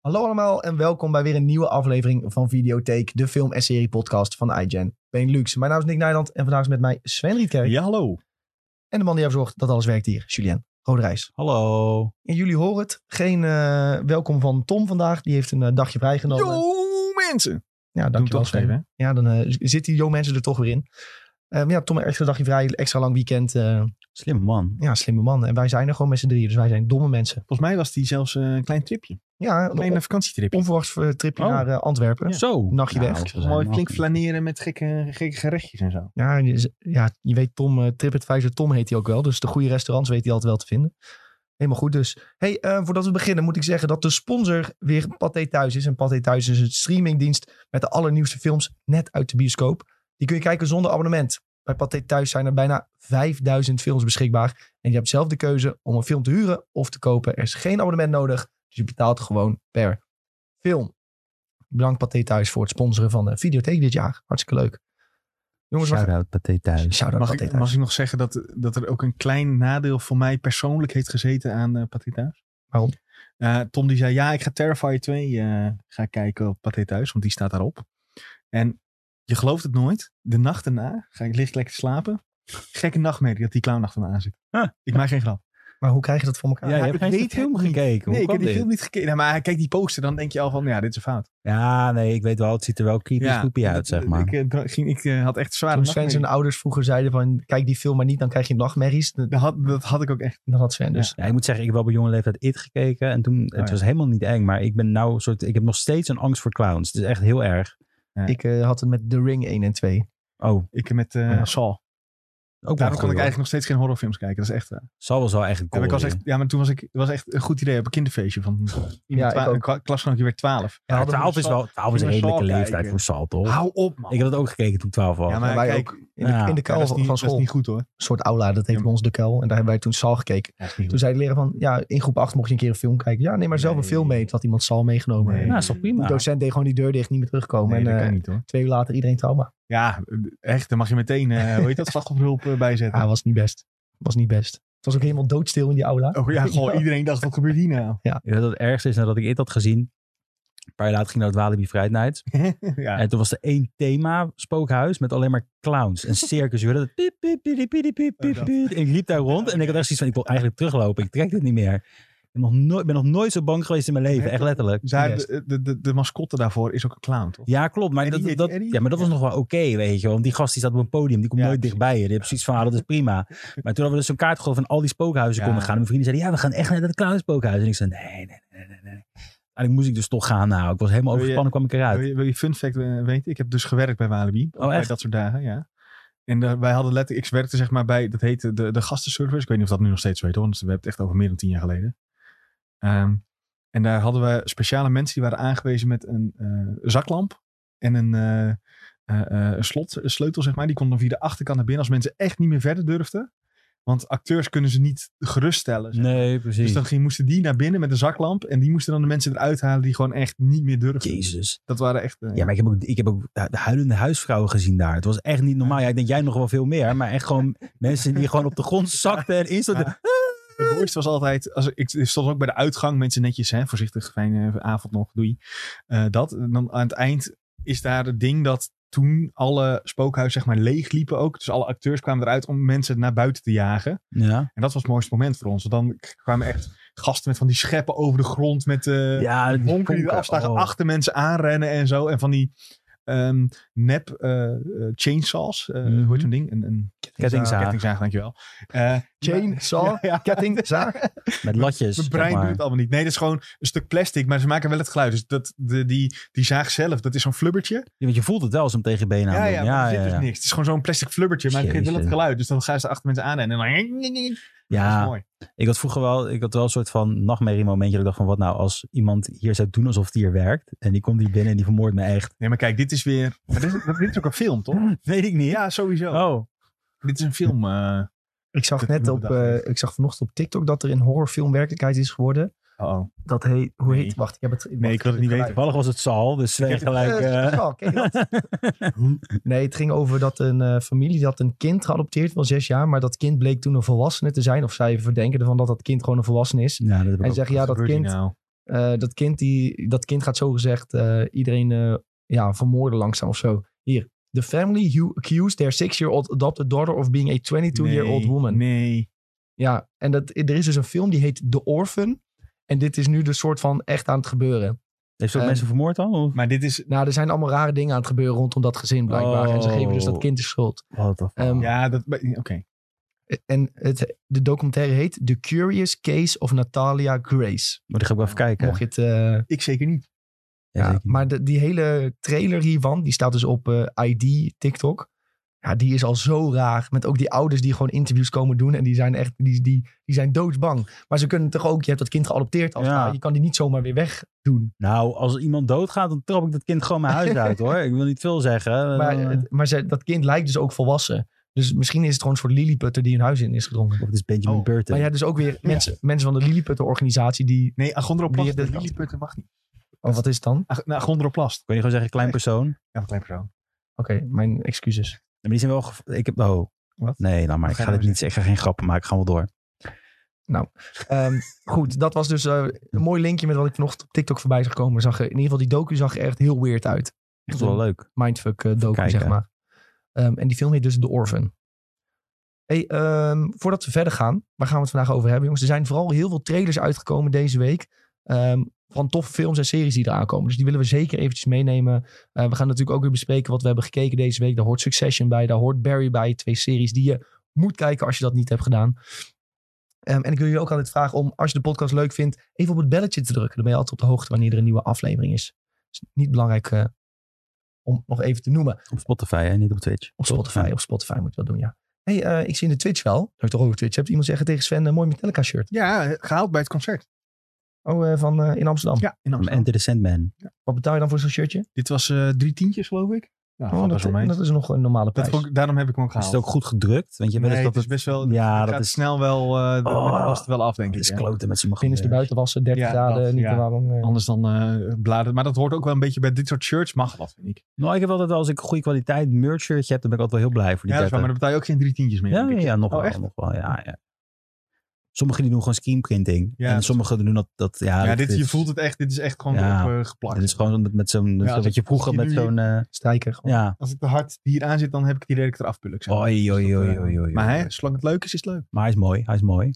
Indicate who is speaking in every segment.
Speaker 1: Hallo allemaal en welkom bij weer een nieuwe aflevering van Videotheek, de film- en serie-podcast van iGen Benelux. Mijn naam is Nick Nijland en vandaag is met mij Sven Rietkerk
Speaker 2: Ja, hallo.
Speaker 1: en de man die ervoor zorgt dat alles werkt hier, Julien Roderijs.
Speaker 2: Hallo.
Speaker 1: En jullie horen het, geen eh, welkom van Tom vandaag, die heeft een eh, dagje vrijgenomen.
Speaker 2: Yo, mensen.
Speaker 1: Ja,
Speaker 2: Doe hem
Speaker 1: dankjewel
Speaker 2: toch
Speaker 1: Sven.
Speaker 2: even, hè?
Speaker 1: Ja, dan eh, zitten die jong mensen er toch weer in. Eh, ja, Tom, een extra dagje vrij, extra lang weekend. eh,
Speaker 2: Slim man.
Speaker 1: ja, slimme man. En wij zijn er gewoon met z'n drieën, dus wij zijn domme mensen.
Speaker 2: Volgens mij was die zelfs eh, een klein tripje.
Speaker 1: Ja,
Speaker 2: Een klein
Speaker 1: een
Speaker 2: vakantietripje.
Speaker 1: onverwachts eh, tripje
Speaker 2: Oh.
Speaker 1: naar eh, Antwerpen. Ja.
Speaker 3: Zo.
Speaker 1: Nachtje weg.
Speaker 2: Mooi flink flaneren met gekke, gekke gerechtjes en zo.
Speaker 1: Ja, en je z- ja, je weet Tom, eh, TripAdvisor Tom heet hij ook wel. Dus de goede restaurants weet hij altijd wel te vinden. Helemaal goed dus. hey, eh, voordat we beginnen moet ik zeggen dat de sponsor weer Pathé Thuis is. En Pathé Thuis is een streamingdienst met de allernieuwste films net uit de bioscoop. Die kun je kijken zonder abonnement. Bij Pathé Thuis zijn er bijna 5000 films beschikbaar. En je hebt zelf de keuze om een film te huren of te kopen. Er is geen abonnement nodig, dus je betaalt gewoon per film. Bedankt Pathé Thuis voor het sponsoren van de videotheek dit jaar. Hartstikke leuk. Jongens, we gaan-
Speaker 3: Shout-out Pathé thuis.
Speaker 1: Shout-out
Speaker 2: Mag
Speaker 1: Pathé
Speaker 2: ik,
Speaker 1: Thuis.
Speaker 2: mag ik nog zeggen dat, dat er ook een klein nadeel voor mij persoonlijk heeft gezeten aan eh Pathé Thuis?
Speaker 1: Waarom?
Speaker 2: Eh, Tom die zei, ja, ik ga Terrifier 2 eh, gaan kijken op Pathé Thuis, want die staat daarop. En je gelooft het nooit, de nacht erna ga ik licht lekker slapen. Gekke nachtmerrie dat die clownnacht erna aan zit.
Speaker 3: Huh.
Speaker 2: Ik maak geen grap.
Speaker 1: Maar hoe krijg je dat voor elkaar?
Speaker 3: Ja,
Speaker 2: Ja,
Speaker 3: je
Speaker 2: ik
Speaker 3: hebt
Speaker 2: weet
Speaker 3: geen
Speaker 2: het
Speaker 3: film
Speaker 2: ook niet.
Speaker 3: gekeken.
Speaker 2: nee,
Speaker 3: Hoe
Speaker 2: ik heb
Speaker 3: kwam
Speaker 2: die
Speaker 3: dit?
Speaker 2: film niet gekeken. Nou, maar kijk die poster, dan denk je al van, ja, dit is een fout.
Speaker 3: Ja, nee, ik weet wel, het ziet er wel creepy spoopy
Speaker 2: dat-
Speaker 3: uit, zeg
Speaker 2: Ik,
Speaker 3: maar.
Speaker 2: eh, dra- ging, ik eh, had echt zware
Speaker 1: Toen Sven zijn
Speaker 2: nachtmerrie.
Speaker 1: ouders vroeger zeiden van... kijk die film maar niet, dan krijg je nachtmerries. Dat
Speaker 3: nou-
Speaker 2: Dat had, dat had ik ook echt.
Speaker 1: dat had Sven dus.
Speaker 3: Ja, ik moet zeggen, ik heb wel bij jonge leeftijd It gekeken. En toen,
Speaker 2: ja.
Speaker 3: het was helemaal niet eng. Maar ik ben nou een soort, ik heb nog steeds een angst voor clowns. Het is echt heel erg.
Speaker 2: Ja.
Speaker 1: Ik eh, had het met The Ring 1 en 2.
Speaker 3: Oh,
Speaker 2: Ik met eh
Speaker 1: Ja.
Speaker 2: Saul.
Speaker 3: ook wel
Speaker 2: Daarom
Speaker 3: goed.
Speaker 2: kon ik eigenlijk
Speaker 3: Eigenlijk...
Speaker 2: nog steeds geen horrorfilms kijken. Dat is echt... eh, waar.
Speaker 3: Zal was wel echt een
Speaker 2: Ja, maar, ik was echt,
Speaker 3: goal.
Speaker 2: ja, maar toen was ik het was echt een goed idee op een kinderfeestje. Van
Speaker 1: Ja,
Speaker 2: ja,
Speaker 1: ik ook.
Speaker 2: een kwa- klasgenootje werd 12.
Speaker 1: Ja,
Speaker 3: Ja,
Speaker 1: hadden we
Speaker 3: 12 is
Speaker 2: Saul-
Speaker 3: wel 12 is een
Speaker 2: gingen we
Speaker 3: redelijke
Speaker 2: Saul
Speaker 3: leeftijd
Speaker 2: kijken.
Speaker 3: voor Sal, toch?
Speaker 2: Hou op, man.
Speaker 3: Ik had het ook gekeken toen ik 12 was.
Speaker 2: ja, maar
Speaker 1: Ja, wij
Speaker 2: kijk,
Speaker 1: ook. In de,
Speaker 3: Ja.
Speaker 1: in de
Speaker 2: ja,
Speaker 1: kuil
Speaker 2: dat is niet-
Speaker 1: van
Speaker 2: dat is
Speaker 1: school.
Speaker 2: niet goed hoor.
Speaker 1: Een soort aula, dat heet
Speaker 2: Ja.
Speaker 1: bij ons de kuil. En daar hebben wij toen Sal gekeken. Toen zei de leraar van... ja, in groep 8 mocht je een keer een film kijken. Ja, neem maar zelf een
Speaker 2: Nee.
Speaker 1: film mee. Toen had iemand Sal meegenomen.
Speaker 2: Nee.
Speaker 1: En
Speaker 3: Nou, is toch
Speaker 1: Die
Speaker 3: prima.
Speaker 1: docent deed gewoon die deur dicht, niet meer terugkomen.
Speaker 2: Nee, dat
Speaker 1: en eh,
Speaker 2: kan niet hoor.
Speaker 1: twee uur later iedereen trauma.
Speaker 2: Ja, echt, dan mag je meteen, eh hoe heet dat, slachtofferhulp eh, bijzetten.
Speaker 1: Ja, Ah, was niet best. Was niet best. Het was ook helemaal doodstil in die aula.
Speaker 2: Oh ja, goh, iedereen dacht, wat gebeurt hier nou?
Speaker 3: Ik weet dat het ergste is nadat ik It had gezien. Een paar jaar later ging naar het Walibi Friday Night.
Speaker 2: ja.
Speaker 3: En toen was er één thema spookhuis met alleen maar clowns en circus. Je hoorde dat piep, piep, piep, piep, piep, piep,
Speaker 2: Oh,
Speaker 3: piep, piep. En ik liep daar rond en ik had echt zoiets van, ik wil eigenlijk teruglopen. Ik trek dit niet meer. Ik ben nog nooit, ben nog nooit zo bang geweest in mijn leven, echt letterlijk.
Speaker 2: Daar,
Speaker 1: best.
Speaker 2: Dus de, de, de, de mascotte daarvoor is ook een clown, toch?
Speaker 3: Ja, klopt. Maar
Speaker 2: Eddie,
Speaker 3: dat,
Speaker 2: heet
Speaker 3: dat,
Speaker 2: die Eddie?
Speaker 3: ja, maar dat was
Speaker 2: Ja.
Speaker 3: nog wel oké, weet je wel. Want die gast die staat op een podium, die komt
Speaker 2: Ja,
Speaker 3: nooit
Speaker 2: precies.
Speaker 3: dichtbij je. Die hebben zoiets van, ah, dat is prima. Maar toen hadden we dus zo'n kaart gekocht van al die spookhuizen
Speaker 2: Ja.
Speaker 3: konden gaan. En mijn vrienden zeiden, ja, we gaan echt naar dat clownspookhuis. En ik zei, nee, nee, nee, nee, nee. Eigenlijk moest ik dus toch gaan. Nou, ik was helemaal
Speaker 2: Wil je-
Speaker 3: overspannen, kwam ik eruit.
Speaker 2: Wil je, wil je fun fact eh, weten? Ik heb dus gewerkt bij Walibi.
Speaker 3: Oh,
Speaker 2: Bij
Speaker 3: echt?
Speaker 2: dat soort dagen, ja. En eh, wij hadden letterlijk, ik werkte zeg maar bij, dat heette de, de gastenservice. Ik weet niet of dat nu nog steeds weet hoor, want we hebben het echt over meer dan tien jaar geleden. Ehm, en daar hadden we speciale mensen die waren aangewezen met een eh, zaklamp en een, eh, eh, eh, een slot, een sleutel zeg maar. Die konden via de achterkant naar binnen als mensen echt niet meer verder durfden. Want acteurs kunnen ze niet geruststellen. zeg.
Speaker 3: nee, precies.
Speaker 2: Dus dan ging, moesten die naar binnen met een zaklamp en die moesten dan de mensen eruit halen die gewoon echt niet meer durfden.
Speaker 3: Jezus.
Speaker 2: Dat waren echt... eh,
Speaker 3: Ja, maar ik heb ook, ik heb ook de huilende huisvrouwen gezien daar. Het was echt niet normaal. Ja, ik denk jij nog wel veel meer. Maar echt gewoon mensen die gewoon op de grond zakten en instortten.
Speaker 2: Het mooiste was altijd, als ik, ik stond ook bij de uitgang, mensen netjes, hè, voorzichtig, fijne avond nog, doei. Eh, dat, En dan aan het eind is daar het ding dat toen alle spookhuizen zeg maar leeg liepen ook. Dus alle acteurs kwamen eruit om mensen naar buiten te jagen.
Speaker 3: Ja,
Speaker 2: En dat was het mooiste moment voor ons. Want dan k- kwamen echt gasten met van die scheppen over de grond met eh
Speaker 3: ja die
Speaker 2: honken die
Speaker 3: vonken.
Speaker 2: eraf slagen,
Speaker 3: Oh.
Speaker 2: achter mensen aanrennen en zo. En van die ehm, nep eh, eh, chainsaws, eh,
Speaker 3: Mhm.
Speaker 2: hoe heet zo'n ding? Een, een
Speaker 3: Kettingzaag.
Speaker 2: kettingzaag, dankjewel. Eh,
Speaker 1: Chain, Sal,
Speaker 2: ja, ja.
Speaker 1: ketting, zaag.
Speaker 3: Met latjes.
Speaker 2: Mijn
Speaker 3: zeg
Speaker 2: brein doet
Speaker 3: maar.
Speaker 2: het allemaal niet. Nee, dat is gewoon een stuk plastic, maar ze maken wel het geluid. Dus dat, de, die, die zaag zelf, dat is zo'n flubbertje.
Speaker 3: Ja, want je voelt het wel als hem tegen je benen aan
Speaker 2: ja,
Speaker 3: doen.
Speaker 2: ja, maar er zit dus niks. Het is gewoon zo'n plastic flubbertje, maar het geeft wel het
Speaker 3: Jezus.
Speaker 2: geluid. Dus dan gaan ze achter mensen aan en dan... Dat is
Speaker 3: Ja,
Speaker 2: mooi.
Speaker 3: ik had vroeger wel, ik had wel een soort van nachtmerrie momentje. Dat ik dacht van, wat nou als iemand hier zou doen alsof die hier werkt. En die komt hier binnen en die vermoordt me echt.
Speaker 2: Nee, maar kijk, dit is weer... Maar dit, is, dit is ook een film, toch?
Speaker 3: Weet ik niet.
Speaker 2: Ja, sowieso.
Speaker 3: Oh,
Speaker 2: Dit is een film. eh,
Speaker 1: Ik zag
Speaker 2: Dat
Speaker 1: net
Speaker 2: iemand
Speaker 1: op,
Speaker 2: bedacht
Speaker 1: eh,
Speaker 2: heeft.
Speaker 1: ik zag vanochtend op TikTok dat er een horrorfilm werkelijkheid is geworden.
Speaker 2: oh.
Speaker 1: Dat heet, hoe
Speaker 2: Nee.
Speaker 1: heet, wacht, ik heb het.
Speaker 2: Nee, ik wil het niet weten.
Speaker 3: toevallig was het Sal, dus Sven gelijk... eh,
Speaker 1: nee, het ging over dat een eh, familie die had een kind geadopteerd van zes jaar, maar dat kind bleek toen een volwassene te zijn. Of zij verdenken ervan dat dat kind gewoon een volwassene is.
Speaker 3: ja, dat heb ik
Speaker 1: En
Speaker 3: ook.
Speaker 1: zeggen, ja, dat
Speaker 2: Gebeurt die
Speaker 1: kind
Speaker 2: nou?
Speaker 1: eh, dat, kind die, dat kind gaat zogezegd eh iedereen eh, ja, vermoorden langzaam of zo. Hier. The family who accused their six-year-old adopted daughter of being a 22-year-old
Speaker 2: Nee,
Speaker 1: woman.
Speaker 2: Nee.
Speaker 1: Ja, en dat, er is dus een film die heet The Orphan. En dit is nu de soort van echt aan het gebeuren.
Speaker 3: Heeft ze ook
Speaker 1: Eh,
Speaker 3: mensen vermoord al? Of?
Speaker 2: Ehm, Maar dit is...
Speaker 1: Nou, er zijn allemaal rare dingen aan het gebeuren rondom dat gezin blijkbaar. En ze geven dus dat
Speaker 3: Oh.
Speaker 1: kind de schuld.
Speaker 3: What the fuck?
Speaker 1: Ehm,
Speaker 2: Ja, dat... maar- Oké.
Speaker 1: En het, de documentaire heet The Curious Case of Natalia Grace.
Speaker 3: Moet ik ook wel even kijken.
Speaker 1: Mocht je het... eh,
Speaker 2: Ik zeker niet.
Speaker 1: Ja,
Speaker 3: zeker.
Speaker 1: maar de- die hele trailer hiervan, die staat dus op eh, ID TikTok. Ja, die is al zo raar. Met ook die ouders die gewoon interviews komen doen. En die zijn echt, die, die, die zijn doodsbang. Maar ze kunnen toch ook, je hebt dat kind geadopteerd. Als
Speaker 3: Ja.
Speaker 1: nou, Je kan die niet zomaar weer wegdoen.
Speaker 3: Nou, als iemand doodgaat, dan trap ik dat kind gewoon mijn huis uit hoor. Ik wil niet veel zeggen.
Speaker 1: Maar,
Speaker 3: Eh,
Speaker 1: het- maar ze, dat kind lijkt dus ook volwassen. Dus misschien is het gewoon een soort lilliputter die hun huis in is gedrongen.
Speaker 3: Of het is Benjamin
Speaker 2: Oh,
Speaker 3: Burton.
Speaker 1: Maar ja, dus ook weer mensen, mensen van de lilliputter organisatie die...
Speaker 2: Nee,
Speaker 1: Wie
Speaker 2: achondroplast.
Speaker 1: heeft
Speaker 2: De
Speaker 1: dit-
Speaker 2: lilliputter mag niet.
Speaker 1: Oh, wat is het dan?
Speaker 2: Ach, nou, achondroplast.
Speaker 3: Kun je gewoon zeggen klein persoon? Nee,
Speaker 2: Ja, een klein persoon.
Speaker 1: Oké, mijn excuses.
Speaker 3: Maar die zijn wel... gev- Ik heb... Oh.
Speaker 2: Wat?
Speaker 3: Nee, nou maar. Ik
Speaker 2: Wat ga
Speaker 3: ga,
Speaker 2: je
Speaker 3: dit
Speaker 2: nou
Speaker 3: niet, ik ga geen grappen maken. Ik ga wel door.
Speaker 1: Ehm, goed, dat was dus eh, een mooi linkje met wat ik vanochtend op TikTok voorbij zag komen. Zag, er- in ieder geval, die docu zag er echt heel weird uit.
Speaker 3: Echt wel leuk.
Speaker 1: mindfuck eh, docu,
Speaker 3: kijken.
Speaker 1: zeg maar. Ehm, en die film heet dus The Orphan. Hey, ehm, voordat we verder gaan, waar gaan we het vandaag over hebben, jongens? Er zijn vooral heel veel trailers uitgekomen deze week. ehm, van toffe films en series die eraan komen. Dus die willen we zeker eventjes meenemen. Eh, we gaan natuurlijk ook weer bespreken wat we hebben gekeken deze week. Daar hoort Succession bij, daar hoort Barry bij. Twee series die je moet kijken als je dat niet hebt gedaan. Ehm, en ik wil jullie ook altijd vragen om, als je de podcast leuk vindt, even op het belletje te drukken. Dan ben je altijd op de hoogte wanneer er een nieuwe aflevering is. Dat is niet belangrijk eh, om nog even te noemen.
Speaker 3: Op Spotify en niet op Twitch.
Speaker 1: Op Spotify, op Spotify moet je dat doen, ja. hey, eh, ik zie in de Twitch wel, dat ik toch over Twitch heb, iemand zeggen tegen Sven, een mooi Metallica shirt.
Speaker 2: Ja, gehaald bij het concert.
Speaker 1: Oh, eh, van eh, in Amsterdam.
Speaker 2: Ja, in Amsterdam.
Speaker 3: Enter the Sandman.
Speaker 1: Wat betaal je dan voor zo'n shirtje?
Speaker 2: Dit was eh, drie tientjes, geloof ik. Ja,
Speaker 1: oh,
Speaker 2: valt
Speaker 1: dat,
Speaker 2: best wel mee.
Speaker 1: dat is nog een normale
Speaker 2: Dat
Speaker 1: prijs.
Speaker 2: vond ik- daarom heb ik hem ook
Speaker 3: Is
Speaker 2: gehaald.
Speaker 3: het ook goed gedrukt? Want je weet
Speaker 2: Nee,
Speaker 3: dat
Speaker 2: het is
Speaker 3: het...
Speaker 2: best wel...
Speaker 3: Ja,
Speaker 2: het
Speaker 3: dat
Speaker 2: gaat
Speaker 3: is-
Speaker 2: snel wel... eh dat
Speaker 3: Oh,
Speaker 2: was het wel af, denk ik.
Speaker 3: Het is
Speaker 2: ja.
Speaker 3: kloten met sommige
Speaker 1: Vingers
Speaker 3: deur.
Speaker 1: erbuiten wassen, 30
Speaker 2: Ja,
Speaker 1: graden,
Speaker 2: dat,
Speaker 1: niet
Speaker 2: ja.
Speaker 1: te warm. eh.
Speaker 2: Anders dan eh bladeren. Maar dat hoort ook wel een beetje bij dit soort shirts. Mag dat, vind ik.
Speaker 3: Nou, ik heb altijd als ik goede kwaliteit merch shirtje heb, dan ben ik altijd wel heel blij voor die
Speaker 2: Ja, dat is waar,
Speaker 3: dertig.
Speaker 2: maar dan betaal je ook geen drie tientjes meer.
Speaker 3: Ja,
Speaker 2: denk
Speaker 3: ja,
Speaker 2: ik.
Speaker 3: ja, nog,
Speaker 2: Oh,
Speaker 3: wel,
Speaker 2: echt?
Speaker 3: nog wel. Ja, ja. Sommigen die doen gewoon screenprinting.
Speaker 2: Ja,
Speaker 3: en
Speaker 2: dat-
Speaker 3: sommigen doen dat... dat ja,
Speaker 2: Ja,
Speaker 3: dat
Speaker 2: dit,
Speaker 3: is-
Speaker 2: je voelt het echt. Dit is echt gewoon
Speaker 3: Ja.
Speaker 2: op, eh, geplakt.
Speaker 3: Dit is gewoon met, met zo'n...
Speaker 2: Ja,
Speaker 3: zo-
Speaker 2: als
Speaker 3: wat je
Speaker 2: ik-
Speaker 3: vroeger
Speaker 2: als je
Speaker 3: met
Speaker 2: nu-
Speaker 3: zo'n... eh,
Speaker 1: Strijker. gewoon.
Speaker 3: ja.
Speaker 2: Als ik te hard hier aan zit, dan heb ik die redelijk eraf pullen.
Speaker 3: Oei, oei, oei, oei, oei.
Speaker 2: eh, Maar hè, zolang het leuk is, is het leuk.
Speaker 3: Maar hij is mooi, hij is mooi.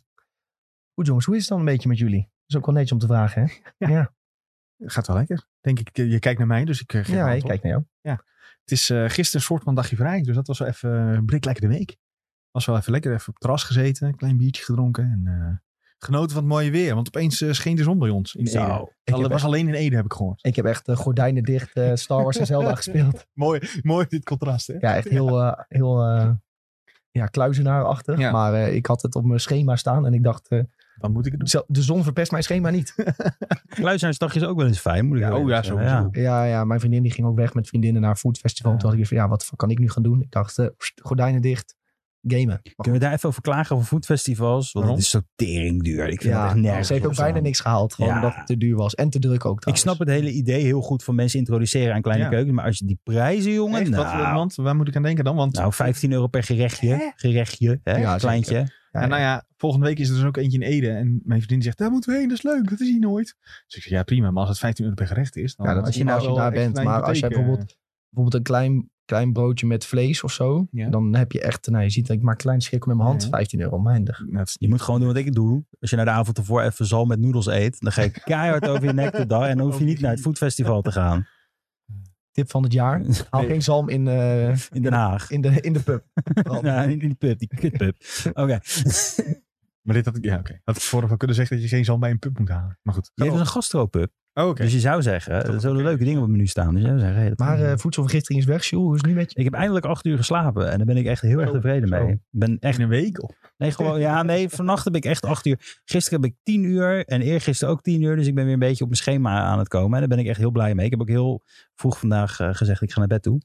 Speaker 1: Goed jongens, hoe is het dan een beetje met jullie? Dat is ook wel netjes om te vragen, hè?
Speaker 2: Gaat wel lekker. Denk ik, eh, je kijkt naar mij, dus ik eh, geef
Speaker 1: Ja,
Speaker 2: een
Speaker 1: ik
Speaker 2: antwoord.
Speaker 1: kijk naar jou.
Speaker 2: Het is eh, gisteren een soort van dagje vrij, dus dat was wel even een brik lekkere week. Was wel even lekker, even op het terras gezeten, een klein biertje gedronken en eh, genoten van het mooie weer. Want opeens eh, scheen de zon bij ons in Ede.
Speaker 3: Zo.
Speaker 1: Nou, Ik
Speaker 2: Dat
Speaker 1: heb,
Speaker 2: was
Speaker 1: echt,
Speaker 2: alleen in Ede, heb ik gehoord.
Speaker 1: ik heb echt eh, gordijnen dicht, eh, Star Wars en Zelda gespeeld.
Speaker 2: Mooi, mooi dit contrast, hè?
Speaker 1: Ja, echt heel, eh, heel eh, ja, kluizenaarachtig.
Speaker 2: Ja.
Speaker 1: Maar eh, ik had het op mijn schema staan en ik dacht, eh,
Speaker 2: Dan moet ik het doen.
Speaker 1: Zo- De zon verpest mijn schema niet.
Speaker 3: Kluizenaarsdagje is ook wel eens fijn, moet ik
Speaker 2: Ja,
Speaker 3: wel
Speaker 2: oh ja,
Speaker 3: eerlijk zeggen.
Speaker 2: sowieso.
Speaker 1: Ja, ja, mijn vriendin die ging ook weg met vriendinnen naar Food Festival.
Speaker 3: Ah.
Speaker 2: Ja.
Speaker 1: Toen had ik weer van, ja, wat kan ik nu gaan doen? Ik dacht, eh, pst, gordijnen dicht, gamen. Maar
Speaker 3: Kunnen we daar even over klagen over foodfestivals? Want
Speaker 2: Waarom?
Speaker 3: het is zo tering duur. Ik
Speaker 1: goed,
Speaker 3: vind het
Speaker 1: ja, nou,
Speaker 3: echt nergens.
Speaker 1: ze heeft ook
Speaker 3: op slaan.
Speaker 1: bijna niks gehaald. Gewoon
Speaker 3: Ja.
Speaker 1: omdat het te duur was. En te druk ook
Speaker 3: Ik
Speaker 1: trouwens.
Speaker 3: snap het hele idee heel goed van mensen introduceren aan kleine
Speaker 2: Ja.
Speaker 3: keukens. Maar als je die prijzen, jongen.
Speaker 2: Echt, wat,
Speaker 3: nou,
Speaker 2: want waar moet ik aan denken dan? Want,
Speaker 3: nou, 15 euro per gerechtje.
Speaker 2: Hè?
Speaker 3: Gerechtje, hè?
Speaker 1: Ja,
Speaker 3: kleintje.
Speaker 1: Ja,
Speaker 2: Ja, nou ja, volgende week is er dus ook eentje in Ede. En mijn vriendin zegt, daar moeten we heen, dat is leuk, dat is hier nooit. Dus ik zeg, ja prima, maar als het 15 euro per gerecht is... Dan
Speaker 1: Ja, dat
Speaker 2: als
Speaker 1: is
Speaker 2: je
Speaker 1: als
Speaker 2: nou
Speaker 1: je
Speaker 2: wel
Speaker 1: daar
Speaker 2: extra
Speaker 1: bent.
Speaker 2: naar
Speaker 1: Maar als jij
Speaker 2: hypotheek,
Speaker 1: bijvoorbeeld, bijvoorbeeld een klein, klein broodje met vlees of zo.
Speaker 2: Ja.
Speaker 1: Dan heb je echt, nou je ziet, ik maak een klein schrik met mijn hand.
Speaker 2: Ja.
Speaker 1: 15 euro, onhandig.
Speaker 2: eh, dat is
Speaker 3: Je moet gewoon doen wat ik doe. Als je naar de avond ervoor even zal met noedels eet. Dan ga je keihard over je nek de dag. En dan hoef je niet naar het foodfestival te gaan.
Speaker 1: Tip van het jaar. Haal
Speaker 2: Nee.
Speaker 1: geen zalm in, eh,
Speaker 3: In Den Haag.
Speaker 1: in, de, in de pub. Vooral.
Speaker 3: Nou, in die pub, die kutpub. Oké.
Speaker 2: Maar dit had ik, ja, oké. Had ik tevoren wel kunnen zeggen dat je geen zalm bij een pub moet halen. Maar goed.
Speaker 3: Je hebt een gastropub.
Speaker 2: Oh, oké.
Speaker 3: Dus je zou zeggen, er zullen leuke dingen op het menu staan. Dus je zou zeggen, hey, dat
Speaker 1: Maar
Speaker 3: kan.
Speaker 1: eh, voedselvergiftiging is weg, Sjoel. Hoe is het nu met je?
Speaker 3: ik heb eindelijk acht uur geslapen en daar ben ik echt heel erg
Speaker 2: Zo,
Speaker 3: tevreden mee.
Speaker 2: zo.
Speaker 3: Ik ben echt,
Speaker 2: In een week? Of?
Speaker 3: nee, gewoon, ja, nee, vannacht heb ik echt acht uur. Gisteren heb ik tien uur en eergisteren ook tien uur. Dus ik ben weer een beetje op mijn schema aan het komen. En daar ben ik echt heel blij mee. Ik heb ook heel vroeg vandaag eh, gezegd, ik ga naar bed toe.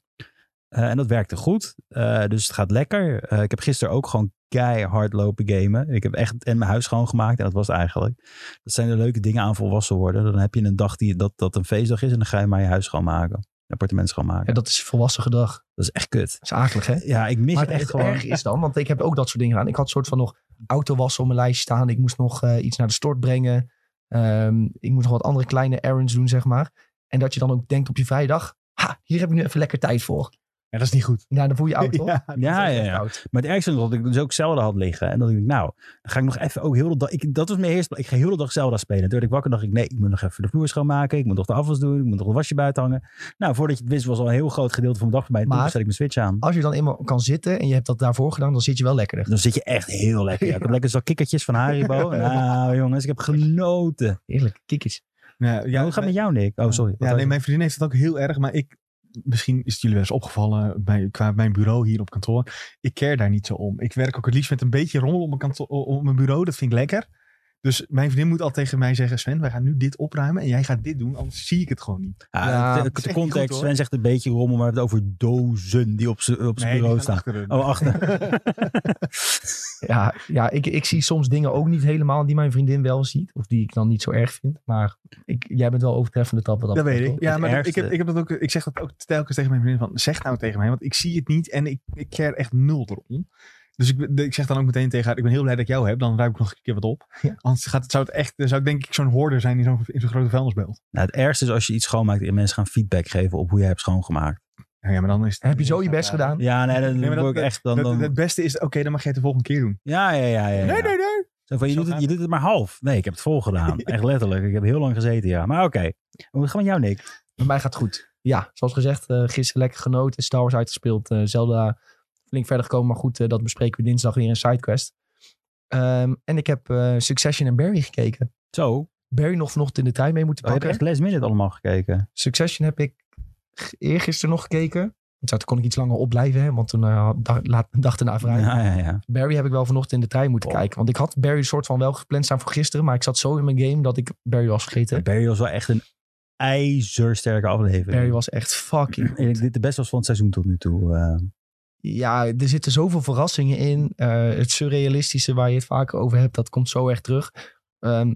Speaker 3: Eh, en dat werkte goed. Eh, dus het gaat lekker. Eh, ik heb gisteren ook gewoon keihard lopen gamen. Ik heb echt en mijn huis schoongemaakt. En dat was het eigenlijk. Dat zijn de leuke dingen aan volwassen worden. Dan heb je een dag die, dat, dat een feestdag is. En dan ga je maar je huis schoonmaken. Je appartement schoonmaken.
Speaker 1: Ja, dat is volwassen gedrag.
Speaker 3: Dat is echt kut.
Speaker 1: Dat is akelig, hè?
Speaker 3: Ja, ik mis
Speaker 1: Maar
Speaker 3: het echt
Speaker 1: het
Speaker 3: gewoon.
Speaker 1: erg is dan, want ik heb ook dat soort dingen gedaan. Ik had soort van nog autowassen op mijn lijst staan. Ik moest nog eh, iets naar de stort brengen. Eh, Ehm, ik moet nog wat andere kleine errands doen, zeg maar. En dat je dan ook denkt op je vrijdag, ha, hier heb ik nu even lekker tijd voor.
Speaker 2: Ja, dat is niet goed.
Speaker 1: Nou, dan voel je je oud, toch?
Speaker 2: Ja,
Speaker 3: Ja, ja,
Speaker 1: Echt
Speaker 3: ja.
Speaker 1: oud.
Speaker 3: Maar het ergste is dat ik dus ook Zelda had liggen. En dat ik dacht, nou, dan ga ik nog even ook heel de dag... Ik, dat was mijn eerste... Ik ga heel de dag Zelda spelen. Toen werd ik wakker dacht ik, nee, ik moet nog even de vloer schoonmaken. Ik moet nog de afwas doen. Ik moet nog een wasje buiten hangen. Nou, voordat je het wist was al een heel groot gedeelte van mijn dag voorbij. En Toen
Speaker 1: Maar-
Speaker 3: zet ik mijn Switch aan.
Speaker 1: Als je dan eenmaal kan zitten en je hebt dat daarvoor gedaan, dan zit je wel lekkerder.
Speaker 3: Dan zit je echt heel lekker. Ja, ik heb
Speaker 1: Ja.
Speaker 3: lekker zo'n kikkertjes van Haribo. nou, jongens, ik heb genoten.
Speaker 1: Eerlijk, kikkers.
Speaker 2: Ja,
Speaker 3: Ja,
Speaker 2: ja,
Speaker 3: hoe gaat het met jou, Nick? Oh, sorry.
Speaker 2: Ja, nee, mijn vriendin heeft het ook heel erg, maar ik... Misschien is het jullie wel eens opgevallen bij, qua mijn bureau hier op kantoor. Ik care daar niet zo om. Ik werk ook het liefst met een beetje rommel op mijn, kantoor, op mijn bureau. Dat vind ik lekker. Dus mijn vriendin moet al tegen mij zeggen... Sven, wij gaan nu dit opruimen en jij gaat dit doen. Anders zie ik het gewoon niet.
Speaker 3: Ah,
Speaker 1: Ja,
Speaker 3: de-
Speaker 1: het
Speaker 2: is
Speaker 3: de
Speaker 2: echt niet
Speaker 3: context,
Speaker 2: goed, hoor.
Speaker 3: Sven zegt een beetje rommel, maar we hebben het over dozen die op zijn op z'n
Speaker 2: die
Speaker 3: bureau
Speaker 2: gaan
Speaker 3: staan.
Speaker 2: achteren.
Speaker 3: Oh, achter.
Speaker 1: Ja, ja ik, ik zie soms dingen ook niet helemaal die mijn vriendin wel ziet. Of die ik dan niet zo erg vind. Maar ik, jij bent wel overtreffende tap. wat
Speaker 2: Dat
Speaker 1: betreft,
Speaker 2: weet ik.
Speaker 1: hoor.
Speaker 2: Ja,
Speaker 3: Het
Speaker 2: maar dat- ik,
Speaker 3: ergste.
Speaker 2: heb, ik, heb dat ook, ik zeg dat ook telkens tegen mijn vriendin van, zeg nou tegen mij, want ik zie het niet en ik, ik care echt nul erom. Dus ik, ben- ik zeg dan ook meteen tegen haar, ik ben heel blij dat ik jou heb, dan ruim ik nog een keer wat op.
Speaker 1: Ja.
Speaker 2: Anders gaat, het- zou het echt, dan zou ik denk ik zo'n hoorder zijn in zo'n in zo'n grote vuilnisbelt.
Speaker 3: Nou, het ergste is als je iets schoonmaakt en mensen gaan feedback geven op hoe jij hebt schoongemaakt.
Speaker 2: Nou ja, maar dan is het-
Speaker 1: Heb je zo je best
Speaker 2: Ja.
Speaker 1: gedaan?
Speaker 3: Ja, nee, dan
Speaker 2: Nee, maar dat-
Speaker 3: word ik echt dan...
Speaker 2: Dat-
Speaker 3: dan
Speaker 2: Het beste is, oké, dan mag jij het de volgende keer doen.
Speaker 3: ja, ja, ja. ja, ja.
Speaker 2: Nee, nee, nee.
Speaker 3: Zo van, je,
Speaker 2: Zo
Speaker 3: doet het,
Speaker 2: gaat
Speaker 3: je doet het maar half. Nee, ik heb het vol gedaan. Echt letterlijk. Ik heb heel lang gezeten, ja. Maar oké. Hoe gaat het met jou, Nick?
Speaker 1: Bij mij gaat het goed. Ja, zoals gezegd, eh, gisteren lekker genoten. Star Wars uitgespeeld. eh Zelda flink verder gekomen. Maar goed, eh, dat bespreken we dinsdag weer in SideQuest. Ehm, en ik heb eh, Succession en Barry gekeken.
Speaker 3: Zo. Oh,
Speaker 1: Barry nog vanochtend in de trein mee moeten
Speaker 3: je hebt
Speaker 1: pakken.
Speaker 3: Oh, echt last minute allemaal gekeken.
Speaker 1: Succession heb ik g- eergisteren nog gekeken. Want ja, toen kon ik iets langer opblijven, hè, want toen eh, da- laat- dacht erna vrij.
Speaker 3: Ja, ja, ja.
Speaker 1: Barry heb ik wel vanochtend in de trein moeten
Speaker 3: Oh.
Speaker 1: kijken. Want ik had Barry soort van wel gepland staan voor gisteren. Maar ik zat zo in mijn game dat ik Barry was vergeten.
Speaker 3: Barry was wel echt een ijzersterke aflevering.
Speaker 1: Barry was echt fucking
Speaker 3: Ik denk dat dit de beste was van het seizoen tot nu toe. eh.
Speaker 1: Ja, er zitten zoveel verrassingen in. Eh, het surrealistische waar je het vaker over hebt, dat komt zo erg terug. Ehm,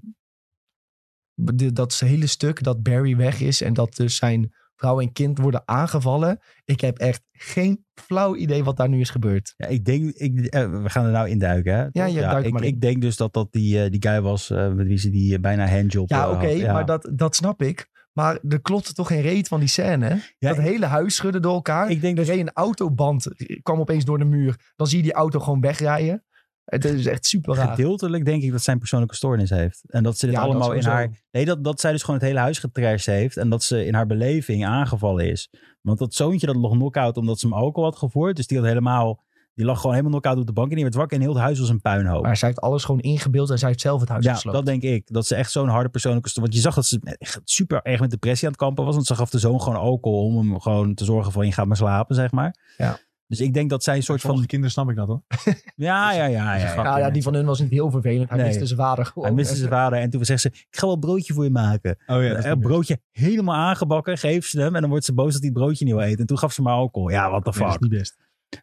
Speaker 1: de- dat hele stuk dat Barry weg is en dat dus zijn vrouw en kind worden aangevallen. Ik heb echt geen flauw idee wat daar nu is gebeurd.
Speaker 3: Ja, ik denk, ik, eh, we gaan er nou induiken. Hè?
Speaker 1: Ja,
Speaker 3: Toch?
Speaker 1: ja, duik
Speaker 3: ik,
Speaker 1: maar in.
Speaker 3: ik denk dus dat dat die, eh, die guy was eh, met wie ze die eh, bijna handjob
Speaker 1: Ja,
Speaker 3: eh,
Speaker 1: oké,
Speaker 3: had. Ja.
Speaker 1: maar dat, dat snap ik. Maar er klopte toch geen reet van die scène. hè?
Speaker 3: Ja,
Speaker 1: dat
Speaker 3: ik-
Speaker 1: hele huis schudde door elkaar.
Speaker 3: ik denk dus-
Speaker 1: er
Speaker 3: dat
Speaker 1: reed een autoband, eh, kwam opeens door de muur. Dan zie je die auto gewoon wegrijden. Het is echt super raar.
Speaker 3: gedeeltelijk denk ik dat zij een persoonlijke stoornis heeft. En dat ze dit
Speaker 1: Ja, dat
Speaker 3: allemaal in
Speaker 1: sowieso.
Speaker 3: haar... Nee, dat, dat zij dus gewoon het hele huis getrashed heeft. En dat ze in haar beleving aangevallen is. Want dat zoontje dat lag knock-out omdat ze hem alcohol had gevoerd. Dus die had helemaal... Die lag gewoon helemaal knock-out op de bank. En die werd wakker en heel het huis was een puinhoop.
Speaker 1: Maar zij heeft alles gewoon ingebeeld en zij heeft zelf het huis
Speaker 3: ja,
Speaker 1: gesloopt.
Speaker 3: dat denk ik. Dat ze echt zo'n harde persoonlijke stoornis... Want je zag dat ze echt super erg met depressie aan het kampen was. Want ze gaf de zoon gewoon alcohol om hem gewoon te zorgen van... je gaat maar slapen, zeg maar.
Speaker 1: Ja.
Speaker 3: Dus ik denk dat zij een
Speaker 2: Soort
Speaker 3: soort
Speaker 2: van
Speaker 3: van...
Speaker 2: kinderen snap ik dat hoor.
Speaker 3: Ja, ja, ja. ja, ja.
Speaker 1: Ja, ja, die van hun was niet heel vervelend. Hij
Speaker 3: Nee.
Speaker 1: miste zijn vader gewoon.
Speaker 3: Hij miste zijn vader en toen zegt ze... ik ga wel een broodje voor je maken.
Speaker 2: Oh ja,
Speaker 3: Ja, een broodje helemaal aangebakken, geef ze hem en dan wordt ze boos dat hij het broodje niet wil eten. En toen gaf ze maar alcohol. Ja, what the
Speaker 2: Nee, dat is
Speaker 3: fuck.
Speaker 2: niet best.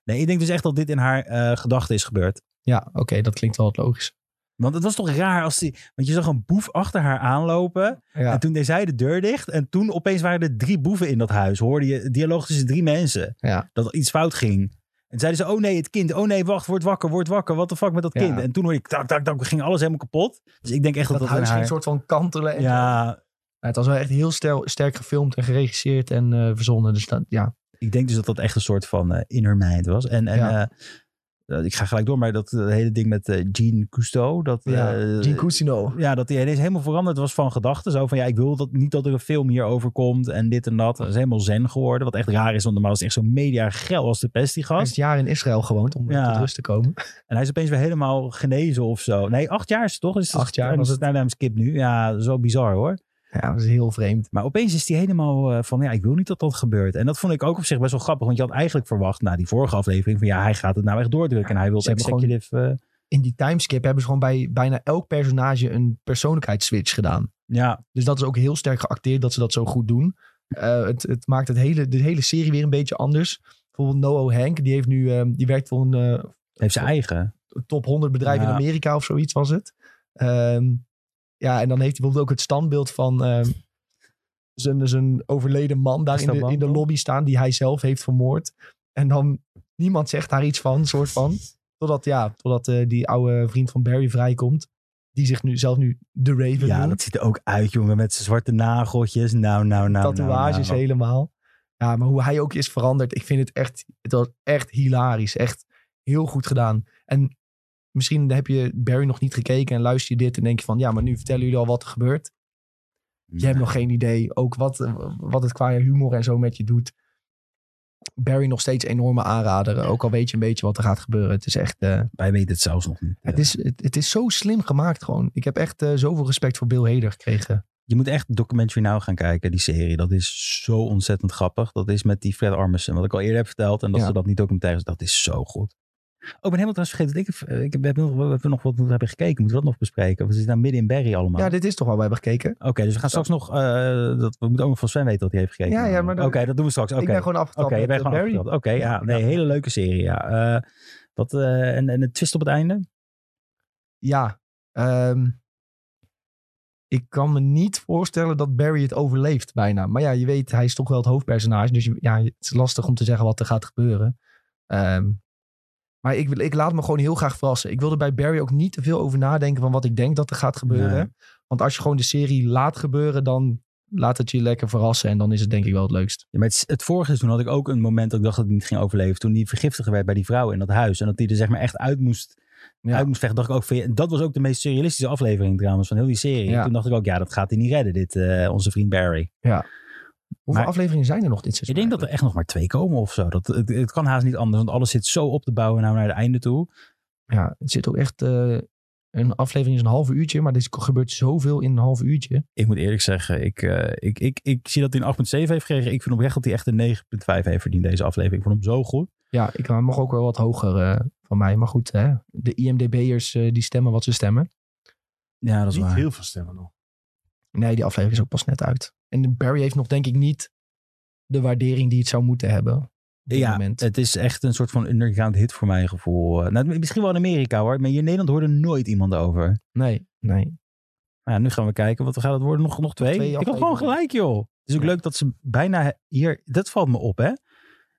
Speaker 3: Nee, ik denk dus echt dat dit in haar eh gedachten is gebeurd.
Speaker 1: Ja, oké, dat klinkt wel wat logisch.
Speaker 3: Want het was toch raar als die... Want je zag een boef achter haar aanlopen. En
Speaker 1: Ja.
Speaker 3: toen deed zij de deur dicht. En toen opeens waren er drie boeven in dat huis. Hoorde je dialoog tussen drie mensen.
Speaker 1: Ja.
Speaker 3: Dat er iets fout ging. En zeiden ze, oh nee, het kind. Oh nee, wacht, word wakker, word wakker. What the fuck met dat
Speaker 1: Ja.
Speaker 3: kind? En toen hoorde ik, tak, tak, tak. Ging alles helemaal kapot. Dus ik denk echt dat
Speaker 1: Dat,
Speaker 3: dat, in
Speaker 1: huis ging
Speaker 3: haar...
Speaker 1: soort van kantelen. En zo. Maar
Speaker 3: Ja,
Speaker 1: het was wel echt heel stel- sterk gefilmd en geregisseerd en eh, verzonnen. Dus dat, ja.
Speaker 3: Ik denk dus dat dat echt een soort van eh, inner mind was. En, en
Speaker 1: Ja.
Speaker 3: eh, eh, ik ga gelijk door, maar dat eh, hele ding met eh Jean Cousteau. Dat,
Speaker 1: ja.
Speaker 3: eh,
Speaker 1: Gene Cousineau.
Speaker 3: ja, dat hij ineens helemaal veranderd was van gedachten. Zo van, ja, ik wil dat, niet dat er een film hierover komt en dit en dat. Dat is helemaal zen geworden, wat echt raar is. Want normaal is het echt zo'n media gel als de pest die
Speaker 1: Hij
Speaker 3: gast.
Speaker 1: heeft jaren in Israël gewoond om eh,
Speaker 3: Ja.
Speaker 1: tot rust te komen.
Speaker 3: En hij is opeens weer helemaal genezen of zo. Nee, acht jaar is het toch? Is het,
Speaker 1: Acht jaar
Speaker 3: en
Speaker 1: was
Speaker 3: is het. Nou, skip nu. Ja, zo bizar hoor.
Speaker 1: Ja, dat is heel vreemd.
Speaker 3: Maar opeens is die helemaal eh, van, ja, ik wil niet dat dat gebeurt. En dat vond ik ook op zich best wel grappig. Want je had eigenlijk verwacht na die vorige aflevering van, ja, hij gaat het nou echt doordrukken. En hij wil
Speaker 1: Ze hebben gewoon-
Speaker 3: executive... eh,
Speaker 1: In die timeskip hebben ze gewoon bij bijna elk personage een persoonlijkheidsswitch gedaan.
Speaker 3: ja,
Speaker 1: Dus dat is ook heel sterk geacteerd dat ze dat zo goed doen. Eh, het, het maakt het hele, de hele serie weer een beetje anders. Bijvoorbeeld Noah Hank, die, heeft nu, eh, die werkt voor een, eh,
Speaker 3: heeft zijn eigen.
Speaker 1: top 100 bedrijf in
Speaker 3: Ja.
Speaker 1: Amerika of zoiets was het. Ehm, ja, en dan heeft hij bijvoorbeeld ook het standbeeld van ehm, zijn, zijn overleden man daar
Speaker 3: Is
Speaker 1: in
Speaker 3: dat
Speaker 1: de, in de
Speaker 3: Bando?
Speaker 1: lobby staan, die hij zelf heeft vermoord. En dan niemand zegt daar iets van, soort van. Totdat, ja, totdat eh, die oude vriend van Barry vrijkomt. die zich nu zelf nu de Raven
Speaker 3: Ja,
Speaker 1: noemt.
Speaker 3: dat ziet er ook uit, jongen. Met zijn zwarte nageltjes. Nou, nou, nou.
Speaker 1: tatoeages
Speaker 3: nou, nou.
Speaker 1: helemaal. Ja, maar hoe hij ook is veranderd. Ik vind het echt, het was echt hilarisch. Echt heel goed gedaan. En misschien heb je Barry nog niet gekeken en luister je dit en denk je van, ja, maar nu vertellen jullie al wat er gebeurt. Je hebt nog geen idee ook wat, eh, wat het qua humor en zo met je doet. Barry nog steeds enorme aanrader. Ook al weet je een beetje wat er gaat gebeuren. Het is echt, eh,
Speaker 3: Wij weten het zelfs nog niet.
Speaker 1: het, is, het, het is zo slim gemaakt gewoon. Ik heb echt eh, zoveel respect voor Bill Hader gekregen.
Speaker 3: Je moet echt Documentary Now gaan kijken, die serie. Dat is zo ontzettend grappig. Dat is met die Fred Armisen, wat ik al eerder heb verteld. En dat
Speaker 1: Ja.
Speaker 3: ze dat niet documentaire is, dat is zo goed. Oh, ik ben helemaal trouwens vergeten. dat Ik, heb- ik heb, we, hebben nog, we hebben nog wat moeten hebben gekeken. Moeten we dat nog bespreken? We zitten nou midden in Barry allemaal.
Speaker 1: Ja, dit is toch waar we hebben gekeken.
Speaker 3: Oké, dus we gaan straks nog... eh, dat, we moeten ook nog van Sven weten dat hij heeft gekeken.
Speaker 1: Ja, ja, maar dat-
Speaker 3: Oké, dat doen we straks. Oké.
Speaker 1: Ik ben gewoon afgetapt
Speaker 3: Oké, je
Speaker 1: met,
Speaker 3: bent
Speaker 1: eh,
Speaker 3: gewoon
Speaker 1: Barry.
Speaker 3: afgetrapt. Oké, ja. Nee, hele leuke serie, ja. Eh, wat, eh, en, en de twist op het einde?
Speaker 1: ja, ehm, ik kan me niet voorstellen dat Barry het overleeft bijna. Maar ja, je weet, hij is toch wel het hoofdpersonage. Dus je- ja, het is lastig om te zeggen wat er gaat gebeuren. Ehm, maar ik, wil- ik laat me gewoon heel graag verrassen. Ik wilde bij Barry ook niet te veel over nadenken van wat ik denk dat er gaat gebeuren.
Speaker 3: Nee.
Speaker 1: Want als je gewoon de serie laat gebeuren, dan laat het je lekker verrassen. En dan is het denk ik wel het leukst.
Speaker 3: Ja, maar het, het vorige seizoen had ik ook een moment dat ik dacht dat hij niet ging overleven. Toen hij vergiftigd werd bij die vrouw in dat huis. En dat hij er zeg maar echt uit moest,
Speaker 1: Ja.
Speaker 3: uit moest vechten. Dacht ik ook, van, ja, dat was ook de meest surrealistische aflevering trouwens van heel die serie.
Speaker 1: Ja.
Speaker 3: Toen dacht ik ook, ja, dat gaat hij niet redden, dit, eh, onze vriend Barry.
Speaker 1: Hoeveel
Speaker 3: Maar-
Speaker 1: afleveringen zijn er nog dit seizoen?
Speaker 3: Ik denk dat er echt nog maar twee komen of zo. Dat, het, het kan haast niet anders, want alles zit zo op te bouwen nou naar het einde toe.
Speaker 1: Ja, het zit ook echt... eh, een aflevering is een half uurtje, maar er gebeurt zoveel in een half uurtje.
Speaker 3: Ik moet eerlijk zeggen, ik, eh, ik, ik, ik zie dat hij een 8.7 heeft gekregen. Ik vind oprecht dat hij echt een 9.5 heeft verdiend deze aflevering. Ik vond hem zo goed.
Speaker 1: Ja, ik eh, mag ook wel wat hoger eh, van mij. Maar goed, hè, de IMDB'ers eh, die stemmen wat ze stemmen.
Speaker 3: Ja, dat is
Speaker 2: Niet
Speaker 3: waar.
Speaker 2: heel veel stemmen nog.
Speaker 1: Nee, die aflevering is ook pas net uit. En Barry heeft nog denk ik niet de waardering die het zou moeten hebben. op dit
Speaker 3: Ja,
Speaker 1: moment.
Speaker 3: het is echt een soort van underground hit voor mijn gevoel. Eh, Nou, misschien wel in Amerika hoor, maar hier in Nederland hoorde nooit iemand over.
Speaker 1: Nee, nee.
Speaker 3: Nou, ja, nu gaan we kijken, wat gaat het worden? Nog, nog twee?
Speaker 1: Twee
Speaker 3: ik had gewoon
Speaker 1: afleveringen.
Speaker 3: gelijk joh. Het is ook
Speaker 1: Ja.
Speaker 3: leuk dat ze bijna hier, dat valt me op hè.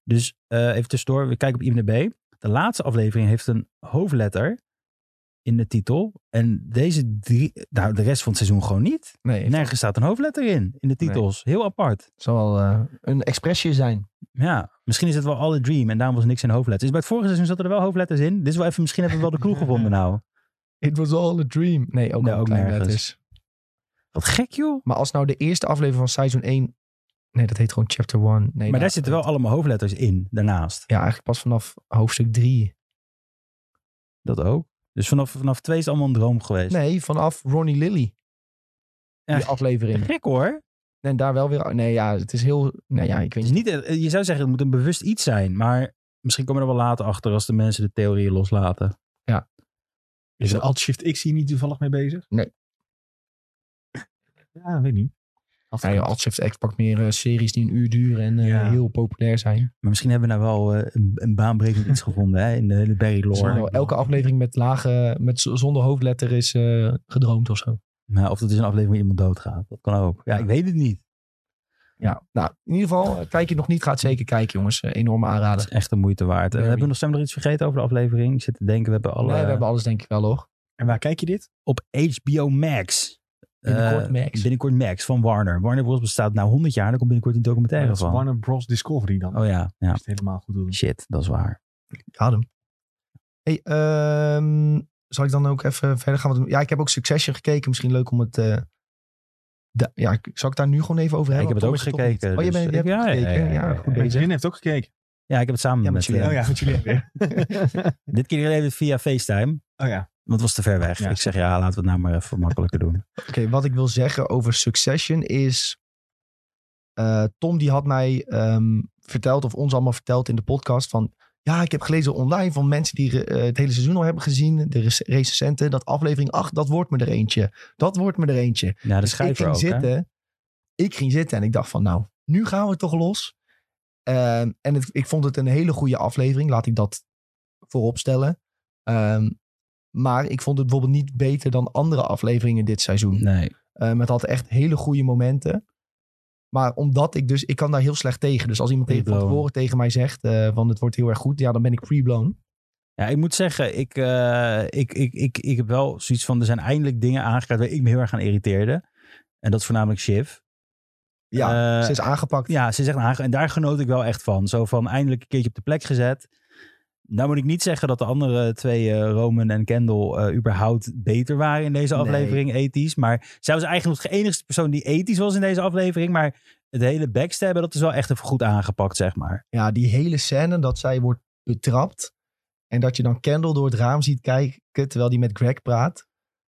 Speaker 3: Dus eh, even tussendoor, we kijken op IMDb. De laatste aflevering heeft een hoofdletter in de titel. En deze drie, nou de rest van het seizoen gewoon niet.
Speaker 1: Nee, het
Speaker 3: Nergens staat een hoofdletter in, in de titels. Heel apart.
Speaker 1: zal wel eh, een expressje zijn.
Speaker 3: Ja, misschien is het wel alle dream en daarom was niks in hoofdletters. Dus bij het vorige seizoen zaten er wel hoofdletters in. Dit is wel even, misschien hebben we wel de clue gevonden nou.
Speaker 1: It was all a dream. Nee, ook,
Speaker 3: Nee,
Speaker 1: al
Speaker 3: ook
Speaker 1: kleine
Speaker 3: nergens.
Speaker 1: letters.
Speaker 3: Wat gek joh.
Speaker 1: Maar als nou de eerste aflevering van seizoen 1... Nee, dat heet gewoon chapter 1. Nee, nou,
Speaker 3: Maar daar zitten wel allemaal hoofdletters in, daarnaast.
Speaker 1: Ja, eigenlijk pas vanaf hoofdstuk 3.
Speaker 3: Dat ook. Dus vanaf, vanaf twee is het allemaal een droom geweest.
Speaker 1: Nee, vanaf Ronnie Lilly. Die
Speaker 3: Ja.
Speaker 1: aflevering.
Speaker 3: Gek hoor.
Speaker 1: En daar wel weer... Nee, ja, het is heel... Nou ja, ik weet
Speaker 3: Het is niet, eh, je zou zeggen, het moet een bewust iets zijn. Maar misschien komen we er wel later achter als de mensen de theorieën loslaten.
Speaker 2: Is de Alt-Shift X hier niet toevallig mee bezig?
Speaker 1: Nee.
Speaker 2: Ja, weet niet.
Speaker 1: Ja, joh, Alt-Shift X pakt meer eh, series die een uur duren en eh,
Speaker 2: Ja.
Speaker 1: heel populair zijn.
Speaker 3: Maar misschien hebben we nou wel eh, een, een baanbrekend iets gevonden hè, in de hele Barry lore.
Speaker 1: Zonder- Nou, elke aflevering met lage, met z- zonder hoofdletter is eh, gedroomd of zo.
Speaker 3: Maar of dat is een aflevering waar iemand doodgaat. Dat kan ook. Ja, ik weet het niet.
Speaker 1: Ja, nou, in ieder geval, eh, kijk je het nog niet, gaat zeker kijken jongens. Eh, enorme
Speaker 3: Dat
Speaker 1: aanrader.
Speaker 3: is echt de moeite waard. En
Speaker 1: Barry.
Speaker 3: hebben we nog, zijn we nog iets vergeten over de aflevering? Ik zit te denken, we hebben alle...
Speaker 1: Nee, we hebben alles denk ik wel hoor.
Speaker 2: En waar kijk je dit?
Speaker 3: Op HBO Max.
Speaker 1: Binnenkort
Speaker 3: Eh,
Speaker 1: Max.
Speaker 3: Binnenkort Max van Warner. Warner Bros. bestaat nou 100 jaar. Daar komt binnenkort een documentaire
Speaker 2: Dat is
Speaker 3: van.
Speaker 2: Warner Bros. Discovery dan.
Speaker 3: Oh ja, ja.
Speaker 2: Als je het helemaal goed doet.
Speaker 3: Shit, dat is waar.
Speaker 1: Ik had hem. Hey, ehm, zal ik dan ook even verder gaan? Want- Ja, ik heb ook Succession gekeken. Misschien leuk om het... eh, da- ja, ik- zal ik daar nu gewoon even over
Speaker 3: Ja, ik
Speaker 1: hebben?
Speaker 3: heb het ook
Speaker 1: Want Tom is er toch
Speaker 3: gekeken.
Speaker 1: niet. Oh, je
Speaker 3: dus
Speaker 1: bent, je
Speaker 3: ik-
Speaker 1: hebt het
Speaker 3: ja, ja,
Speaker 1: gekeken.
Speaker 3: ja,
Speaker 1: Ja,
Speaker 3: ja,
Speaker 1: goed
Speaker 3: ja.
Speaker 2: Mijn
Speaker 1: bezig.
Speaker 2: vriendin heeft ook gekeken.
Speaker 3: Ja, ik heb het samen
Speaker 1: Ja, met
Speaker 3: met...
Speaker 1: jullie.
Speaker 3: eh,
Speaker 2: Oh ja, met jullie weer.
Speaker 3: Dit keer deden we het via FaceTime,
Speaker 2: oh ja.
Speaker 3: want het was te ver weg.
Speaker 2: Ja.
Speaker 3: Ik zeg, ja, laten we het nou maar even makkelijker doen.
Speaker 1: Oké, wat ik wil zeggen over Succession is... eh, Tom die had mij ehm, verteld, of ons allemaal verteld in de podcast van... Ja, ik heb gelezen online van mensen die eh, het hele seizoen al hebben gezien. De rec- recensenten, dat aflevering 8, dat wordt me er eentje. Dat wordt me er eentje.
Speaker 3: Ja, de
Speaker 1: Dus ik
Speaker 3: schrijver
Speaker 1: ging
Speaker 3: ook, hè?
Speaker 1: zitten. Ik ging zitten en ik dacht van nou, nu gaan we toch los. Ehm, en het- ik vond het een hele goede aflevering. Laat ik dat vooropstellen. Ehm, maar ik vond het bijvoorbeeld niet beter dan andere afleveringen dit seizoen.
Speaker 3: Nee.
Speaker 1: Ehm, het had echt hele goede momenten. Maar omdat ik dus, ik kan daar heel slecht tegen. Dus als iemand tegen, van
Speaker 3: Pre-blown.
Speaker 1: tevoren tegen mij zegt, eh, van het wordt heel erg goed, ja, dan ben ik pre-blown.
Speaker 3: Ja, ik moet zeggen, ik, eh, ik, ik, ik, ik heb wel zoiets van, er zijn eindelijk dingen aangekaart waar ik me heel erg aan irriteerde. En dat is voornamelijk Shiv.
Speaker 1: Ja,
Speaker 3: Eh,
Speaker 1: ze is aangepakt.
Speaker 3: ja, ze is echt een aange- En daar genoot ik wel echt van. Zo van eindelijk een keertje op de plek gezet. Nou moet ik niet zeggen dat de andere twee, eh, Roman en Kendall, eh, überhaupt beter waren in deze
Speaker 1: Nee.
Speaker 3: aflevering ethisch. Maar zij was eigenlijk nog de enige persoon die ethisch was in deze aflevering. Maar het hele backstabben, dat is wel echt even goed aangepakt, zeg maar.
Speaker 1: Ja, die hele scène dat zij wordt betrapt. En dat je dan Kendall door het raam ziet kijken terwijl die met Greg praat.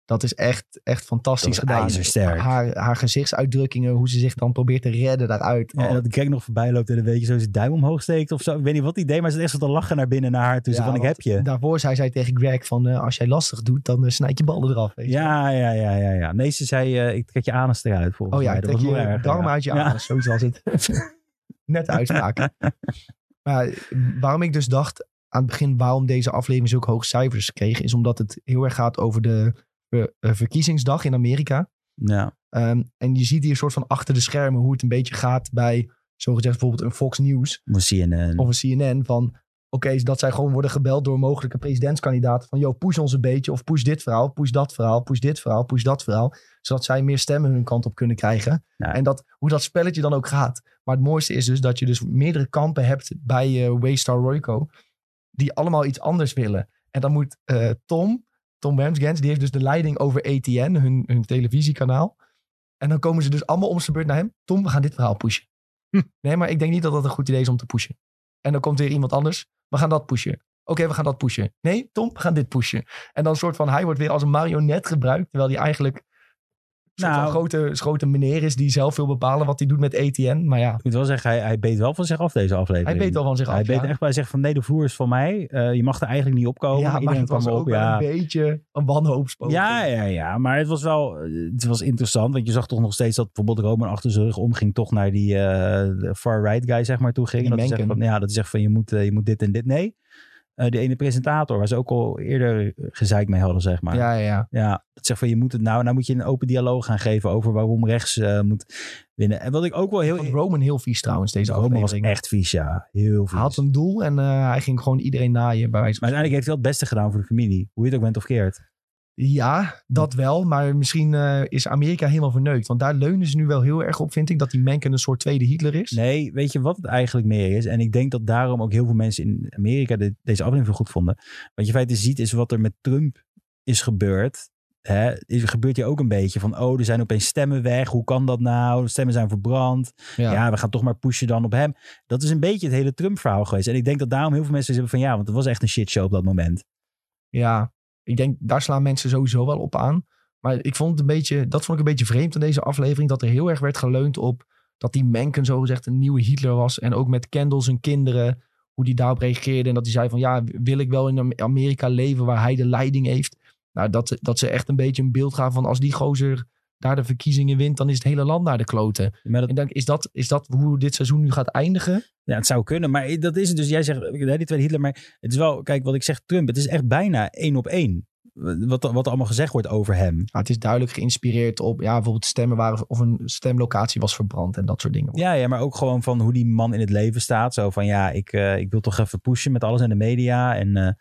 Speaker 1: Dat is echt, echt fantastisch
Speaker 3: Dat was
Speaker 1: gedaan.
Speaker 3: ijzersterk.
Speaker 1: Haar, haar gezichtsuitdrukkingen, hoe ze zich dan probeert te redden daaruit.
Speaker 3: Ja,
Speaker 1: Oh,
Speaker 3: en dat Greg nog voorbij loopt en een beetje zo zijn duim omhoog steekt of zo. Ik weet niet wat idee, maar ze is echt zo te lachen naar binnen naar haar toe. Zo
Speaker 1: Ja,
Speaker 3: van, ik
Speaker 1: want
Speaker 3: heb je.
Speaker 1: Daarvoor zei zij tegen Greg van, eh, als jij lastig doet, dan eh, snijd je ballen eraf. weet je wel.
Speaker 3: Ja, ja, ja, ja, ja. Nee, ze zei, eh, ik trek je anus eruit volgens
Speaker 1: Oh ja,
Speaker 3: mij.
Speaker 1: ik trek
Speaker 3: nog
Speaker 1: je
Speaker 3: erger,
Speaker 1: darm
Speaker 3: ja.
Speaker 1: uit je
Speaker 3: Ja.
Speaker 1: anus. Zoiets was het. Net de uitspraak. maar waarom ik dus dacht aan het begin waarom deze aflevering zulke hoge cijfers kreeg, is omdat het heel erg gaat over de eh, eh, verkiezingsdag in Amerika.
Speaker 3: Ja.
Speaker 1: Ehm, en je ziet hier soort van achter de schermen hoe het een beetje gaat bij, zogezegd bijvoorbeeld een Fox News
Speaker 3: Of CNN.
Speaker 1: of een CNN van, oké, dat zij gewoon worden gebeld door mogelijke presidentskandidaten van, yo, push ons een beetje of push dit verhaal, push dat verhaal, push dit verhaal, push dat verhaal, zodat zij meer stemmen hun kant op kunnen krijgen.
Speaker 3: Ja.
Speaker 1: En dat, hoe dat spelletje dan ook gaat. Maar het mooiste is dus dat je dus meerdere kampen hebt bij eh, Waystar Royco, die allemaal iets anders willen. En dan moet eh, Tom, Tom Wamsgans, die heeft dus de leiding over ATN, hun, hun televisiekanaal. En dan komen ze dus allemaal om zijn beurt naar hem. Tom, we gaan dit verhaal pushen.
Speaker 2: Hm.
Speaker 1: Nee, maar ik denk niet dat dat een goed idee is om te pushen. En dan komt weer iemand anders. We gaan dat pushen. Oké, we gaan dat pushen. Nee, Tom, we gaan dit pushen. En dan een soort van, hij wordt weer als een marionet gebruikt. Terwijl hij eigenlijk een soort
Speaker 3: Nou.
Speaker 1: van grote, grote meneer is die zelf wil bepalen wat hij doet met ATN. Maar ja,
Speaker 3: Ik moet wel zeggen, hij, hij beet wel van zich af deze aflevering.
Speaker 1: hij weet al van zich af.
Speaker 3: Hij
Speaker 1: ja.
Speaker 3: beet echt bij zich van nee, de vloer is van mij. Eh, je mag er eigenlijk niet opkomen.
Speaker 1: ja, maar
Speaker 3: Iedereen
Speaker 1: het was
Speaker 3: kwam
Speaker 1: ook
Speaker 3: op.
Speaker 1: wel
Speaker 3: Ja.
Speaker 1: een beetje een wanhoopspoging.
Speaker 3: Ja, ja, ja, maar het was wel eh, het was interessant. Want je zag toch nog steeds dat bijvoorbeeld Roman achter zijn rug omging. Toch naar die eh, far-right guy zeg maar toe ging.
Speaker 1: Die
Speaker 3: En dat hij zegt
Speaker 1: Mencken.
Speaker 3: van, ja, dat hij zegt van je moet, eh, je moet dit en dit. Nee, Eh de ene presentator waar ze ook al eerder gezeik mee hadden zeg maar.
Speaker 1: ja, ja, ja.
Speaker 3: Ja, dat zegt van je moet het nou, nou moet je een open dialoog gaan geven over waarom rechts eh, moet winnen. En wat ik ook wel heel. e-
Speaker 1: Vond Roman heel vies trouwens, deze
Speaker 3: Roman was
Speaker 1: aflevering.
Speaker 3: echt vies, ja. Heel vies.
Speaker 1: Hij had een doel en eh, hij ging gewoon iedereen naaien. Bij wijze van
Speaker 3: Maar uiteindelijk heeft hij wel het beste gedaan voor de familie. Hoe je het ook bent of keert.
Speaker 1: Ja, dat wel. Maar misschien eh, is Amerika helemaal verneukt. Want daar leunen ze nu wel heel erg op, vind ik. Dat die Mencken een soort tweede Hitler is.
Speaker 3: Nee, weet je wat het eigenlijk meer is? En ik denk dat daarom ook heel veel mensen in Amerika dit- deze aflevering goed vonden. Wat je in feite ziet is wat er met Trump is gebeurd. Hè, is, gebeurt hier ook een beetje van, oh, er zijn opeens stemmen weg. Hoe kan dat nou? Stemmen zijn verbrand. ja. we gaan toch maar pushen dan op hem. Dat is een beetje het hele Trump-verhaal geweest. En ik denk dat daarom heel veel mensen hebben van ja, want het was echt een shitshow op dat moment.
Speaker 1: Ja, ik denk, daar slaan mensen sowieso wel op aan. Maar ik vond het een beetje, dat vond ik een beetje vreemd in deze aflevering. Dat er heel erg werd geleund op dat die Mencken zogezegd een nieuwe Hitler was. En ook met Kendall zijn kinderen, hoe die daarop reageerde. En dat hij zei van, ja, wil ik wel in Am- Amerika leven waar hij de leiding heeft? Nou, dat, dat ze echt een beetje een beeld gaan van als die gozer daar de verkiezingen wint, dan is het hele land naar de kloten.
Speaker 3: Maar dat,
Speaker 1: En dan is dat, is dat hoe dit seizoen nu gaat eindigen? Nou,
Speaker 3: ja, het zou kunnen, maar dat is het. Dus jij zegt, hè, die tweede Hitler, maar het is wel, kijk wat ik zeg, Trump, het is echt bijna één op één. Wat, wat er allemaal gezegd wordt over hem.
Speaker 1: Nou, het is duidelijk geïnspireerd op ja, bijvoorbeeld stemmen waren of een stemlocatie was verbrand en dat soort dingen.
Speaker 3: Ja, ja, maar ook gewoon van hoe die man in het leven staat. Zo van ja, ik, eh, ik wil toch even pushen met alles in de media. En eh,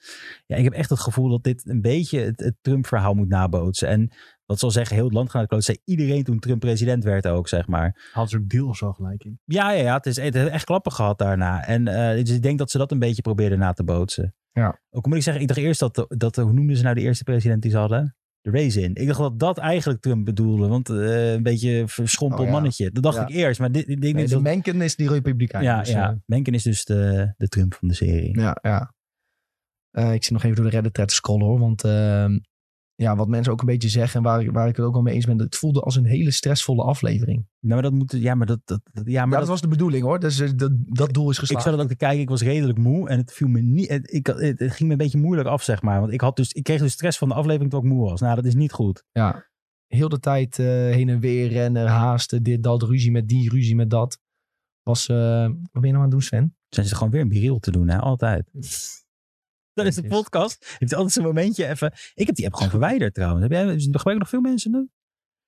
Speaker 3: ja, ik heb echt het gevoel dat dit een beetje het, het Trump-verhaal moet nabootsen. En dat zal zeggen, heel het land gaat naar de kloot. Zei iedereen toen Trump president werd ook, zeg maar.
Speaker 2: Had ze ook deels wel gelijk in.
Speaker 3: Ja, ja, ja het, is, het heeft echt klappen gehad daarna. En eh, dus ik denk dat ze dat een beetje probeerden na te bootsen.
Speaker 1: Ja.
Speaker 3: Ook moet ik zeggen, ik dacht eerst dat, de- dat de- hoe noemden ze nou de eerste president die ze hadden? De Raisin. Ik dacht dat dat eigenlijk Trump bedoelde. Want eh, een beetje verschrompeld
Speaker 1: Oh, ja.
Speaker 3: mannetje. Dat dacht
Speaker 1: Ja.
Speaker 3: ik eerst. Maar dit, dit, dit,
Speaker 1: Nee,
Speaker 3: dit-
Speaker 1: de Menken is die Republikein.
Speaker 3: ja,
Speaker 1: dus,
Speaker 3: ja.
Speaker 1: eh,
Speaker 3: Mencken is dus de, de Trump van de serie.
Speaker 1: ja, ja. Eh, ik zit nog even door de Reddit-thread te scrollen hoor. Want ehm, ja, wat mensen ook een beetje zeggen en waar, ik- waar ik het ook wel mee eens ben. dat Het voelde als een hele stressvolle aflevering.
Speaker 3: Nou, maar dat moet. Ja, maar dat. dat, dat- ja,
Speaker 1: Maar
Speaker 3: maar
Speaker 1: dat,
Speaker 3: dat,
Speaker 1: was de bedoeling hoor. Dus eh, dat, dat doel is
Speaker 3: ik
Speaker 1: geslaagd.
Speaker 3: zat het ook te kijken. Ik was redelijk moe. En het viel me niet. Het, ik, het, het ging me een beetje moeilijk af, zeg maar. Want ik, had dus, ik kreeg dus stress van de aflevering toen ik moe was. Nou, dat is niet goed.
Speaker 1: Ja. Heel de tijd eh, heen en weer rennen, haasten, dit, dat, ruzie met die, ruzie met dat. Was, eh, wat ben je nou aan het doen Sven?
Speaker 3: Zijn ze gewoon weer een biriel te doen, hè? Altijd. Dan is de
Speaker 1: Jezus.
Speaker 3: podcast. Heeft altijd zo'n momentje even. Ik heb die app gewoon verwijderd trouwens. Heb jij, gebruiken nog veel mensen nu?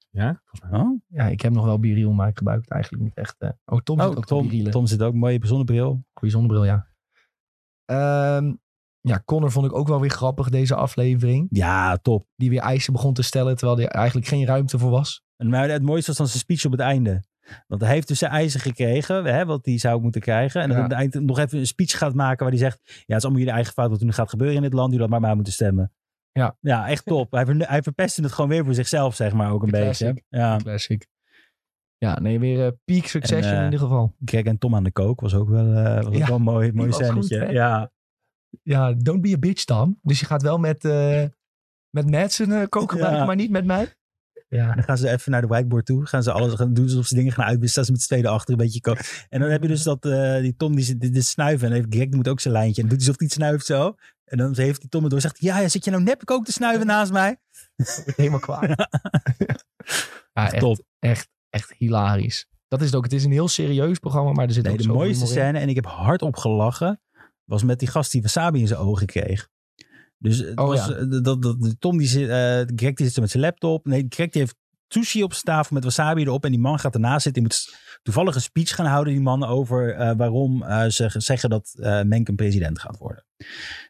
Speaker 2: Ja, volgens mij.
Speaker 3: Oh,
Speaker 1: Ja, ik heb nog wel biriel, maar ik gebruik het eigenlijk niet echt. eh. Oh, Tom zit
Speaker 3: Oh,
Speaker 1: ook te
Speaker 3: Tom,
Speaker 1: birielen.
Speaker 3: Tom zit ook. Mooie zonnebril.
Speaker 1: Goeie zonnebril, ja. Ehm, Ja, Connor vond ik ook wel weer grappig, deze aflevering.
Speaker 3: Ja, top.
Speaker 1: Die weer eisen begon te stellen, terwijl er eigenlijk geen ruimte voor was.
Speaker 3: En maar het mooiste was dan zijn speech op het einde. Want hij heeft dus zijn eisen gekregen, hè, wat hij zou moeten krijgen. En dan
Speaker 1: Ja.
Speaker 3: op het eind nog even een speech gaat maken waar hij zegt... Ja, het is allemaal jullie eigen fout wat er nu gaat gebeuren in dit land. Jullie hadden maar maar moeten stemmen.
Speaker 1: Ja.
Speaker 3: Ja, echt top. hij, ver, hij verpestte het gewoon weer voor zichzelf, zeg maar, ook
Speaker 1: De
Speaker 3: een beetje.
Speaker 1: classic.
Speaker 3: Ja.
Speaker 1: Classic. Ja, nee, weer eh, peak succession
Speaker 3: En, eh,
Speaker 1: in ieder geval.
Speaker 3: Greg en Tom aan de kook was ook wel, eh, was ook
Speaker 1: Ja,
Speaker 3: wel een mooi, mooi
Speaker 1: was
Speaker 3: scènetje.
Speaker 1: goed, hè?
Speaker 3: ja.
Speaker 1: Ja, don't be a bitch dan. Dus je gaat wel met, eh met Madsen eh kook gebruiken,
Speaker 3: Ja.
Speaker 1: maar niet met mij.
Speaker 3: En
Speaker 1: Ja,
Speaker 3: dan gaan ze even naar de whiteboard toe. Gaan ze alles gaan doen alsof ze dingen gaan uitwisselen. Staan ze met z'n tweeën achter een beetje kook. En dan heb je dus dat, eh, die Tom die, zit- die, die snuiven. En dan heeft Greg die moet ook zijn lijntje. En doet hij alsof hij het snuift zo. En dan heeft die Tom het door. Zegt hij, ja, ja, zit je nou nep kook te snuiven naast mij?
Speaker 1: wordt helemaal kwaad. ja, echt,
Speaker 3: Top.
Speaker 1: echt, echt hilarisch. Dat is het ook. Het is een heel serieus programma, maar er zit
Speaker 3: Nee,
Speaker 1: ook
Speaker 3: de
Speaker 1: zoveel
Speaker 3: mooiste
Speaker 1: humor in.
Speaker 3: scène, en ik heb hardop gelachen, was met die gast die wasabi in zijn ogen kreeg. Dus het
Speaker 1: Oh,
Speaker 3: was,
Speaker 1: ja.
Speaker 3: eh, dat, dat, Tom die zit, eh, Greg die zit er met zijn laptop. Nee, Greg die heeft sushi op zijn tafel met wasabi erop. En die man gaat ernaast zitten. Die moet s- toevallig een speech gaan houden, die man, over eh, waarom eh, ze ge- zeggen dat eh Menken president gaat worden.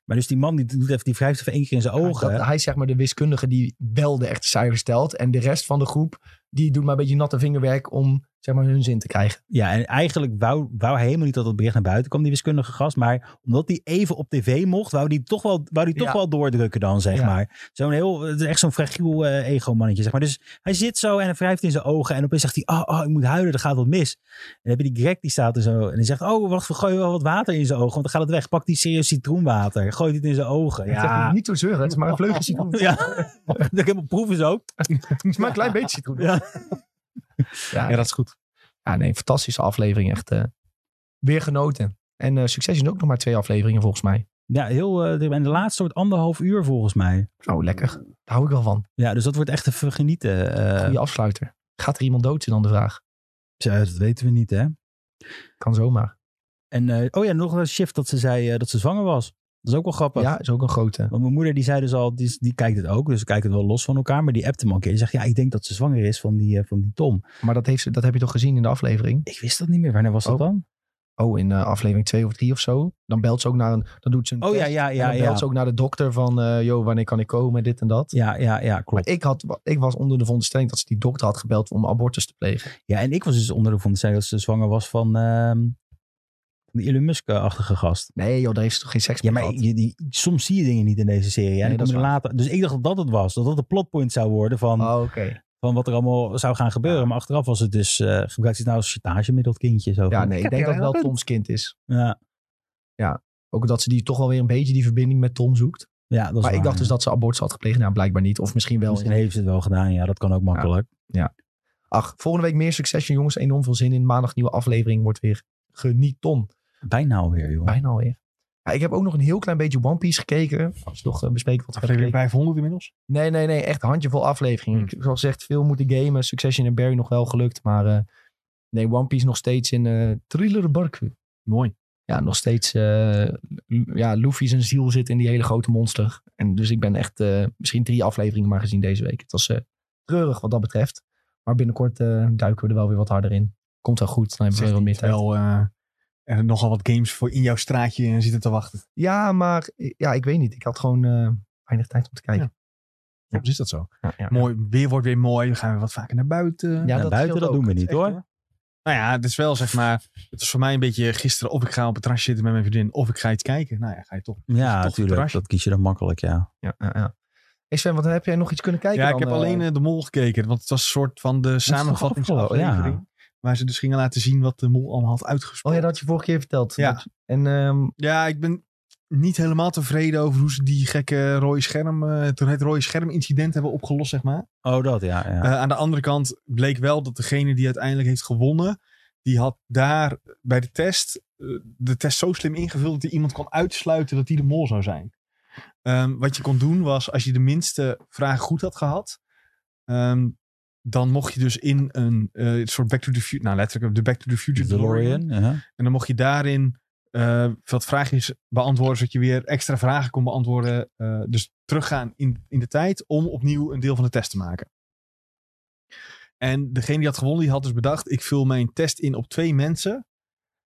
Speaker 3: Maar dus die man die, doet even, die wrijft even één keer in zijn
Speaker 1: Ja,
Speaker 3: ogen.
Speaker 1: dat- hij is zeg maar de wiskundige die wel de echte cijfers stelt. En de rest van de groep, die doet maar een beetje natte vingerwerk om zeg maar hun zin te krijgen.
Speaker 3: Ja, en eigenlijk wou, wou hij helemaal niet dat dat bericht naar buiten kwam, die wiskundige gast. Maar omdat hij even op tv mocht, wou hij toch wel, wou die toch
Speaker 1: Ja.
Speaker 3: wel doordrukken dan, zeg
Speaker 1: Ja.
Speaker 3: maar. Zo'n heel, het is echt zo'n fragiel eh, ego-mannetje, zeg maar. Dus hij zit zo en hij wrijft in zijn ogen. En opeens zegt hij, oh, oh, ik moet huilen, er gaat wat mis. En dan heb je die Greg, die staat er zo. En die zegt, oh, wacht, gooi wel wat water in zijn ogen, want dan gaat het weg. Pak die serieus citroenwater, gooi dit in zijn ogen.
Speaker 1: Ik zeg
Speaker 3: Ja,
Speaker 1: niet- niet zo zeuren, het is maar een vleugje citroen. Het
Speaker 3: ja. ik heb een proeven zo.
Speaker 1: is maar een klein beetje citroen.
Speaker 3: Ja.
Speaker 1: Ja,
Speaker 2: Ja, dat is goed.
Speaker 1: Ja, nee, fantastische aflevering. Echt eh, weer genoten. En eh Succession ook nog maar twee afleveringen volgens mij.
Speaker 3: Ja, heel, eh, en de laatste wordt anderhalf uur volgens mij.
Speaker 1: Oh, lekker. Daar hou ik wel van.
Speaker 3: Ja, dus dat wordt echt even genieten. eh.
Speaker 1: Goeie afsluiter. Gaat er iemand dood zijn dan de vraag?
Speaker 3: Ja, dat weten we niet, hè?
Speaker 1: Kan zomaar.
Speaker 3: En eh, oh ja, nog een shift dat ze zei eh, dat ze zwanger was. Dat is ook wel grappig.
Speaker 1: Ja, is ook een grote.
Speaker 3: Want mijn moeder die zei dus al, die, is- die kijkt het ook, dus we kijken het wel los van elkaar. Maar die appte hem al een keer. Die zegt, ja, ik denk dat ze zwanger is van die, eh, van die Tom.
Speaker 1: Maar dat, heeft, ze- dat heb je toch gezien in de aflevering?
Speaker 3: Ik wist dat niet meer. Wanneer was dat
Speaker 1: Oh.
Speaker 3: dan?
Speaker 1: Oh, in eh, aflevering twee of drie of zo. Dan belt ze ook naar een... Dan doet ze een
Speaker 3: Oh ja,
Speaker 1: test.
Speaker 3: ja,
Speaker 1: en
Speaker 3: ja,
Speaker 1: dan belt
Speaker 3: ja.
Speaker 1: ze ook naar de dokter van... eh yo, wanneer kan ik komen? Dit en dat.
Speaker 3: Ja, ja, ja,
Speaker 1: Maar
Speaker 3: klopt.
Speaker 1: ik, had, ik was onder de veronderstelling dat ze die dokter had gebeld om abortus te plegen.
Speaker 3: Ja, en ik was dus onder de veronderstelling dat ze zwanger was van, ehm, van die Elon Musk-achtige gast.
Speaker 1: Nee joh, daar heeft ze toch geen seks
Speaker 3: Ja,
Speaker 1: mee
Speaker 3: maar
Speaker 1: gehad?
Speaker 3: je, die, soms zie je dingen niet in deze serie. hè.
Speaker 1: Nee,
Speaker 3: En dan
Speaker 1: dat is
Speaker 3: komen er
Speaker 1: waar.
Speaker 3: later, dus ik dacht dat dat het was. Dat dat de plotpoint zou worden van,
Speaker 1: Oh, oké.
Speaker 3: van wat er allemaal zou gaan gebeuren. Maar achteraf was het dus, eh, gebruikt ze het nou als chantagemiddel, het kindje? Zo
Speaker 1: Ja,
Speaker 3: van,
Speaker 1: nee, ik
Speaker 3: heb
Speaker 1: denk
Speaker 3: jij
Speaker 1: dat het wel
Speaker 3: een
Speaker 1: Toms kind is.
Speaker 3: punt. Ja,
Speaker 1: Ook dat ze die toch wel weer een beetje die verbinding met Tom zoekt.
Speaker 3: ja dat is
Speaker 1: maar ik
Speaker 3: waar,
Speaker 1: dacht
Speaker 3: ja.
Speaker 1: dus dat ze abortus had gepleegd. Nou, blijkbaar niet. Of misschien wel.
Speaker 3: Misschien heeft ze het wel gedaan, ja, dat kan ook makkelijk.
Speaker 1: Ach, volgende week meer Succession, jongens. Enorm veel zin in. Maandag nieuwe aflevering wordt weer genieten.
Speaker 3: Bijna alweer, joh.
Speaker 1: Bijna alweer. Ja, ik heb ook nog een heel klein beetje One Piece gekeken. Als we nog eh, bespreken wat we hebben
Speaker 2: Aflevering
Speaker 1: gekeken.
Speaker 2: 500 inmiddels.
Speaker 1: Nee, nee, nee. Echt handjevol afleveringen.
Speaker 2: Hmm.
Speaker 1: Ik- Zoals gezegd, veel moeten gamen. Succession en Barry nog wel gelukt. Maar eh, nee, One Piece nog steeds in eh Thriller Barku.
Speaker 2: Mooi.
Speaker 1: ja, nog steeds. eh, Lu- ja, Luffy zijn ziel zit in die hele grote monster. En dus ik ben echt eh, misschien drie afleveringen maar gezien deze week. Het was eh, treurig wat dat betreft. Maar binnenkort eh, duiken we er wel weer wat harder in. Komt wel goed. Dan hebben we
Speaker 2: Zegt
Speaker 1: weer wat meer
Speaker 2: niet
Speaker 1: tijd.
Speaker 2: wel eh, er nogal wat games voor in jouw straatje en zitten te wachten.
Speaker 1: Ja, maar eh, ja, ik weet niet. Ik had gewoon eh, weinig tijd om te kijken.
Speaker 2: Soms is dat zo.
Speaker 1: Ja, ja.
Speaker 2: Mooi, weer wordt weer mooi. We gaan weer wat vaker naar buiten.
Speaker 1: Ja,
Speaker 3: Ja,
Speaker 1: dat
Speaker 3: buiten,
Speaker 1: scheelt
Speaker 3: dat
Speaker 1: ook.
Speaker 3: doen we niet,
Speaker 2: Echt,
Speaker 3: hoor.
Speaker 2: Nou ja, het is wel zeg maar. Het is voor mij een beetje gisteren of ik ga op het terrasje zitten met mijn vriendin of ik ga iets kijken. Nou ja, ga je toch.
Speaker 3: Ja,
Speaker 2: toch
Speaker 3: natuurlijk.
Speaker 2: verrassing.
Speaker 3: Dat kies je dan makkelijk, ja.
Speaker 1: Ja, ja, ja. Hey Sven, wat heb jij nog iets kunnen kijken?
Speaker 2: ja, ik
Speaker 1: dan,
Speaker 2: heb
Speaker 1: eh?
Speaker 2: alleen eh, de mol gekeken, want het was een soort van de
Speaker 3: toch
Speaker 2: samenvattingsaflevering.
Speaker 3: afgelopen,
Speaker 2: Waar ze dus gingen laten zien wat de mol allemaal had uitgesproken.
Speaker 1: Oh ja, dat had je vorige keer verteld.
Speaker 2: Ja.
Speaker 1: Dat- En ehm,
Speaker 2: Ja, ik ben niet helemaal tevreden over hoe ze die gekke rode scherm, eh, toen het rode scherm incident hebben opgelost, zeg maar.
Speaker 3: Oh, dat, ja. ja.
Speaker 2: Eh, aan de andere kant bleek wel dat degene die uiteindelijk heeft gewonnen, die had daar bij de test eh, de test zo slim ingevuld dat hij iemand kon uitsluiten dat hij de mol zou zijn. Ehm, wat je kon doen was, als je de minste vraag goed had gehad, ehm, dan mocht je dus in een eh, soort Back to the Future, nou letterlijk de Back to the Future DeLorean.
Speaker 3: DeLorean. ja.
Speaker 2: En dan mocht je daarin eh, wat vraagjes beantwoorden, zodat je weer extra vragen kon beantwoorden. eh, dus teruggaan in, in de tijd om opnieuw een deel van de test te maken. En degene die had gewonnen, die had dus bedacht: ik vul mijn test in op twee mensen.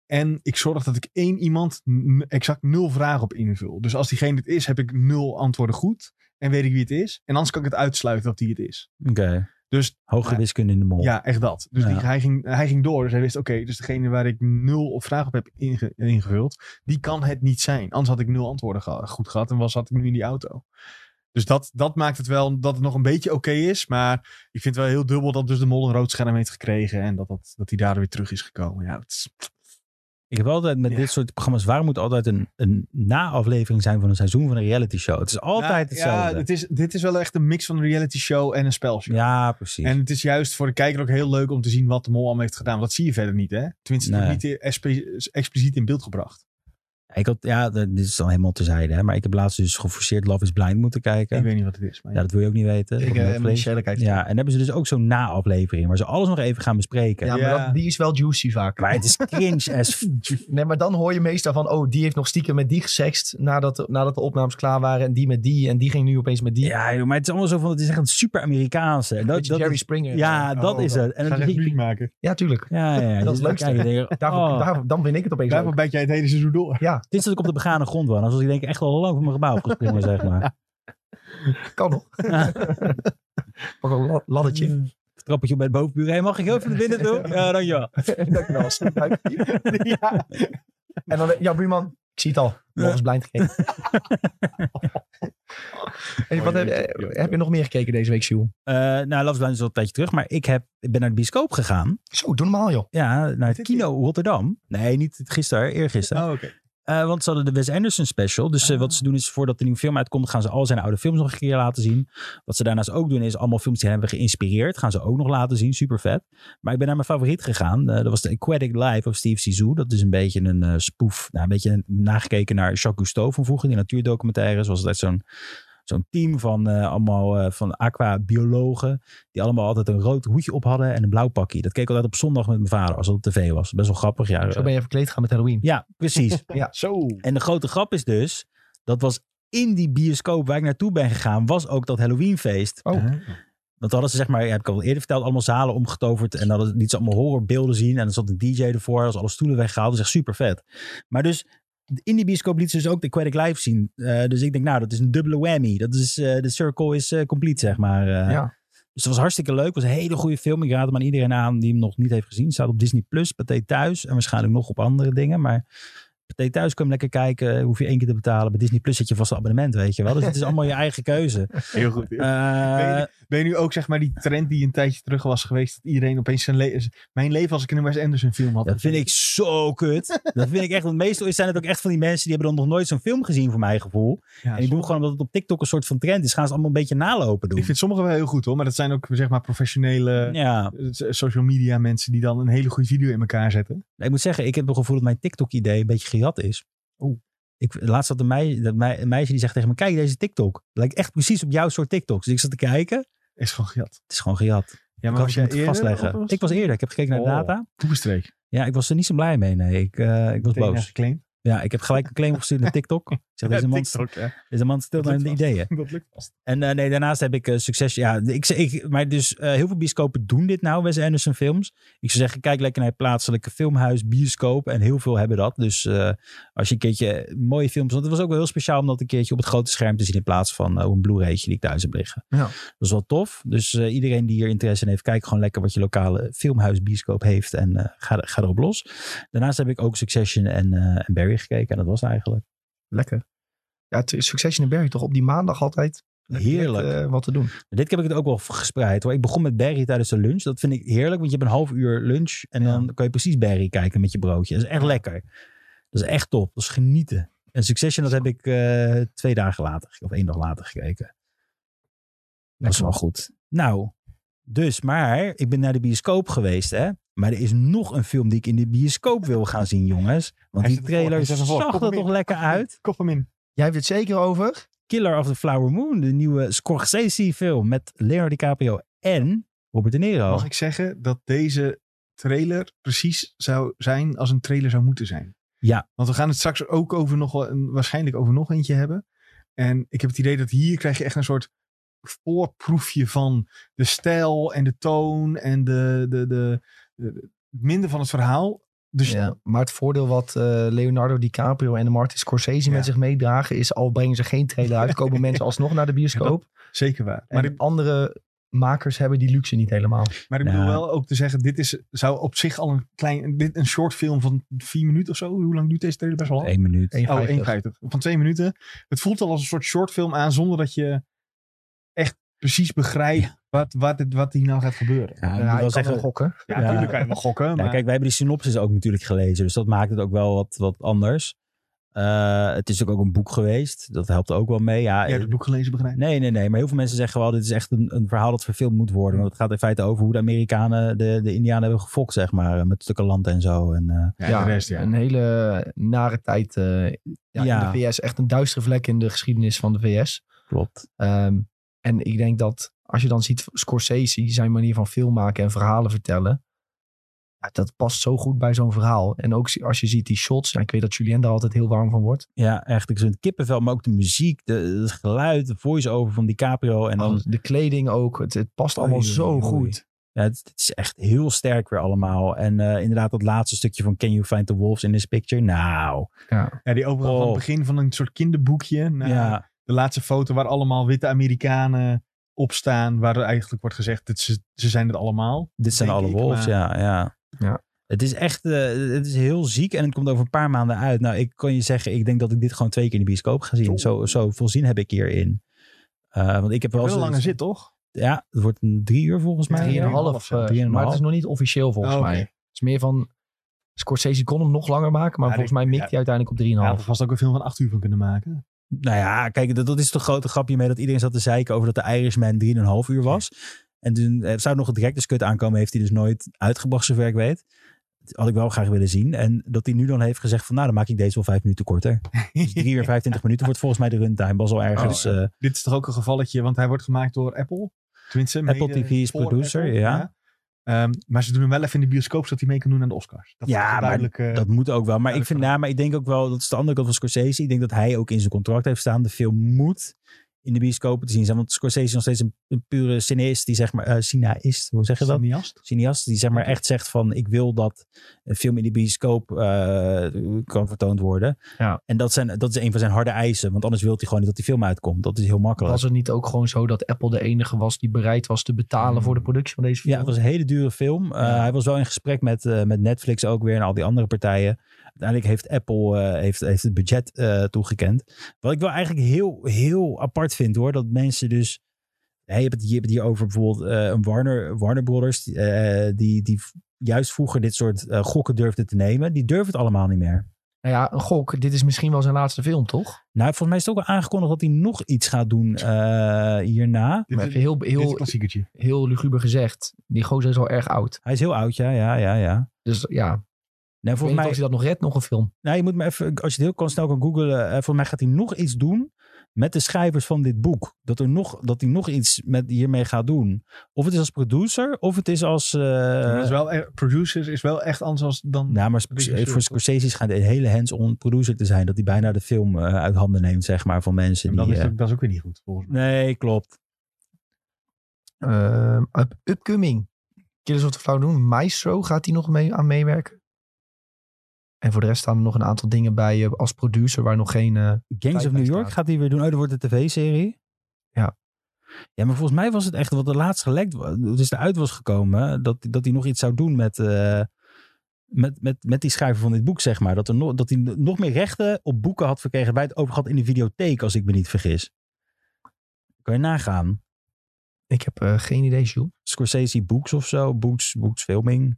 Speaker 2: En ik zorg dat ik één iemand n- exact nul vragen op invul. Dus als diegene het is, heb ik nul antwoorden goed. En weet ik wie het is. En anders kan ik het uitsluiten dat die het is.
Speaker 3: Oké.
Speaker 2: Dus
Speaker 3: Hogere
Speaker 2: Ja.
Speaker 3: wiskunde in de mol.
Speaker 2: ja, echt dat. Dus die,
Speaker 3: Ja.
Speaker 2: hij, ging, hij ging door. Dus hij wist, oké, dus degene waar ik nul op vragen op heb inge- ingevuld, die kan het niet zijn. Anders had ik nul antwoorden geha- goed gehad en was, zat ik nu in die auto. Dus dat, dat maakt het wel dat het nog een beetje oké is. Maar ik vind het wel heel dubbel dat dus de mol een rood scherm heeft gekregen. En dat, dat, dat hij daar weer terug is gekomen. Ja, het is-
Speaker 3: Ik heb altijd met
Speaker 2: Ja.
Speaker 3: dit soort programma's, waarom moet altijd een, een na-aflevering zijn van een seizoen van een reality show? Het is altijd
Speaker 2: Nou,
Speaker 3: hetzelfde.
Speaker 2: Ja,
Speaker 3: Ja,
Speaker 2: het is, dit is wel echt een mix van een reality show en een spelshow.
Speaker 3: precies.
Speaker 2: En het is juist voor de kijker ook heel leuk om te zien wat de mol allemaal heeft gedaan. Want dat zie je verder niet, hè? Tenminste, het wordt niet expe- expliciet in beeld gebracht.
Speaker 3: Ik had, ja, d- dit is al helemaal terzijde, hè, maar ik heb laatst dus geforceerd Love is Blind moeten kijken.
Speaker 2: Ik weet niet wat het is. Maar
Speaker 3: Ja, dat wil je ook niet weten.
Speaker 1: Ik
Speaker 3: Op
Speaker 1: eh,
Speaker 3: Netflix.
Speaker 1: moet je eerlijk
Speaker 3: ja, en dan hebben ze dus ook zo'n na-aflevering waar ze alles nog even gaan bespreken.
Speaker 1: Ja, maar
Speaker 2: Ja.
Speaker 1: dat- die is wel juicy vaak.
Speaker 3: Maar het is cringe as f-
Speaker 1: Nee, maar dan hoor je meestal van, oh, die heeft nog stiekem met die gesext nadat, nadat de opnames klaar waren en die met die en die ging nu opeens met die.
Speaker 3: Ja, joh, maar het is allemaal zo van, het is echt een super Amerikaanse. En Dat,
Speaker 1: Beetje
Speaker 3: dat
Speaker 1: Jerry
Speaker 3: is-
Speaker 1: Springer.
Speaker 3: ja, dat
Speaker 2: Oh,
Speaker 3: is het. En
Speaker 2: Ga
Speaker 3: dat
Speaker 2: het publiek maken.
Speaker 1: ja, tuurlijk.
Speaker 3: ja, ja, ja.
Speaker 1: Dat is
Speaker 3: Dus
Speaker 1: het
Speaker 3: dan
Speaker 1: leukste.
Speaker 3: kijk je en denk je,
Speaker 1: Daarvoor,
Speaker 3: oh.
Speaker 1: daar- dan vind ik het opeens
Speaker 2: Daarvoor
Speaker 1: leuk.
Speaker 2: ben jij het hele seizoen door.
Speaker 3: Dit is dat ik op de begane grond woon. Alsof ik denk ik echt al lang van mijn gebouw gesprongen, zeg maar.
Speaker 1: Kan nog. Pak ook een la- laddertje.
Speaker 3: Hmm. Trappetje bij de bovenbuur. Hey, mag ik heel even naar binnen doen? Ja, dankjewel.
Speaker 1: Dankjewel. Steve.
Speaker 2: Ja.
Speaker 1: En dan, ja, buurman, ik zie het al. Nog eens blind gekeken. En wat
Speaker 2: Oh,
Speaker 1: heb,
Speaker 2: jeetje,
Speaker 1: eh,
Speaker 2: joh,
Speaker 1: heb je nog meer gekeken deze week, Sjoel?
Speaker 3: Eh, nou, Love is Blind is al een tijdje terug. Maar ik, heb, ik ben naar de bioscoop gegaan.
Speaker 1: Zo, doe normaal, joh.
Speaker 3: Ja, naar het
Speaker 2: Dit-
Speaker 3: Kino Rotterdam. Nee, niet gisteren, eergisteren.
Speaker 2: Oh, oké.
Speaker 3: Eh, want ze hadden de Wes Anderson special. Dus eh,
Speaker 1: Ah.
Speaker 3: wat ze doen is, voordat de nieuwe film uitkomt, gaan ze al zijn oude films nog een keer laten zien. Wat ze daarnaast ook doen is, allemaal films die hebben geïnspireerd, gaan ze ook nog laten zien. Super vet. Maar ik ben naar mijn favoriet gegaan. Eh, dat was de Aquatic Life of Steve Zissou. Dat is een beetje een eh, spoef. Nou, een beetje een- nagekeken naar Jacques Cousteau van vroeger. Die natuurdocumentaires was altijd zo'n... Zo'n team van eh, allemaal eh, van aquabiologen. Die allemaal altijd een rood hoedje op hadden en een blauw pakje. Dat keek ik altijd op zondag met mijn vader als dat op tv was. Best wel grappig. Ja,
Speaker 1: Zo ben je verkleed gaan met Halloween.
Speaker 3: ja Oh. precies.
Speaker 2: Zo.
Speaker 3: En de grote grap is dus, dat was in die bioscoop waar ik naartoe ben gegaan, was ook dat Halloweenfeest.
Speaker 1: Oh.
Speaker 3: Want hadden ze, zeg maar, ja, heb ik al eerder verteld, allemaal zalen omgetoverd. En dan hadden liet ze allemaal horrorbeelden zien. En dan zat een DJ ervoor, als alle stoelen weggehaald. Dat is echt super vet. Maar dus, in die bioscoop liet ze dus ook de Aquatic Live zien. Eh, dus ik denk, nou, dat is een dubbele whammy. Dat is, eh, de circle is eh, complete, zeg maar. Eh,
Speaker 1: Ja.
Speaker 3: Dus dat was hartstikke leuk. Het was een hele goede film. Ik raad hem aan iedereen aan die hem nog niet heeft gezien. Staat op Disney Plus, Pathé Thuis en waarschijnlijk nog op andere dingen. Maar Pathé Thuis kun je hem lekker kijken. Hoef je één keer te betalen. Bij Disney Plus zit je vast een abonnement, weet je wel. Dus het is allemaal je eigen keuze.
Speaker 2: Heel goed. heel goed.
Speaker 3: Eh,
Speaker 2: Ben je nu ook zeg maar die trend die een tijdje terug was geweest? Dat iedereen opeens zijn le- Mijn leven als ik in een Wes Anderson film had.
Speaker 3: Dat vind ik zo kut. Dat vind ik echt, want meestal is- zijn het ook echt van die mensen die hebben dan nog nooit zo'n film gezien, voor mijn gevoel.
Speaker 2: Ja,
Speaker 3: en die doen gewoon omdat het op TikTok een soort van trend is, gaan ze allemaal een beetje nalopen doen.
Speaker 2: Ik vind sommige wel heel goed hoor, maar dat zijn ook zeg maar professionele
Speaker 3: ja,
Speaker 2: eh, so- social media mensen die dan een hele goede video in elkaar zetten.
Speaker 3: ik moet zeggen, ik heb het gevoel dat mijn TikTok-idee een beetje gejat is.
Speaker 2: Oeh.
Speaker 3: Ik, laatst had een, mei- dat mei- een meisje die zegt tegen me, kijk deze TikTok. Lijkt echt precies op jouw soort TikToks. Dus ik zat te kijken,
Speaker 2: Is gewoon gejat.
Speaker 3: het is gewoon gejat.
Speaker 2: Ja,
Speaker 3: ik had het moeten vastleggen. Ik was eerder, ik heb gekeken naar de
Speaker 2: Oh.
Speaker 3: data.
Speaker 2: toegestreek.
Speaker 3: Ja, ik was er niet zo blij mee, nee. Ik, eh, ik was boos.
Speaker 2: Geclaimd.
Speaker 3: Ja, ik heb gelijk een claim opgestuurd naar TikTok. Ik zeg, deze man,
Speaker 2: ja.
Speaker 3: deze man stelt
Speaker 2: Dat
Speaker 3: mij
Speaker 2: lukt
Speaker 3: de
Speaker 2: vast.
Speaker 3: ideeën.
Speaker 2: Dat lukt vast.
Speaker 3: En eh, nee, daarnaast heb ik eh, succes. Ja, ik, ik, maar dus eh, heel veel bioscopen doen dit nou, Wes Anderson films. Ik zou zeggen, kijk lekker naar je plaatselijke filmhuis, bioscoop. En heel veel hebben dat. Dus eh, als je een keertje mooie films... Want het was ook wel heel speciaal om dat een keertje op het grote scherm te zien... in plaats van eh, een Blu-raytje die ik thuis heb liggen.
Speaker 1: Ja.
Speaker 3: Dat is wel tof. Dus eh, iedereen die hier interesse in heeft... kijk gewoon lekker wat je lokale filmhuis, bioscoop heeft. En eh, ga, ga erop los. Daarnaast heb ik ook Succession en, eh, en Barry gekeken. En dat was het eigenlijk
Speaker 1: Lekker. Ja, het is Succession en Barry toch op die maandag altijd.
Speaker 3: heerlijk.
Speaker 1: eh, wat te doen.
Speaker 3: Dit heb ik het ook wel gespreid hoor. Ik begon met Barry tijdens de lunch. Dat vind ik heerlijk, want je hebt een half uur lunch en dan kan je precies Barry kijken met je broodje. Dat is echt lekker. Dat is echt top. Dat is genieten. En Succession, dat heb ik eh, twee dagen later ge- of één dag later gekeken. Dat is wel goed. Nou, dus, maar ik ben naar de bioscoop geweest hè. Maar er is nog een film die ik in de bioscoop wil gaan zien, jongens. Want
Speaker 2: Hij zet
Speaker 3: die
Speaker 2: hem voor,
Speaker 3: trailer
Speaker 2: hij zet hem voor.
Speaker 3: zag
Speaker 2: Kom
Speaker 3: er
Speaker 2: hem
Speaker 3: toch
Speaker 2: in.
Speaker 3: lekker uit.
Speaker 2: Kop hem in.
Speaker 1: Jij hebt het zeker over.
Speaker 3: Killer of the Flower Moon, de nieuwe Scorsese-film met Leonardo DiCaprio en Robert De Niro.
Speaker 2: Mag ik zeggen dat deze trailer precies zou zijn als een trailer zou moeten zijn?
Speaker 3: Ja.
Speaker 2: Want we gaan het straks ook over nog wel een, waarschijnlijk over nog eentje hebben. En ik heb het idee dat hier krijg je echt een soort voorproefje van de stijl en de toon en de, de, de, de- de- minder van het verhaal Dus
Speaker 1: Ja, maar het voordeel wat eh, Leonardo DiCaprio en Martin Scorsese
Speaker 2: Ja.
Speaker 1: met zich meedragen is al brengen ze geen trailer uit, komen mensen alsnog naar de bioscoop.
Speaker 2: zeker waar.
Speaker 1: maar
Speaker 2: Maar ik,
Speaker 1: andere makers hebben die luxe niet helemaal.
Speaker 2: maar ik
Speaker 3: Ja.
Speaker 2: bedoel wel ook te zeggen, dit is, zou op zich al een klein, dit een short film van vier minuten of zo. Hoe lang duurt deze trailer best wel lang?
Speaker 3: Eén minuut.
Speaker 1: Eén-
Speaker 2: Oh,
Speaker 1: 1,50.
Speaker 2: 1,50. Van twee minuten. Het voelt al als een soort shortfilm aan zonder dat je echt precies begrijpt wat, wat, dit- wat hier nou gaat gebeuren.
Speaker 3: Ja, ik moet
Speaker 1: Ja,
Speaker 3: wel
Speaker 1: ik kan
Speaker 3: zeggen,
Speaker 1: wel gokken.
Speaker 2: Ja,
Speaker 3: Ja.
Speaker 2: natuurlijk kan je wel gokken.
Speaker 3: Ja,
Speaker 2: maar
Speaker 3: kijk, wij hebben die synopsis ook natuurlijk gelezen. Dus dat maakt het ook wel wat, wat anders. Eh, het is ook, ook een boek geweest. Dat helpt ook wel mee. Ja, eh,
Speaker 2: jij hebt het boek gelezen, begrijp ik.
Speaker 3: Nee, nee, nee. Maar heel veel mensen zeggen wel, dit is echt een, een verhaal dat verfilmd moet worden. Want het gaat in feite over hoe de Amerikanen de, de Indianen hebben gefokt, zeg maar. eh, Met stukken land en zo. En, eh,
Speaker 2: Ja,
Speaker 1: Ja,
Speaker 2: de rest, ja.
Speaker 1: Een hele nare tijd eh, ja, in
Speaker 3: Ja.
Speaker 1: de VS. Echt een duistere vlek in de geschiedenis van de VS.
Speaker 3: Klopt.
Speaker 1: Ehm, en ik denk dat als je dan ziet Scorsese, zijn manier van film maken en verhalen vertellen. ja, dat past zo goed bij zo'n verhaal. En ook als je ziet die shots. ja, ik weet dat Julien daar altijd heel warm van wordt.
Speaker 3: Ja, echt. Ik vind het kippenvel, maar ook de muziek, de, het geluid, de voice-over van DiCaprio. En dan,
Speaker 1: Alles, de kleding ook. Het, het past allemaal
Speaker 3: Oei, oei,
Speaker 1: zo
Speaker 3: oei.
Speaker 1: goed.
Speaker 3: ja, het, het is echt heel sterk weer allemaal. En eh, inderdaad, dat laatste stukje van Can You Find the Wolves in This Picture? Nou,
Speaker 2: Ja, die overal van
Speaker 3: Oh.
Speaker 2: het begin van een soort kinderboekje naar
Speaker 3: ja.
Speaker 2: de laatste foto waar allemaal witte Amerikanen op staan. Waar er eigenlijk wordt gezegd, dat ze, ze zijn het allemaal.
Speaker 3: Dit zijn
Speaker 2: Denk
Speaker 3: alle
Speaker 2: ik,
Speaker 3: wolves,
Speaker 2: maar-
Speaker 3: ja, ja.
Speaker 1: Ja.
Speaker 3: Het is echt, eh, het is heel ziek en het komt over een paar maanden uit. Nou, ik kan je zeggen, ik denk dat ik dit gewoon twee keer in de bioscoop ga zien.
Speaker 2: Oeh.
Speaker 3: Zo, zo veel zin heb ik hierin. Eh, want ik heb wel
Speaker 2: Wel
Speaker 3: eens-
Speaker 2: langer zit, toch?
Speaker 3: Ja, het wordt een drie uur volgens mij.
Speaker 2: Drie en een half.
Speaker 1: 3,5. eh,
Speaker 3: Drieënhalf.
Speaker 1: maar het is nog niet officieel volgens
Speaker 2: Oh, oké.
Speaker 1: mij. Het is meer van. Scorsese kon hem nog langer maken. Maar
Speaker 2: Ja,
Speaker 1: volgens
Speaker 2: die-
Speaker 1: mij mikt
Speaker 2: ja.
Speaker 1: hij uiteindelijk op 3,5.
Speaker 2: Daar had er vast ook een film van acht uur van kunnen maken.
Speaker 3: Nou ja, kijk, dat, dat is toch grote grapje mee dat iedereen zat te zeiken over dat de Irishman drieënhalf uur was. En toen eh, zou nog het direct de kut aankomen, heeft hij dus nooit uitgebracht, zover ik weet. Dat had ik wel graag willen zien. En dat hij nu dan heeft gezegd van, nou, dan maak ik deze wel vijf minuten korter. Dus 3 uur 25 minuten wordt volgens mij de runtime. Was al ergens.
Speaker 2: Oh,
Speaker 3: eh,
Speaker 2: Dit is toch ook een gevalletje, want hij wordt gemaakt door Apple. Tenminste,
Speaker 3: Apple
Speaker 2: mede
Speaker 3: TV is
Speaker 2: voor
Speaker 3: producer,
Speaker 2: Apple,
Speaker 3: ja.
Speaker 2: Ehm, maar ze doen hem wel even in de bioscoop, zodat hij mee kan doen aan de Oscars. Dat
Speaker 3: Ja,
Speaker 2: is toch
Speaker 3: maar
Speaker 2: duidelijk. eh,
Speaker 3: dat moet ook wel. Maar ik, vind,
Speaker 2: uiteraard.
Speaker 3: ja, maar ik denk ook wel, dat is de andere kant van Scorsese. Ik denk dat hij ook in zijn contract heeft staan. De film moet in de bioscopen te zien zijn. Want Scorsese is nog steeds een, een pure cineast. Die zeg maar, eh cineast, hoe zeg je
Speaker 2: is dat
Speaker 3: dat?
Speaker 2: niet ast?
Speaker 3: Cineast die zeg maar echt zegt van ik wil dat een film in de bioscoop eh, kan vertoond worden.
Speaker 1: Ja.
Speaker 3: En dat, zijn, dat is een van zijn harde eisen. Want anders wil hij gewoon niet dat die film uitkomt. Dat is heel makkelijk.
Speaker 1: Was het niet ook gewoon zo dat Apple de enige was die bereid was te betalen
Speaker 2: Hmm.
Speaker 1: voor de productie van deze film?
Speaker 3: Ja, het was een hele dure film. Uh,
Speaker 1: Ja.
Speaker 3: Hij was wel in gesprek met, eh, met Netflix ook weer en al die andere partijen. Uiteindelijk heeft Apple eh, heeft, heeft het budget eh, toegekend. Wat ik wel eigenlijk heel, heel apart vind hoor. Dat mensen dus... hè, je, hebt het, je hebt het hier over bijvoorbeeld eh, een Warner, Warner Brothers. die, eh, die, die v- juist vroeger dit soort eh, gokken durfde te nemen. Die durven het allemaal niet meer.
Speaker 1: Nou ja, een gok. Dit is misschien wel zijn laatste film, toch?
Speaker 3: Nou, volgens mij is het ook al aangekondigd dat hij nog iets gaat doen eh, hierna.
Speaker 2: Dit
Speaker 1: Maar
Speaker 2: is,
Speaker 1: even heel,
Speaker 2: dit is een
Speaker 1: heel,
Speaker 2: klassiekertje.
Speaker 1: heel luguber gezegd. Die gozer is al erg oud.
Speaker 3: Hij is heel oud, ja, ja, ja, ja.
Speaker 1: Dus ja,
Speaker 3: Nee,
Speaker 1: volgens
Speaker 3: volgens
Speaker 1: mij
Speaker 3: mij,
Speaker 1: als hij dat nog redt, nog een film.
Speaker 3: Nou, je moet maar even, als je het heel kan, snel kan googlen. eh, volgens mij gaat hij nog iets doen met de schrijvers van dit boek. Dat, er nog, dat hij nog iets met, hiermee gaat doen. Of het is als producer, of het is als... eh,
Speaker 2: Maar dat is wel, eh, producers is wel echt anders als dan.
Speaker 3: nou, maar sp-
Speaker 2: regisseur,
Speaker 3: voor Scorsese schijnt een hele hands-on producer te zijn. Dat hij bijna de film eh, uit handen neemt, zeg maar, van mensen
Speaker 2: En dat,
Speaker 3: die...
Speaker 2: is
Speaker 3: eh,
Speaker 2: ook, dat is ook weer niet goed, volgens mij.
Speaker 3: nee, klopt.
Speaker 1: Ehm, up- upcoming. Killers of the Flower doen. Maestro gaat hij nog mee, aan meewerken. En voor de rest staan er nog een aantal dingen bij eh, als producer waar nog geen... eh,
Speaker 3: Gangs
Speaker 1: Tijd
Speaker 3: of
Speaker 1: bij
Speaker 3: New York
Speaker 1: staat.
Speaker 3: gaat hij weer doen. Oh, dat wordt een tv-serie.
Speaker 1: Ja.
Speaker 3: Ja, maar volgens mij was het echt wat de laatst gelekt was. Dus eruit was gekomen dat, dat hij nog iets zou doen met, eh, met, met, met die schrijver van dit boek, zeg maar. Dat, er nog dat hij nog meer rechten op boeken had verkregen. Wij het over gehad in de videotheek, als ik me niet vergis. Kan je nagaan.
Speaker 1: ik heb eh, geen idee, Jules.
Speaker 3: Scorsese Books of zo. Books, books Filming.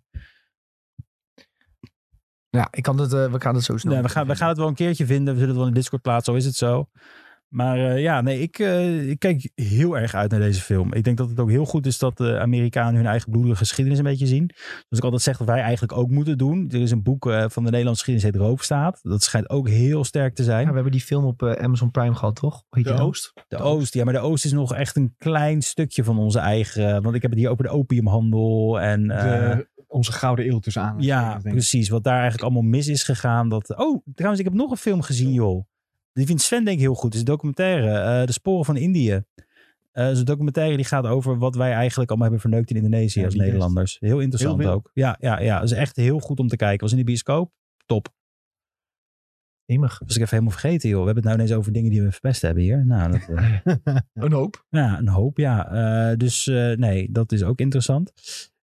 Speaker 1: Ja, ik kan dat, eh, we gaan het zo snel.
Speaker 3: Nee, we, gaan, we gaan het wel een keertje vinden. We zullen het wel in de Discord plaatsen, al is het zo. Maar eh, ja, nee, ik, eh, ik kijk heel erg uit naar deze film. Ik denk dat het ook heel goed is dat de Amerikanen hun eigen bloedige geschiedenis een beetje zien. Dus ik altijd zeg dat wij eigenlijk ook moeten doen. Er is een boek eh, van de Nederlandse geschiedenis, heet Roofstaat. Dat schijnt ook heel sterk te zijn.
Speaker 1: Ja, we hebben die film op eh, Amazon Prime gehad, toch? Hoe heet
Speaker 2: De
Speaker 1: die nou?
Speaker 2: Oost?
Speaker 3: De Oost, ja, maar de Oost is nog echt een klein stukje van onze eigen. eh, Want ik heb het hier over de opiumhandel en... eh,
Speaker 2: De- onze gouden eeuw tussen aan.
Speaker 3: Ja, precies. Wat daar eigenlijk allemaal mis is gegaan. Dat... Oh, trouwens, ik heb nog een film gezien, joh. Die vindt Sven denk ik heel goed. Het is een documentaire. eh, de Sporen van Indië. Eh, is een documentaire die gaat over wat wij eigenlijk allemaal hebben verneukt in Indonesië
Speaker 2: Ja,
Speaker 3: als
Speaker 2: die best.
Speaker 3: Nederlanders. Heel interessant
Speaker 2: Heel veel.
Speaker 3: ook. Ja, ja, ja. Dat is echt heel goed om te kijken. Was in de bioscoop. Top.
Speaker 1: Eemig.
Speaker 3: Was ik even helemaal vergeten, joh. We hebben het nou ineens over dingen die we verpest hebben hier. Nou, dat, eh,
Speaker 1: Een hoop.
Speaker 3: Ja, een hoop, ja. Eh, dus eh, nee, dat is ook interessant.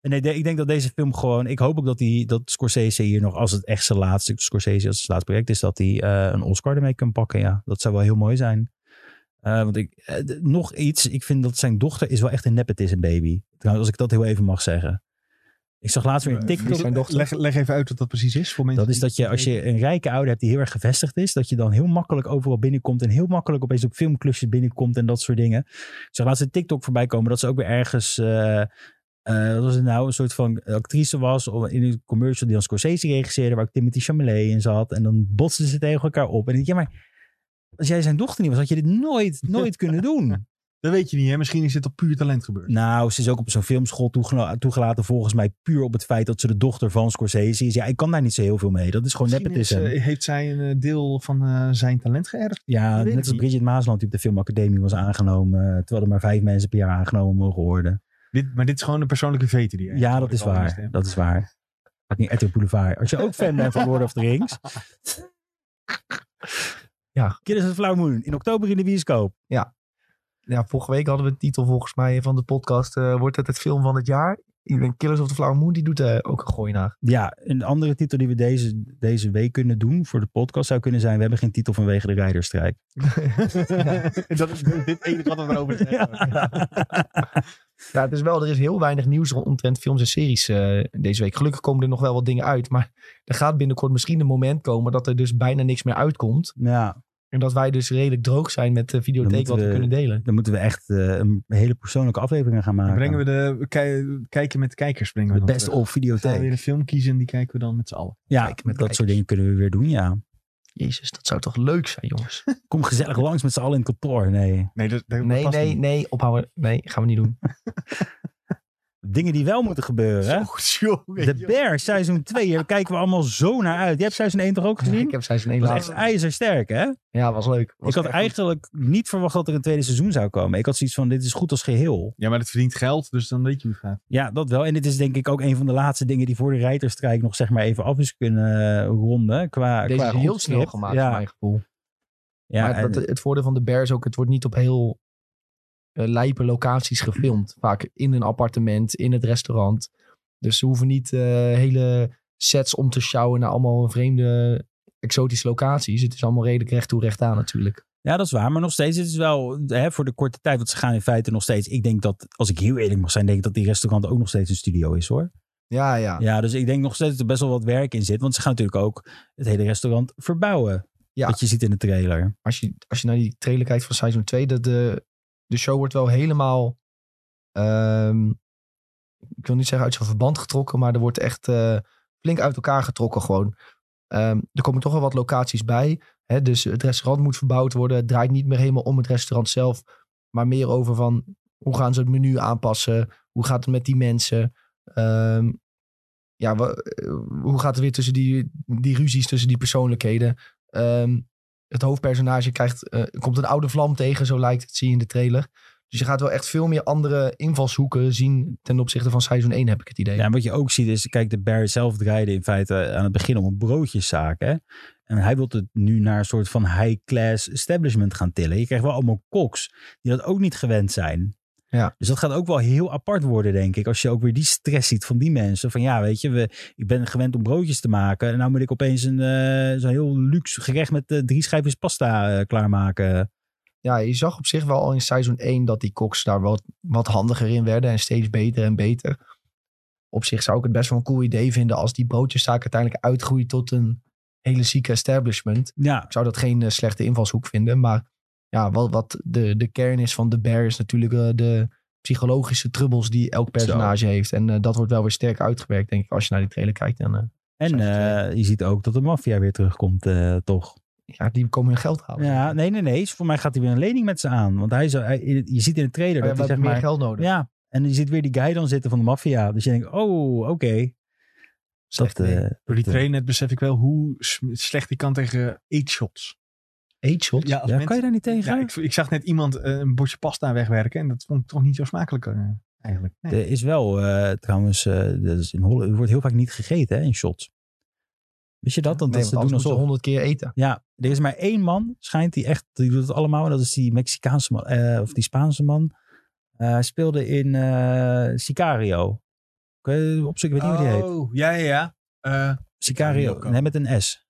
Speaker 3: En nee, de- ik denk dat deze film gewoon... Ik hoop ook dat, die, dat Scorsese hier nog, als het echt zijn laatste... Scorsese als zijn laatste project is, dat hij eh, een Oscar ermee kan pakken, ja. Dat zou wel heel mooi zijn. Eh, want ik, eh, d- nog iets, ik vind dat zijn dochter is wel echt een nepotism baby. Trouwens, als ik dat heel even mag zeggen. Ik zag laatst weer een TikTok.
Speaker 1: zijn dochter.
Speaker 2: Leg, leg even uit wat dat precies is voor mensen.
Speaker 3: Dat is
Speaker 2: die
Speaker 3: dat je,
Speaker 2: het
Speaker 3: als
Speaker 2: niet
Speaker 3: je een rijke ouder hebt die heel erg gevestigd is, dat je dan heel makkelijk overal binnenkomt en heel makkelijk opeens op filmklusjes binnenkomt en dat soort dingen. Ik zag laatst een TikTok voorbij komen dat ze ook weer ergens, eh, eh, wat was het nou, een soort van actrice was of in een commercial die dan Scorsese regisseerde, waar ook Timothy Chalamet in zat. En dan botsten ze tegen elkaar op. En ik denk, ja, maar als jij zijn dochter niet was, had je dit nooit, nooit kunnen doen.
Speaker 2: weten. Dat weet je niet, hè? Misschien is dit op puur talent gebeurd.
Speaker 3: Nou, ze is ook op zo'n filmschool toegena- toegelaten volgens mij puur op het feit dat ze de dochter van Scorsese is. Ja, ik kan daar niet zo heel veel mee. Dat is gewoon
Speaker 2: Misschien is,
Speaker 3: nepotism.
Speaker 2: eh, heeft zij een eh, deel van eh, zijn talent geërfd?
Speaker 3: Ja,
Speaker 2: Dat weet
Speaker 3: net
Speaker 2: ik
Speaker 3: als
Speaker 2: niet.
Speaker 3: Bridget Maasland die op de filmacademie was aangenomen. eh, Terwijl er maar vijf mensen per jaar aangenomen mogen worden.
Speaker 2: Dit, maar dit is gewoon een persoonlijke vete die
Speaker 3: Ja,
Speaker 2: hij
Speaker 3: dat is
Speaker 2: heeft. Al
Speaker 3: waar.
Speaker 2: hem.
Speaker 3: Dat is waar. Fucking Edward Boulevard. Als je ook fan bent van Lord of the Rings.
Speaker 1: Ja.
Speaker 3: Kidders of the Flower Moon. In oktober in de bioscoop.
Speaker 1: Ja, vorige week hadden we de titel volgens mij van de podcast. eh, Wordt het het film van het jaar? Ik denk Killers of the Flower Moon, die doet eh, ook een gooi naar.
Speaker 3: Ja, een andere titel die we deze, deze week kunnen doen voor de podcast zou kunnen zijn... We hebben geen titel vanwege de rijderstrijd.
Speaker 2: dat is dit enige wat we erover te zeggen hebben.
Speaker 1: Ja, het is wel, er is heel weinig nieuws omtrent films en series eh, deze week. Gelukkig komen er nog wel wat dingen uit. Maar er gaat binnenkort misschien een moment komen dat er dus bijna niks meer uitkomt.
Speaker 3: Nou ja,
Speaker 1: En dat wij dus redelijk droog zijn met de videotheek
Speaker 3: moeten
Speaker 1: wat we,
Speaker 3: we-
Speaker 1: kunnen delen.
Speaker 3: dan moeten we echt eh, een hele persoonlijke aflevering gaan maken.
Speaker 2: Dan brengen we de we kei- kijken met de kijkers. Brengen we
Speaker 3: de
Speaker 2: dan
Speaker 3: best
Speaker 2: terug.
Speaker 3: of
Speaker 2: Gaan we weer
Speaker 3: videotheek.
Speaker 2: een film kiezen en die kijken we dan met z'n allen.
Speaker 3: Ja,
Speaker 1: Kijken met
Speaker 3: dat
Speaker 1: kijkers.
Speaker 3: soort dingen kunnen we weer doen, ja.
Speaker 1: Jezus, dat zou toch leuk zijn, jongens?
Speaker 3: Kom gezellig langs met z'n allen in het kantoor. Nee.
Speaker 2: Nee, dat, dat
Speaker 1: Nee,
Speaker 2: past
Speaker 1: nee,
Speaker 2: niet.
Speaker 1: nee, ophouden. Nee, gaan we niet doen.
Speaker 3: Dingen die wel moeten gebeuren.
Speaker 2: Zo, jongen,
Speaker 3: De
Speaker 2: joh.
Speaker 3: Bear seizoen 2, daar kijken we allemaal zo naar uit. Je hebt seizoen 1 toch ook gezien?
Speaker 1: ik heb zijn één
Speaker 3: dat was
Speaker 1: laatste.
Speaker 3: echt ijzersterk, hè?
Speaker 1: Ja, was leuk. Was
Speaker 3: ik had
Speaker 1: echt
Speaker 3: eigenlijk niet verwacht dat er een tweede seizoen zou komen. Ik had zoiets van, dit is goed als geheel.
Speaker 2: Ja, maar dat verdient geld, dus dan weet je hoe het gaat.
Speaker 3: Ja, dat wel. En dit is denk ik ook een van de laatste dingen die voor de rijterstrijk nog zeg maar even af is kunnen eh, ronden. Qua,
Speaker 1: goed. Deze
Speaker 3: qua
Speaker 1: is heel
Speaker 3: goed
Speaker 1: snel
Speaker 3: script.
Speaker 1: gemaakt, voor
Speaker 3: Ja,
Speaker 1: mijn gevoel.
Speaker 3: ja
Speaker 1: maar
Speaker 3: en-
Speaker 1: dat, het voordeel van de Bear is ook, het wordt niet op heel eh, lijpe locaties gefilmd. Vaak in een appartement, in het restaurant. Dus ze hoeven niet eh, hele sets om te sjouwen naar allemaal vreemde exotische locaties. Het is allemaal redelijk recht toe recht aan natuurlijk.
Speaker 3: Ja, dat is waar. Maar nog steeds, het is wel hè, voor de korte tijd. Want ze gaan in feite nog steeds. Ik denk dat, als ik heel eerlijk mag zijn, denk ik dat die restaurant ook nog steeds een studio is hoor.
Speaker 1: Ja, ja.
Speaker 3: Ja, dus ik denk nog steeds dat er best wel wat werk in zit. Want ze gaan natuurlijk ook het hele restaurant verbouwen.
Speaker 1: Ja.
Speaker 3: Wat je ziet in de trailer.
Speaker 1: Als, je, als je naar die trailer kijkt van seizoen 2, dat de, de show wordt wel helemaal... ehm, ik wil niet zeggen uit zijn verband getrokken, maar er wordt echt eh, flink uit elkaar getrokken gewoon. Ehm, er komen toch wel wat locaties bij. Hè? Dus het restaurant moet verbouwd worden. Het draait niet meer helemaal om het restaurant zelf, maar meer over van hoe gaan ze het menu aanpassen? Hoe gaat het met die mensen? Ehm, ja, wa- eh, hoe gaat het weer tussen die, die ruzies, tussen die persoonlijkheden? Ehm, het hoofdpersonage krijgt, eh, komt een oude vlam tegen, zo lijkt het, zie je in de trailer. Dus je gaat wel echt veel meer andere invalshoeken zien ten opzichte van seizoen 1, heb ik het idee.
Speaker 3: Ja, en wat je ook ziet is, kijk, de Barry zelf draaide in feite aan het begin om een broodjeszaak. Hè? En hij wil het nu naar een soort van high-class establishment gaan tillen. Je krijgt wel allemaal koks die dat ook niet gewend zijn.
Speaker 1: Ja.
Speaker 3: Dus dat gaat ook wel heel apart worden, denk ik. Als je ook weer die stress ziet van die mensen. Van ja, weet je, we, ik ben gewend om broodjes te maken. En nou moet ik opeens een, eh, zo'n heel luxe gerecht met eh, drie schijfjes pasta eh, klaarmaken.
Speaker 1: ja, je zag op zich wel al in seizoen 1 dat die koks daar wat, wat handiger in werden en steeds beter en beter. Op zich zou ik het best wel een cool idee vinden als die broodjeszaak uiteindelijk uitgroeit tot een hele zieke establishment.
Speaker 3: Ja,
Speaker 1: Ik zou dat geen eh, slechte invalshoek vinden, maar ja, wat, wat de, de kern is van de bear is natuurlijk eh, de psychologische trubbels die elk personage heeft. En eh, dat wordt wel weer sterk uitgewerkt, denk ik, als je naar die trailer kijkt. En eh,
Speaker 3: en eh, je ziet ook dat de maffia weer terugkomt, eh, toch?
Speaker 1: ja, die komen hun geld halen.
Speaker 3: Ja, nee, nee, nee. Voor mij gaat hij weer een lening met ze aan. Want hij zou, hij- je ziet in de trailer
Speaker 1: Maar Oh ja,
Speaker 3: dat
Speaker 1: we
Speaker 3: hij zeg
Speaker 1: hebben meer
Speaker 3: maar...
Speaker 1: geld nodig.
Speaker 3: Ja, en je ziet weer die guy dan zitten van de maffia. Dus je denkt, oh, oké.
Speaker 1: Dat is
Speaker 3: Dat,
Speaker 1: echt-
Speaker 3: eh,
Speaker 2: Door die
Speaker 3: dat, eh,
Speaker 2: trainer net besef ik wel hoe s- slecht ik kan tegen eight shots.
Speaker 1: Eetshot?
Speaker 2: Ja, als
Speaker 3: eh, Ja,
Speaker 2: mensen-
Speaker 3: kan je daar niet tegen?
Speaker 2: Ja, ik, ik zag net iemand eh, een bordje pasta wegwerken en dat vond ik toch niet zo smakelijk eh, eigenlijk. Nee.
Speaker 3: Er is wel eh, trouwens, eh, dat is in Holland, er wordt heel vaak niet gegeten hè, in shots. Wist je dat? Dan
Speaker 1: nee,
Speaker 3: dat ze
Speaker 1: want
Speaker 3: doen
Speaker 1: anders moet
Speaker 3: alsof.
Speaker 1: je honderd keer eten.
Speaker 3: Ja, er is maar één man, schijnt die echt, die doet het allemaal. En dat is die Mexicaanse man, eh, of die Spaanse man. Eh, Hij speelde in eh, Sicario. Kun je opzoeken, ik weet niet hoe die heet.
Speaker 2: Oh, ja, ja, ja. Eh,
Speaker 3: Sicario,
Speaker 2: Sicario.
Speaker 3: nee, met een S.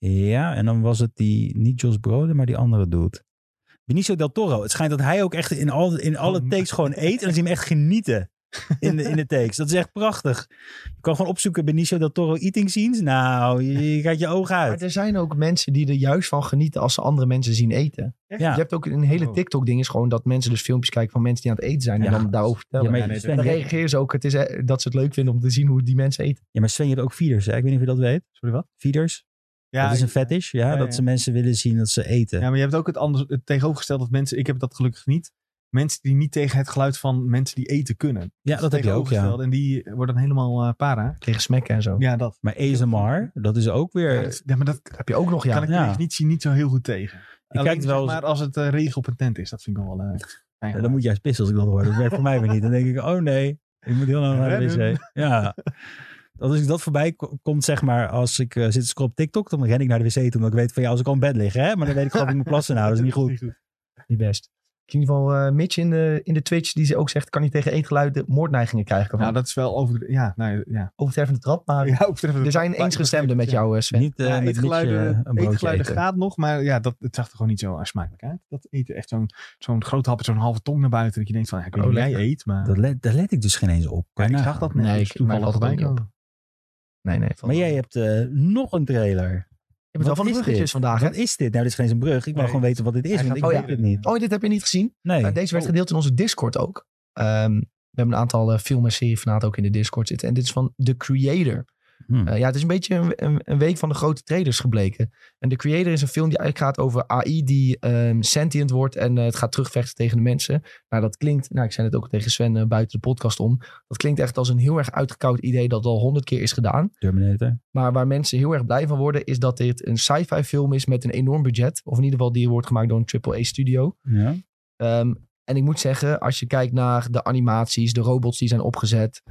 Speaker 3: Ja, en dan was het die, niet Jos Brode, maar die andere dude. Benicio del Toro. Het schijnt dat hij ook echt in, al, in alle
Speaker 2: Oh,
Speaker 3: takes gewoon eet. En dan zie je hem echt genieten in de, in de takes. Dat is echt prachtig. Je kan gewoon opzoeken Benicio del Toro eating scenes. Nou, je, je gaat je ogen
Speaker 1: Maar
Speaker 3: uit.
Speaker 1: er zijn ook mensen die er juist van genieten als ze andere mensen zien eten.
Speaker 3: Ja.
Speaker 1: Je hebt ook een hele
Speaker 2: Oh.
Speaker 1: TikTok-ding is gewoon dat mensen dus filmpjes kijken van mensen die aan het eten zijn en
Speaker 3: Ja.
Speaker 1: dan daarover
Speaker 3: Ja,
Speaker 1: vertellen.
Speaker 3: maar,
Speaker 2: Ja, nee,
Speaker 3: Sven,
Speaker 1: dan
Speaker 3: je-
Speaker 1: reageren ze ook het is, eh, dat ze het leuk vinden om te zien hoe die mensen eten.
Speaker 3: ja, maar Sven, je hebt ook feeders. Hè? Ik weet niet of je dat weet.
Speaker 2: sorry, wat?
Speaker 3: Feeders.
Speaker 2: Ja,
Speaker 3: dat is een
Speaker 2: ik-
Speaker 3: fetish. Ja,
Speaker 2: Ja,
Speaker 3: dat
Speaker 2: ja.
Speaker 3: ze mensen willen zien dat ze eten.
Speaker 2: Ja, maar je hebt ook het, anders, het tegenovergestelde dat mensen, ik heb dat gelukkig niet, mensen die niet tegen het geluid van mensen die eten kunnen. Dus
Speaker 3: Ja, dat heb je ook, ja.
Speaker 2: Tegenovergestelde En die worden dan helemaal eh, para.
Speaker 1: Tegen smekken en zo.
Speaker 2: Ja, dat.
Speaker 3: Maar ASMR, dat is ook
Speaker 2: Ja,
Speaker 3: weer...
Speaker 2: dat- ja, maar dat
Speaker 1: Heb je ook nog, ja.
Speaker 2: kan ik
Speaker 3: Eh, Ja.
Speaker 2: de definitie niet zo heel goed tegen.
Speaker 3: Ik
Speaker 2: Alleen,
Speaker 3: kijk wel eens-
Speaker 2: zeg maar als het eh, regen op een tent is, dat vind ik wel eh fijn.
Speaker 3: Ja, dan moet je juist pissen als ik dat hoor. Dat werkt voor mij weer niet. Dan denk ik, oh nee, ik moet heel lang naar de
Speaker 2: Rennen.
Speaker 3: wc. Ja. Als ik dat voorbij ko- komt, zeg maar, als ik eh, zit te scrollen op TikTok, dan ren ik naar de wc toe. Omdat ik weet van, ja, als ik al in bed lig, hè. Maar dan weet ik gewoon, dat ik moet plassen nou. Dat is niet goed.
Speaker 1: Niet best. In ieder geval eh, Mitch in de, in de Twitch die ze ook zegt, kan niet tegen eetgeluiden moordneigingen krijgen.
Speaker 2: Nou,
Speaker 1: Nou,
Speaker 2: dat is wel over. Ja, nou ja.
Speaker 1: Overtreffende trap, maar
Speaker 2: ja over
Speaker 1: er zijn eensgestemden met jou eh, Sven.
Speaker 3: Niet Ah, dus, eh
Speaker 2: Ja,
Speaker 3: met
Speaker 2: eetgeluiden,
Speaker 3: Mitch, eh, een broodje
Speaker 2: eetgeluiden
Speaker 3: eten.
Speaker 2: gaat nog, maar ja, dat, het zag er gewoon niet zo smakelijk uit. Dat eten echt zo'n zo'n grote hap, zo'n halve tong naar buiten. Dat je denkt van, ja, ik weet
Speaker 1: Oh,
Speaker 2: niet hoe jij
Speaker 1: lekker.
Speaker 2: eet, maar
Speaker 3: Dat let, daar let ik dus geen eens op.
Speaker 2: Ja,
Speaker 3: Kan je
Speaker 2: ik
Speaker 3: nagaan.
Speaker 2: zag dat
Speaker 1: Nee,
Speaker 2: net. Dus Nee,
Speaker 1: ik- mij valt het ook niet Nee, nee.
Speaker 3: Maar jij hebt eh, nog een trailer.
Speaker 1: hebt wel
Speaker 3: wat
Speaker 1: van de
Speaker 3: is
Speaker 1: bruggetjes vandaag, hè?
Speaker 3: Wat is dit? Nou, dit is geen eens een brug. Ik wil
Speaker 2: Nee.
Speaker 3: gewoon weten wat dit is,
Speaker 2: Hij
Speaker 3: want ik
Speaker 2: gaat-
Speaker 1: oh
Speaker 3: weet
Speaker 1: ja.
Speaker 3: het niet.
Speaker 1: Oh, dit heb je niet gezien?
Speaker 3: Nee.
Speaker 1: Uh, deze werd
Speaker 2: Oh.
Speaker 1: gedeeld in onze Discord ook. Ehm, we hebben een aantal eh, film- en seriefanaten ook in de Discord zitten. En dit is van The Creator.
Speaker 3: Hm.
Speaker 1: Eh, ja, het is een beetje een, een, een week van de grote trailers gebleken. En The Creator is een film die eigenlijk gaat over AI die ehm, sentient wordt en eh, het gaat terugvechten tegen de mensen. Nou, dat klinkt, nou, ik zei het ook tegen Sven eh, buiten de podcast om. Dat klinkt echt als een heel erg uitgekoud idee dat al honderd keer is gedaan.
Speaker 3: Terminator.
Speaker 1: Maar waar mensen heel erg blij van worden, is dat dit een sci-fi film is met een enorm budget. Of in ieder geval die wordt gemaakt door een AAA studio.
Speaker 3: Ja.
Speaker 1: Ehm, en ik moet zeggen, als je kijkt naar de animaties, de robots die zijn opgezet,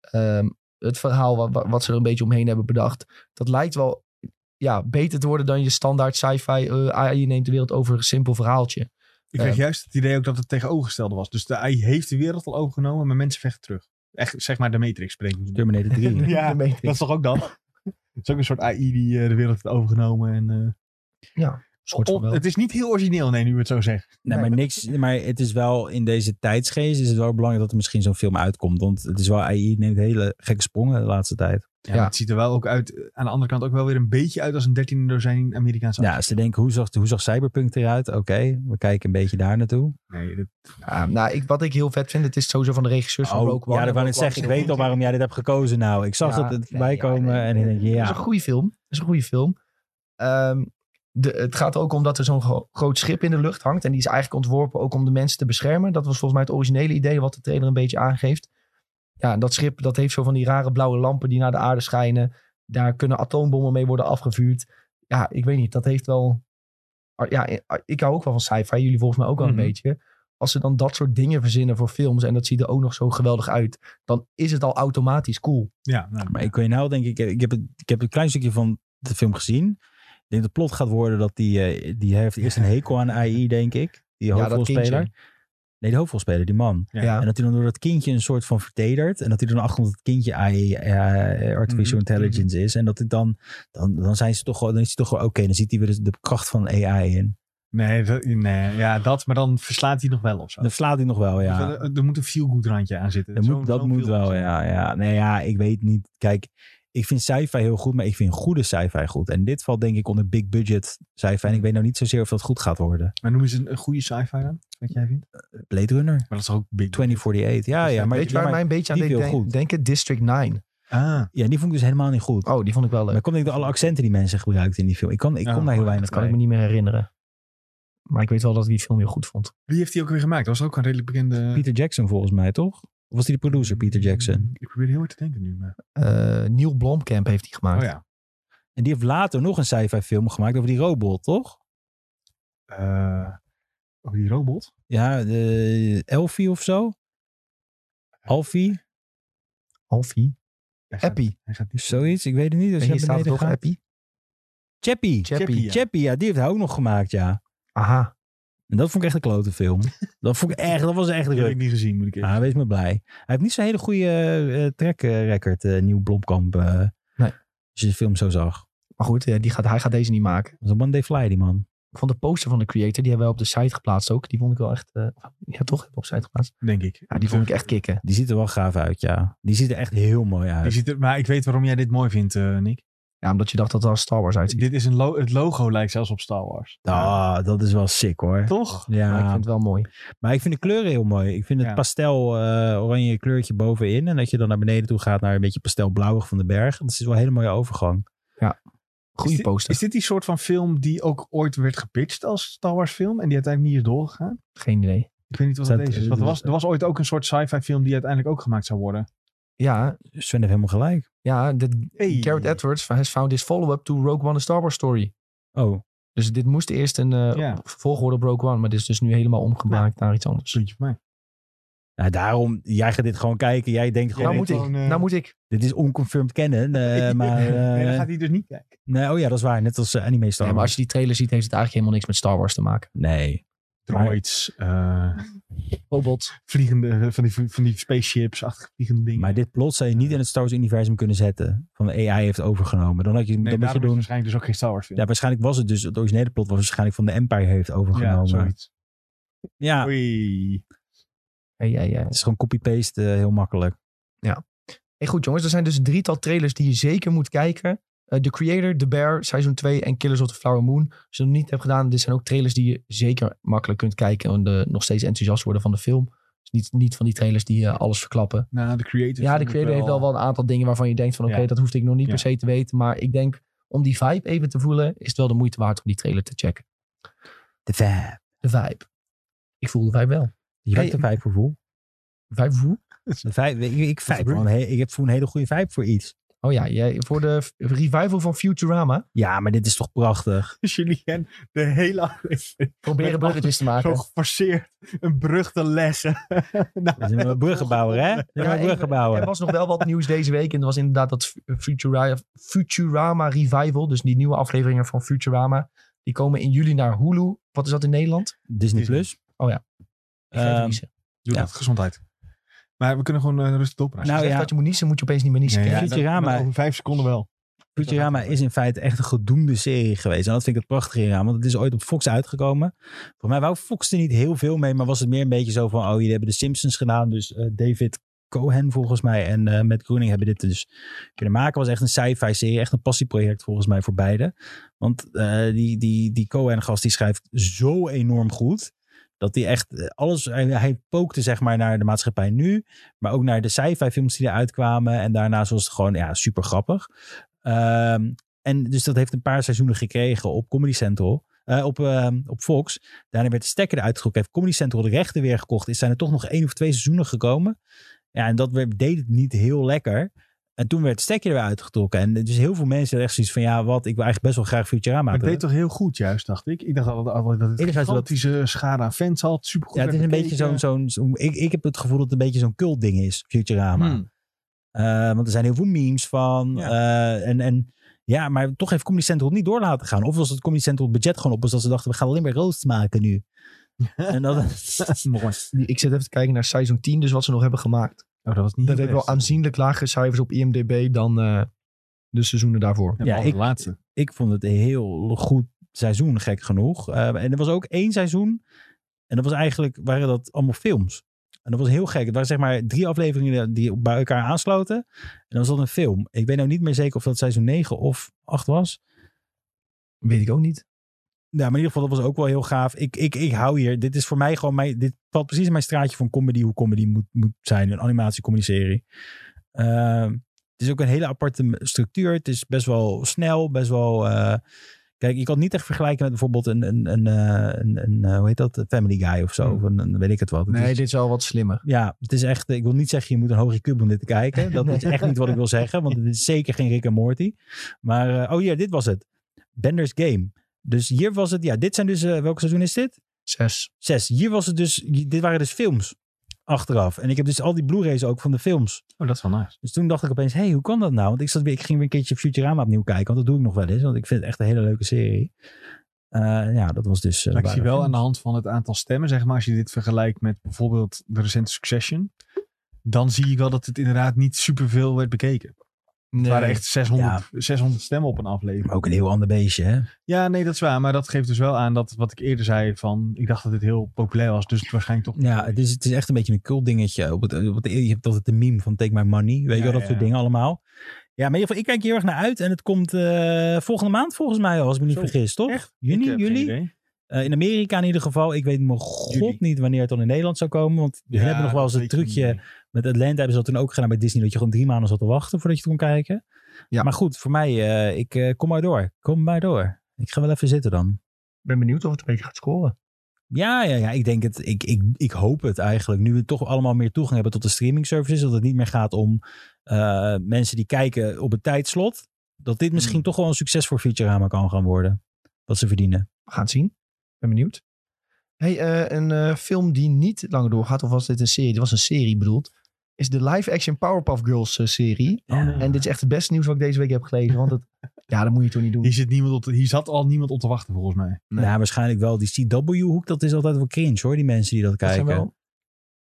Speaker 1: ehm, het verhaal wa- wa- wat, ze er een beetje omheen hebben bedacht, dat lijkt wel ja, beter te worden dan je standaard sci-fi. eh, AI neemt de wereld over een simpel verhaaltje.
Speaker 2: Ik kreeg
Speaker 1: Eh.
Speaker 2: juist het idee ook dat het tegenovergestelde was. Dus de AI heeft de wereld al overgenomen, maar mensen vechten terug. Echt, zeg maar de Matrix brengt.
Speaker 3: Terminator 3.
Speaker 2: Ja,
Speaker 1: De Matrix.
Speaker 2: Dat is toch ook dat? Het is ook een soort AI die eh, de wereld heeft overgenomen. En, eh,
Speaker 1: soort van
Speaker 2: on-
Speaker 1: wel.
Speaker 2: het is niet heel origineel, nee, nu we het zo zeggen.
Speaker 3: Nee, maar, niks, maar het is wel in deze tijdsgeest is het wel belangrijk dat er misschien zo'n film uitkomt. Want het is wel, AI neemt hele gekke sprongen de laatste tijd.
Speaker 2: Ja, maar Het ziet er wel ook uit, eh, aan de andere kant ook wel weer een beetje uit als een 13e dozijn Amerikaanse
Speaker 3: Ja, als ze denken, hoe zag, hoe zag Cyberpunk eruit? Oké, we kijken een beetje daar naartoe.
Speaker 2: Nee, dat,
Speaker 1: Ja, nou, ik, wat ik heel vet vind, het is sowieso van de regisseurs van
Speaker 3: Oh,
Speaker 1: Rogue One.
Speaker 3: ja, dat wou
Speaker 1: Rogue
Speaker 3: ik
Speaker 1: One
Speaker 3: zeggen. Ik
Speaker 1: is een
Speaker 3: weet al waarom jij dit hebt gekozen nou. Ik zag
Speaker 1: Ja,
Speaker 3: dat het
Speaker 1: nee,
Speaker 3: voorbij
Speaker 1: ja,
Speaker 3: komen
Speaker 1: nee,
Speaker 3: en ik
Speaker 1: nee.
Speaker 3: denk, ja.
Speaker 1: Dat is een goede film. Dat is een goede film. Ehm, de, het gaat er ook om dat er zo'n gro- groot schip in de lucht hangt. En die is eigenlijk ontworpen ook om de mensen te beschermen. Dat was volgens mij het originele idee wat de trailer een beetje aangeeft. Ja, en dat schip dat heeft zo van die rare blauwe lampen die naar de aarde schijnen. Daar kunnen atoombommen mee worden afgevuurd. Ja, ik weet niet. Dat heeft wel... ah, Ja, eh, ah, ik hou ook wel van sci-fi. Jullie volgens mij ook wel
Speaker 2: Mhm.
Speaker 1: een beetje. Als ze dan dat soort dingen verzinnen voor films... en dat ziet er ook nog zo geweldig uit... dan is het al automatisch cool.
Speaker 2: ja, nou,
Speaker 3: Maar ik weet nou denk ik, ik heb, het, ik heb een klein stukje van de film gezien. Ik denk dat het plot gaat worden dat die, eh, die heeft eerst een hekel aan AI, denk ik. Die
Speaker 1: dat
Speaker 3: hoofdrolspeler.
Speaker 1: kindje.
Speaker 3: Nee, de hoofdrolspeler, die man.
Speaker 2: Ja.
Speaker 3: En dat hij dan door dat kindje een soort van vertedert. En dat hij dan achterkomt dat het kindje AI, eh, artificial
Speaker 2: Mhm.
Speaker 3: intelligence is. En dat het dan, dan, dan zijn ze toch gewoon, dan is hij toch gewoon, oké, dan ziet hij weer de- de kracht van AI in.
Speaker 2: nee, dat, nee, ja, dat, maar dan verslaat hij nog wel of zo.
Speaker 3: Dan slaat hij nog wel, ja.
Speaker 2: Dus er, er moet een feel-good randje aan zitten.
Speaker 3: Dat
Speaker 2: Zo'n-
Speaker 3: moet, dat
Speaker 2: zo'n
Speaker 3: moet
Speaker 2: film.
Speaker 3: wel, ja, ja. Nee, ja, ik weet niet. Kijk, ik vind sci-fi heel goed, maar ik vind goede sci-fi goed. En dit valt denk ik onder big budget sci-fi. En ik weet nou niet zozeer of dat goed gaat worden.
Speaker 2: Maar noem eens een, een goede sci-fi dan, wat jij vindt.
Speaker 3: Blade Runner,
Speaker 2: Maar dat is toch ook big.
Speaker 3: 2048. Ja,
Speaker 2: Dus
Speaker 3: ja, maar,
Speaker 1: Weet je
Speaker 3: ja,
Speaker 1: waar
Speaker 3: maar-
Speaker 1: mij een beetje aan
Speaker 3: die
Speaker 1: deed
Speaker 3: viel
Speaker 1: de-
Speaker 3: goed.
Speaker 1: denken? District 9.
Speaker 2: Ah,
Speaker 3: ja, die vond ik dus helemaal niet goed.
Speaker 1: Oh, die vond ik wel leuk.
Speaker 3: Maar dan kom ik door alle accenten die mensen gebruikten in die film. Ik, kan, ik
Speaker 2: Ja,
Speaker 3: kom daar heel
Speaker 2: maar
Speaker 3: weinig
Speaker 1: Dat kan ik
Speaker 3: bij.
Speaker 1: me niet meer herinneren. Maar ik weet wel dat ik die film heel goed vond.
Speaker 2: wie heeft die ook weer gemaakt? Dat was ook een redelijk bekende... Hmm,
Speaker 3: Peter Jackson volgens mij, toch? Of was die de
Speaker 2: Mm.
Speaker 3: producer, Peter Jackson?
Speaker 2: Ik probeer heel hard te denken nu. Maar...
Speaker 1: Eh Neil Blomkamp heeft die gemaakt.
Speaker 2: Oh ja.
Speaker 3: En die heeft later nog een sci-fi film gemaakt over die robot, toch?
Speaker 2: Eh, oh, die robot?
Speaker 3: Ja, de Elfie of zo. Alfie,
Speaker 1: Alfie.
Speaker 2: Hij gaat-
Speaker 1: Appie.
Speaker 2: Hij gaat niet
Speaker 3: zoiets. Ik weet het niet. Dus
Speaker 1: En
Speaker 3: je
Speaker 1: hier staat toch Appie?
Speaker 3: Chappie.
Speaker 1: Chappie.
Speaker 2: ja.
Speaker 3: Chappie, ja, die heeft hij ook nog gemaakt, ja.
Speaker 1: Aha.
Speaker 3: En dat vond ik echt een klote film. dat vond ik echt, dat was echt
Speaker 2: Dat heb ik
Speaker 3: druk.
Speaker 2: niet gezien, moet ik eerlijk
Speaker 3: Ah, wees maar blij. Hij heeft niet zo'n hele goede eh, eh track eh, record, eh, Nieuw Blomkamp. eh,
Speaker 1: Nee.
Speaker 3: Als je de film zo zag.
Speaker 1: Maar goed, eh, die gaat, hij gaat deze niet maken.
Speaker 3: Dat was een one day fly, die man.
Speaker 1: Ik vond de poster van de creator, die hebben wij op de site geplaatst ook. Die vond ik wel echt... eh, ja, toch hebben we op site geplaatst.
Speaker 2: denk ik.
Speaker 1: Ja, Ah. die vond ik echt kicken.
Speaker 3: Die ziet er wel gaaf uit, ja. Die ziet er echt heel mooi
Speaker 2: Die
Speaker 3: uit.
Speaker 2: ziet er, maar ik weet waarom jij dit mooi vindt, eh, Nick.
Speaker 1: Ja, omdat je dacht dat het als Star Wars uitziet.
Speaker 2: Dit is een lo- het logo lijkt zelfs op Star Wars.
Speaker 3: Ah, dat is wel sick, hoor.
Speaker 2: Toch?
Speaker 1: Maar ik
Speaker 3: Ja,
Speaker 1: vind het wel mooi.
Speaker 3: maar ik vind de kleuren heel mooi. Ik vind het
Speaker 2: Ja.
Speaker 3: pastel eh, oranje kleurtje bovenin. En dat je dan naar beneden toe gaat naar een beetje pastelblauwig van de berg. Dat is wel een hele mooie overgang.
Speaker 2: Is
Speaker 1: Goede
Speaker 2: dit-
Speaker 1: poster.
Speaker 2: Is dit die soort van film die ook ooit werd gepitcht als Star Wars film en die uiteindelijk niet is doorgegaan?
Speaker 1: Geen idee.
Speaker 2: Ik weet niet wat
Speaker 3: Zat-
Speaker 2: dat deze is. Want er was, er was ooit ook een soort sci-fi film die uiteindelijk ook gemaakt zou worden.
Speaker 1: Ja,
Speaker 3: Sven heeft helemaal gelijk.
Speaker 1: Ja, dit,
Speaker 2: Hey.
Speaker 1: Garrett Edwards has found his follow-up to Rogue One, A Star Wars Story.
Speaker 3: Oh,
Speaker 1: Dus dit moest eerst een eh,
Speaker 2: Ja.
Speaker 1: vervolg worden op Rogue One, maar dit is dus nu helemaal omgemaakt naar iets anders.
Speaker 2: Zoetje van mij.
Speaker 3: nou, daarom, jij gaat dit gewoon kijken. Jij denkt gewoon,
Speaker 1: nou,
Speaker 2: dit
Speaker 1: moet ik,
Speaker 2: gewoon, eh,
Speaker 1: nou moet ik.
Speaker 3: dit is onconfirmed kennen. eh, maar, eh,
Speaker 2: nee, dan gaat hij dus niet kijken.
Speaker 3: nee, oh ja, dat is waar. Net als eh, anime Star
Speaker 1: Nee, maar als je
Speaker 3: Wars.
Speaker 1: die trailer ziet, heeft het eigenlijk helemaal niks met Star Wars te maken.
Speaker 3: Nee.
Speaker 2: Droids, eh,
Speaker 1: Bijvoorbeeld,
Speaker 2: vliegende, eh, van die, van die spaceships, achtige vliegende dingen.
Speaker 3: Maar dit plot zou je niet in het Star Wars universum kunnen zetten. Van de AI heeft overgenomen. Dan, had je,
Speaker 2: nee,
Speaker 3: dan moet je
Speaker 2: daarom is
Speaker 3: doen...
Speaker 2: waarschijnlijk dus ook geen Star Wars film.
Speaker 3: Ja, waarschijnlijk was het dus... Het originele plot was waarschijnlijk van de Empire heeft overgenomen. Ja,
Speaker 2: zoiets. Oei.
Speaker 1: hey, hey, hey.
Speaker 3: het is gewoon copy-paste eh, heel makkelijk.
Speaker 1: Hey, goed jongens, er zijn dus een drietal trailers die je zeker moet kijken. Eh, the Creator, The Bear, Seizoen 2 en Killers of the Flower Moon. Als je dat nog niet hebt gedaan, dit zijn ook trailers die je zeker makkelijk kunt kijken. En eh, nog steeds enthousiast worden van de film. Dus niet, niet van die trailers die eh, alles verklappen.
Speaker 2: Nou, de
Speaker 1: Ja,
Speaker 2: creator.
Speaker 1: de
Speaker 2: vond ik
Speaker 1: creator heeft al wel een aantal dingen waarvan je denkt van oké,
Speaker 2: Ja.
Speaker 1: dat hoefde ik nog niet
Speaker 2: Ja.
Speaker 1: per se te weten. Maar ik denk om die vibe even te voelen, is het wel de moeite waard om die trailer te checken.
Speaker 3: De vijf.
Speaker 1: De vibe. Ik voel de vibe wel.
Speaker 3: Je
Speaker 1: Hey,
Speaker 3: hebt de vijf voor voel.
Speaker 1: Vibe voel?
Speaker 3: De vijf, ik, ik, vijf,
Speaker 2: gebeurt?
Speaker 3: man. Hey, ik heb voor een hele goede vijf voor iets.
Speaker 1: Oh ja, jij, voor de f- revival van Futurama.
Speaker 3: Ja, maar dit is toch prachtig.
Speaker 2: Dus jullie kennen de hele aflevering
Speaker 1: Proberen
Speaker 2: Met
Speaker 1: bruggetjes te
Speaker 2: zo
Speaker 1: maken.
Speaker 2: geforceerd een brug te lessen. nou,
Speaker 3: Dat is een bruggenbouwer, hè? Dat is
Speaker 1: Ja,
Speaker 3: een
Speaker 1: even-
Speaker 3: bruggenbouwer.
Speaker 1: Er was nog wel wat nieuws deze week. En dat was inderdaad dat Fu- Futura- Futurama Revival. Dus die nieuwe afleveringen van Futurama. Die komen in juli naar Hulu. Wat is dat in Nederland?
Speaker 3: Disney
Speaker 2: Disney.
Speaker 3: Plus.
Speaker 1: Oh ja. Ik ga even
Speaker 3: Ehm,
Speaker 1: niezen.
Speaker 2: doe
Speaker 3: Ja.
Speaker 2: dat, gezondheid. Maar we kunnen gewoon eh, rustig doorpraten.
Speaker 3: nou
Speaker 1: Als je
Speaker 3: ja.
Speaker 1: zegt dat je moet niezen, moet je opeens niet meer niezen.
Speaker 2: Nee,
Speaker 1: Kijk,
Speaker 2: ja,
Speaker 3: Futurama-
Speaker 2: dat- dat Over vijf seconden wel.
Speaker 3: Futurama is in feite echt een gedoemde serie geweest. En dat vind ik het prachtige hieraan. Want het is ooit op Fox uitgekomen. Volgens mij wou Fox er niet heel veel mee. Maar was het meer een beetje zo van... Oh, jullie hebben de Simpsons gedaan. Dus eh, David Cohen volgens mij en met Matt Groening hebben dit dus kunnen maken. was echt een sci-fi serie. Echt een passieproject volgens mij voor beide. Want eh, die, die, die Cohen gast die schrijft zo enorm goed. Dat hij echt eh, alles... Hij, hij pookte zeg maar naar de maatschappij nu. Maar ook naar de sci-fi films die eruit kwamen. En daarnaast was het gewoon ja, super grappig. Ehm, en dus dat heeft een paar seizoenen gekregen op Comedy Central. eh, op, ehm, op Fox. Daarna werd de stekker eruit getrokken. Heeft Comedy Central de rechten weer gekocht. Is zijn er toch nog één of twee seizoenen gekomen. Ja, en dat werd- deed het niet heel lekker. En toen werd het stekje er weer uitgetrokken. En dus heel veel mensen hadden echt zoiets van... Ja, wat? Ik wil eigenlijk best wel graag Futurama.
Speaker 2: Maar het deed
Speaker 3: terug.
Speaker 2: toch heel goed juist, dacht ik. Ik dacht al dat, al dat het
Speaker 3: Enerzijds wel-
Speaker 2: gigantische schade aan fans had. Supergoed
Speaker 3: Ja, het is
Speaker 2: werd
Speaker 3: een beetje zo'n...
Speaker 2: bekeken.
Speaker 3: zo'n zo'n- ik, ik heb het gevoel dat het een beetje zo'n cult ding is. Futurama.
Speaker 2: Hmm.
Speaker 3: Eh, want er zijn heel veel memes van.
Speaker 2: Ja.
Speaker 3: eh, en, en ja, maar toch heeft Comedy Central het niet door laten gaan. Of was het Comedy Central het budget gewoon op was dat ze dachten, we gaan alleen maar roast maken nu. en dat,
Speaker 2: Mooi.
Speaker 1: Ik zit even te kijken naar seizoen 10, dus wat ze nog hebben gemaakt.
Speaker 2: Oh, dat was niet
Speaker 1: Dat
Speaker 2: best.
Speaker 1: heeft wel aanzienlijk lagere cijfers op IMDb dan eh, de seizoenen daarvoor.
Speaker 2: Ja,
Speaker 3: Ja,
Speaker 2: behalve
Speaker 3: ik-
Speaker 2: de laatste.
Speaker 3: ik vond het een heel goed seizoen, gek genoeg. Eh, en er was ook één seizoen. En dat was eigenlijk, waren dat allemaal films. En dat was heel gek. Het waren zeg maar drie afleveringen die bij elkaar aansloten. En dan was dat een film. Ik weet nou niet meer zeker of dat seizoen 9 of 8 was.
Speaker 1: Weet ik ook niet.
Speaker 3: Ja, maar in ieder geval, dat was ook wel heel gaaf. Ik, ik, ik hou hier. Dit is voor mij gewoon mijn. Dit valt precies in mijn straatje van comedy, hoe comedy moet, moet zijn. Een animatie-comedy-serie. Ehm, het is ook een hele aparte m- structuur. Het is best wel snel, best wel. eh, Kijk, je kan het niet echt vergelijken met bijvoorbeeld een, een, een, eh, een, een, eh, hoe heet dat, Family Guy of zo.
Speaker 1: Hmm.
Speaker 3: Of een, een- weet ik het wat. Het
Speaker 1: Nee,
Speaker 3: is-
Speaker 1: dit is wel wat slimmer.
Speaker 3: Ja, het is echt, ik wil niet zeggen je moet een hoge cube om dit te kijken. Dat is echt niet wat ik wil zeggen, want het is zeker geen Rick en Morty. Maar, eh, oh ja, dit was het. Bender's Game. Dus hier was het, ja, dit zijn dus, eh welk seizoen is dit?
Speaker 1: Zes.
Speaker 3: Zes. Hier was het dus, dit waren dus films achteraf. En ik heb dus al die Blu-rays ook van de films.
Speaker 2: Oh, dat is wel nice.
Speaker 3: Dus toen dacht ik opeens, hé, hey, hoe kan dat nou? Want ik, zat weer, ik ging weer een keertje Futurama opnieuw kijken, want dat doe ik nog wel eens. Want ik vind het echt een hele leuke serie. Eh, ja, dat was dus... eh,
Speaker 2: Maar ik
Speaker 3: waren
Speaker 2: zie wel
Speaker 3: films.
Speaker 2: aan de hand van het aantal stemmen, zeg maar, als je dit vergelijkt met bijvoorbeeld de recente Succession, dan zie ik wel dat het inderdaad niet superveel werd bekeken.
Speaker 1: Nee.
Speaker 2: Er waren echt 600, 600 stemmen op een aflevering.
Speaker 3: Maar ook een heel ander beestje, hè?
Speaker 2: Ja, nee, dat is waar. Maar dat geeft dus wel aan dat wat ik eerder zei van, ik dacht dat dit heel populair was, dus het waarschijnlijk toch...
Speaker 3: Ja, het is, het is echt een beetje een cult dingetje. Op het, op het, je hebt altijd de meme van Take My Money. Weet je
Speaker 2: Ja,
Speaker 3: wel, dat
Speaker 2: ja,
Speaker 3: soort
Speaker 2: ja.
Speaker 3: dingen allemaal. Ja, maar in ieder geval, ik kijk hier heel erg naar uit. En het komt eh, volgende maand volgens mij al, als ik me niet
Speaker 2: Zo,
Speaker 3: vergis, toch?
Speaker 2: echt? Ik
Speaker 3: Juni,
Speaker 2: heb geen
Speaker 3: juli?
Speaker 2: idee.
Speaker 3: Eh, in Amerika in ieder geval. Ik weet mijn god
Speaker 2: Juli.
Speaker 3: niet wanneer het dan in Nederland zou komen. Want we
Speaker 2: Ja,
Speaker 3: hebben nog wel eens
Speaker 2: dat
Speaker 3: het
Speaker 2: weet je
Speaker 3: trucje.
Speaker 2: niet.
Speaker 3: Met Atlanta hebben ze dat toen ook gedaan bij Disney. Dat je gewoon drie maanden zat te wachten voordat je het kon kijken.
Speaker 1: Ja.
Speaker 3: Maar goed, voor mij, eh, ik eh, kom maar door. Kom maar door. Ik ga wel even zitten dan.
Speaker 1: Ik ben benieuwd of het een beetje gaat scoren.
Speaker 3: Ja, ja, ja, ik denk het. Ik, ik, ik hoop het eigenlijk. Nu we toch allemaal meer toegang hebben tot de streaming services. Dat het niet meer gaat om eh, mensen die kijken op het tijdslot. Dat dit misschien
Speaker 2: Hmm.
Speaker 3: toch wel een succes voor Futurama kan gaan worden. Wat ze verdienen.
Speaker 1: We gaan het zien. Ik ben benieuwd. Hey, eh, een eh, film die niet langer doorgaat, of was dit een serie? Dit was een serie bedoeld. Is de live-action Powerpuff Girls eh, serie.
Speaker 3: Ja.
Speaker 1: En dit is echt het beste nieuws wat ik deze week heb gelezen. Want het, ja, dat moet je toch niet doen.
Speaker 2: Hier, zit niemand op te- hier zat al niemand op te wachten, volgens mij.
Speaker 1: nee.
Speaker 3: Nou, waarschijnlijk wel. Die CW-hoek, dat is altijd wel cringe hoor. Die mensen die dat
Speaker 1: Dat
Speaker 3: kijken.
Speaker 1: zijn wel-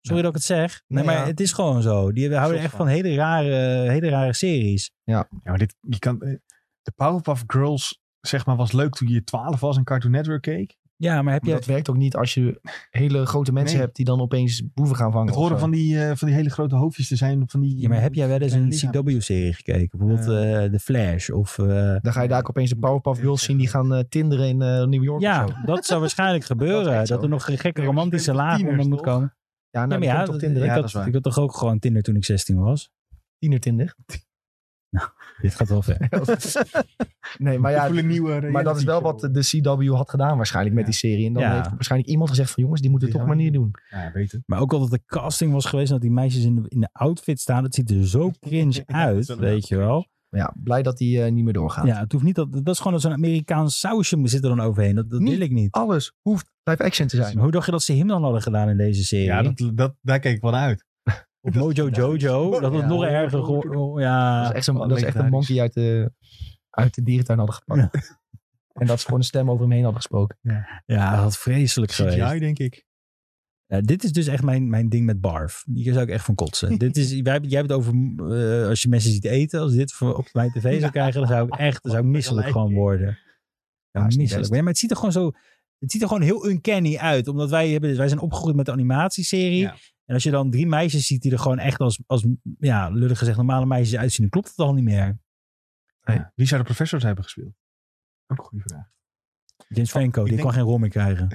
Speaker 3: Sorry dat ik het zeg. Nee,
Speaker 1: Nee,
Speaker 3: maar
Speaker 1: ja.
Speaker 3: het is gewoon zo. Die houden
Speaker 2: Soms
Speaker 3: echt van
Speaker 2: wel.
Speaker 3: hele rare, hele rare series.
Speaker 2: Ja, maar dit, je kan... eh, De Powerpuff Girls, zeg maar, was leuk toen je 12 was en Cartoon Network keek.
Speaker 1: Oh,
Speaker 3: Ja, maar heb
Speaker 1: Maar
Speaker 3: je...
Speaker 1: dat werkt ook niet als je hele grote mensen
Speaker 2: Nee.
Speaker 1: hebt die dan opeens boeven gaan vangen.
Speaker 2: Het horen
Speaker 1: of zo.
Speaker 2: van die, eh, van die hele grote hoofdjes te zijn. Van die,
Speaker 3: Ja, maar heb jij wel eens
Speaker 2: Kleine
Speaker 3: een
Speaker 2: lichaam.
Speaker 3: CW-serie gekeken? Bijvoorbeeld eh The Flash of... eh,
Speaker 1: Dan ga je daar ook opeens de Powerpuff Girls zien die gaan eh, tinderen in eh, New York
Speaker 3: Ja,
Speaker 1: of zo.
Speaker 3: dat zou waarschijnlijk
Speaker 1: Dat
Speaker 3: gebeuren.
Speaker 1: is
Speaker 3: Dat,
Speaker 1: echt
Speaker 3: er
Speaker 1: zo.
Speaker 3: nog een gekke
Speaker 2: Ja,
Speaker 3: romantische
Speaker 2: je bent
Speaker 3: laag onder
Speaker 2: tieners,
Speaker 3: moet
Speaker 2: toch?
Speaker 3: komen.
Speaker 1: Ja,
Speaker 3: Ja,
Speaker 1: nou,
Speaker 3: maar
Speaker 1: die
Speaker 3: ja,
Speaker 1: komt toch
Speaker 3: dat-
Speaker 1: tinderen?
Speaker 2: Ja,
Speaker 3: ik, had,
Speaker 2: dat is waar.
Speaker 3: ik had toch ook gewoon Tinder toen ik 16 was?
Speaker 1: Tienertinder.
Speaker 3: Dit gaat wel ver.
Speaker 1: nee, maar ja,
Speaker 2: Voelen nieuwe
Speaker 1: maar dat is wel wat eh,
Speaker 2: reality
Speaker 1: de CW had gedaan waarschijnlijk met
Speaker 2: Ja.
Speaker 1: die serie. En dan
Speaker 3: Ja.
Speaker 1: heeft waarschijnlijk iemand gezegd van jongens, die moeten het
Speaker 2: Die
Speaker 1: toch maar
Speaker 2: gaan
Speaker 1: niet
Speaker 2: we
Speaker 1: doen.
Speaker 2: show. Ja, beter.
Speaker 3: Maar ook al dat de casting was geweest en dat die meisjes in de, in de outfit staan. Het ziet er zo cringe
Speaker 2: Ja, dat
Speaker 3: uit,
Speaker 2: is wel
Speaker 3: weet je wel.
Speaker 1: Maar ja, blij dat die eh, niet meer doorgaat.
Speaker 3: Ja, het hoeft niet dat, dat is gewoon zo'n Amerikaans sausje zit er dan overheen. Dat, dat
Speaker 1: Niet
Speaker 3: wil ik niet.
Speaker 1: Alles hoeft live action te zijn.
Speaker 3: Maar Hoe dacht je dat ze hem dan hadden gedaan in deze serie?
Speaker 2: Ja, dat, dat, daar kijk ik wel naar uit.
Speaker 3: of Mojo Jojo, dat het
Speaker 1: Ja.
Speaker 3: nog erger... gewo-
Speaker 1: Dat is
Speaker 3: Ja,
Speaker 1: echt, zo'n-
Speaker 2: wat
Speaker 1: dat is echt een
Speaker 2: legendarisch.
Speaker 1: monkey uit de, uit de dierentuin hadden gepakt. En dat ze gewoon een stem over hem heen hadden gesproken.
Speaker 3: ja, dat had vreselijk geweest.
Speaker 2: CGI, denk ik.
Speaker 3: Ja, dit is dus echt mijn, mijn ding met barf. Hier zou ik echt van kotsen. dit is, wij, hebben- jij hebt het over eh, als je mensen ziet eten. Als dit voor, op mijn tv zou krijgen, dan zou ik echt dan zou ik misselijk gewoon worden. Ja,
Speaker 1: is niet
Speaker 3: misselijk.
Speaker 1: best.
Speaker 3: Ja, maar het ziet er gewoon zo. Het ziet er gewoon heel uncanny uit. Omdat wij, hebben, wij zijn opgegroeid met de animatieserie.
Speaker 2: Ja.
Speaker 3: En als je dan drie meisjes ziet die er gewoon echt als, als ja, lullig gezegd normale meisjes uitzien, dan klopt het al niet meer.
Speaker 2: Ja. Wie zou de professors hebben gespeeld? Ook een goede vraag.
Speaker 3: James Franco,
Speaker 2: ik
Speaker 3: die
Speaker 2: denk-
Speaker 3: kan geen rol meer krijgen.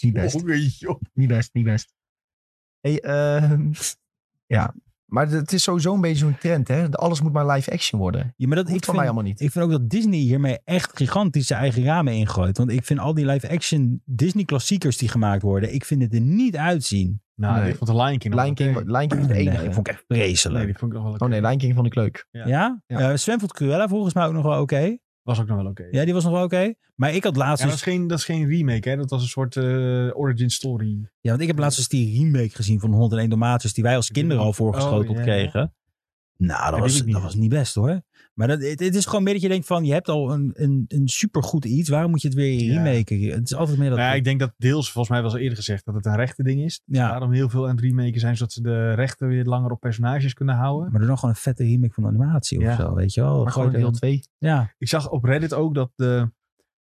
Speaker 1: Niet
Speaker 2: Oh.
Speaker 1: best. Niet best, niet best. Hey, ehm, ja, maar het is sowieso een beetje zo'n trend, hè? Alles moet maar live action worden.
Speaker 3: Ja, maar dat,
Speaker 1: Dat hoeft
Speaker 3: ik
Speaker 1: van
Speaker 3: vind,
Speaker 1: mij allemaal niet.
Speaker 3: Ik vind ook dat Disney hiermee echt gigantisch zijn eigen ramen ingooit. Want ik vind al die live-action Disney-klassiekers die gemaakt worden, ik vind het er niet uitzien.
Speaker 2: Nou,
Speaker 1: Nee.
Speaker 2: ik vond de Lion King nog
Speaker 1: Lion
Speaker 2: wel
Speaker 1: King,
Speaker 2: oké.
Speaker 1: Lion King is de
Speaker 3: Nee,
Speaker 1: enige.
Speaker 3: dat vond ik echt
Speaker 2: Nee,
Speaker 3: vreselijk.
Speaker 2: die vond ik nog wel oké.
Speaker 1: Oh nee, Lion King vond ik leuk.
Speaker 2: Ja.
Speaker 3: ja? Eh
Speaker 1: Ja.
Speaker 3: Sven vond Cruella volgens mij ook nog wel oké.
Speaker 2: Was ook nog wel oké. Ja,
Speaker 3: Ja, die was nog wel oké. Maar ik had laatst... dus- Ja,
Speaker 2: dat, is geen, dat is geen remake, hè. Dat was een soort eh, origin story.
Speaker 3: ja, want ik heb laatst dus die remake gezien van 101 Dalmatiërs die wij als kinderen al voorgeschoteld
Speaker 2: Oh, ja.
Speaker 3: kregen. Nou, dat,
Speaker 2: die
Speaker 3: was,
Speaker 2: heb ik niet.
Speaker 3: dat was niet best hoor. Maar dat, het, het is gewoon meer dat je denkt van, je hebt al een, een, een supergoed iets. Waarom moet je het weer
Speaker 2: Ja.
Speaker 3: remaken? Het is altijd meer dat...
Speaker 2: Nou ja, ik denk dat deels, volgens mij was al eerder gezegd, dat het een rechte ding is.
Speaker 3: Ja.
Speaker 2: Daarom heel veel aan het remaken zijn, zodat ze de rechten weer langer op personages kunnen houden.
Speaker 3: Maar doe dan gewoon een vette remake van de animatie of
Speaker 2: Ja.
Speaker 3: zo, weet je wel.
Speaker 1: maar
Speaker 3: Gooi
Speaker 1: gewoon
Speaker 3: er-
Speaker 1: deel 2.
Speaker 3: Ja.
Speaker 2: Ik zag op Reddit ook dat de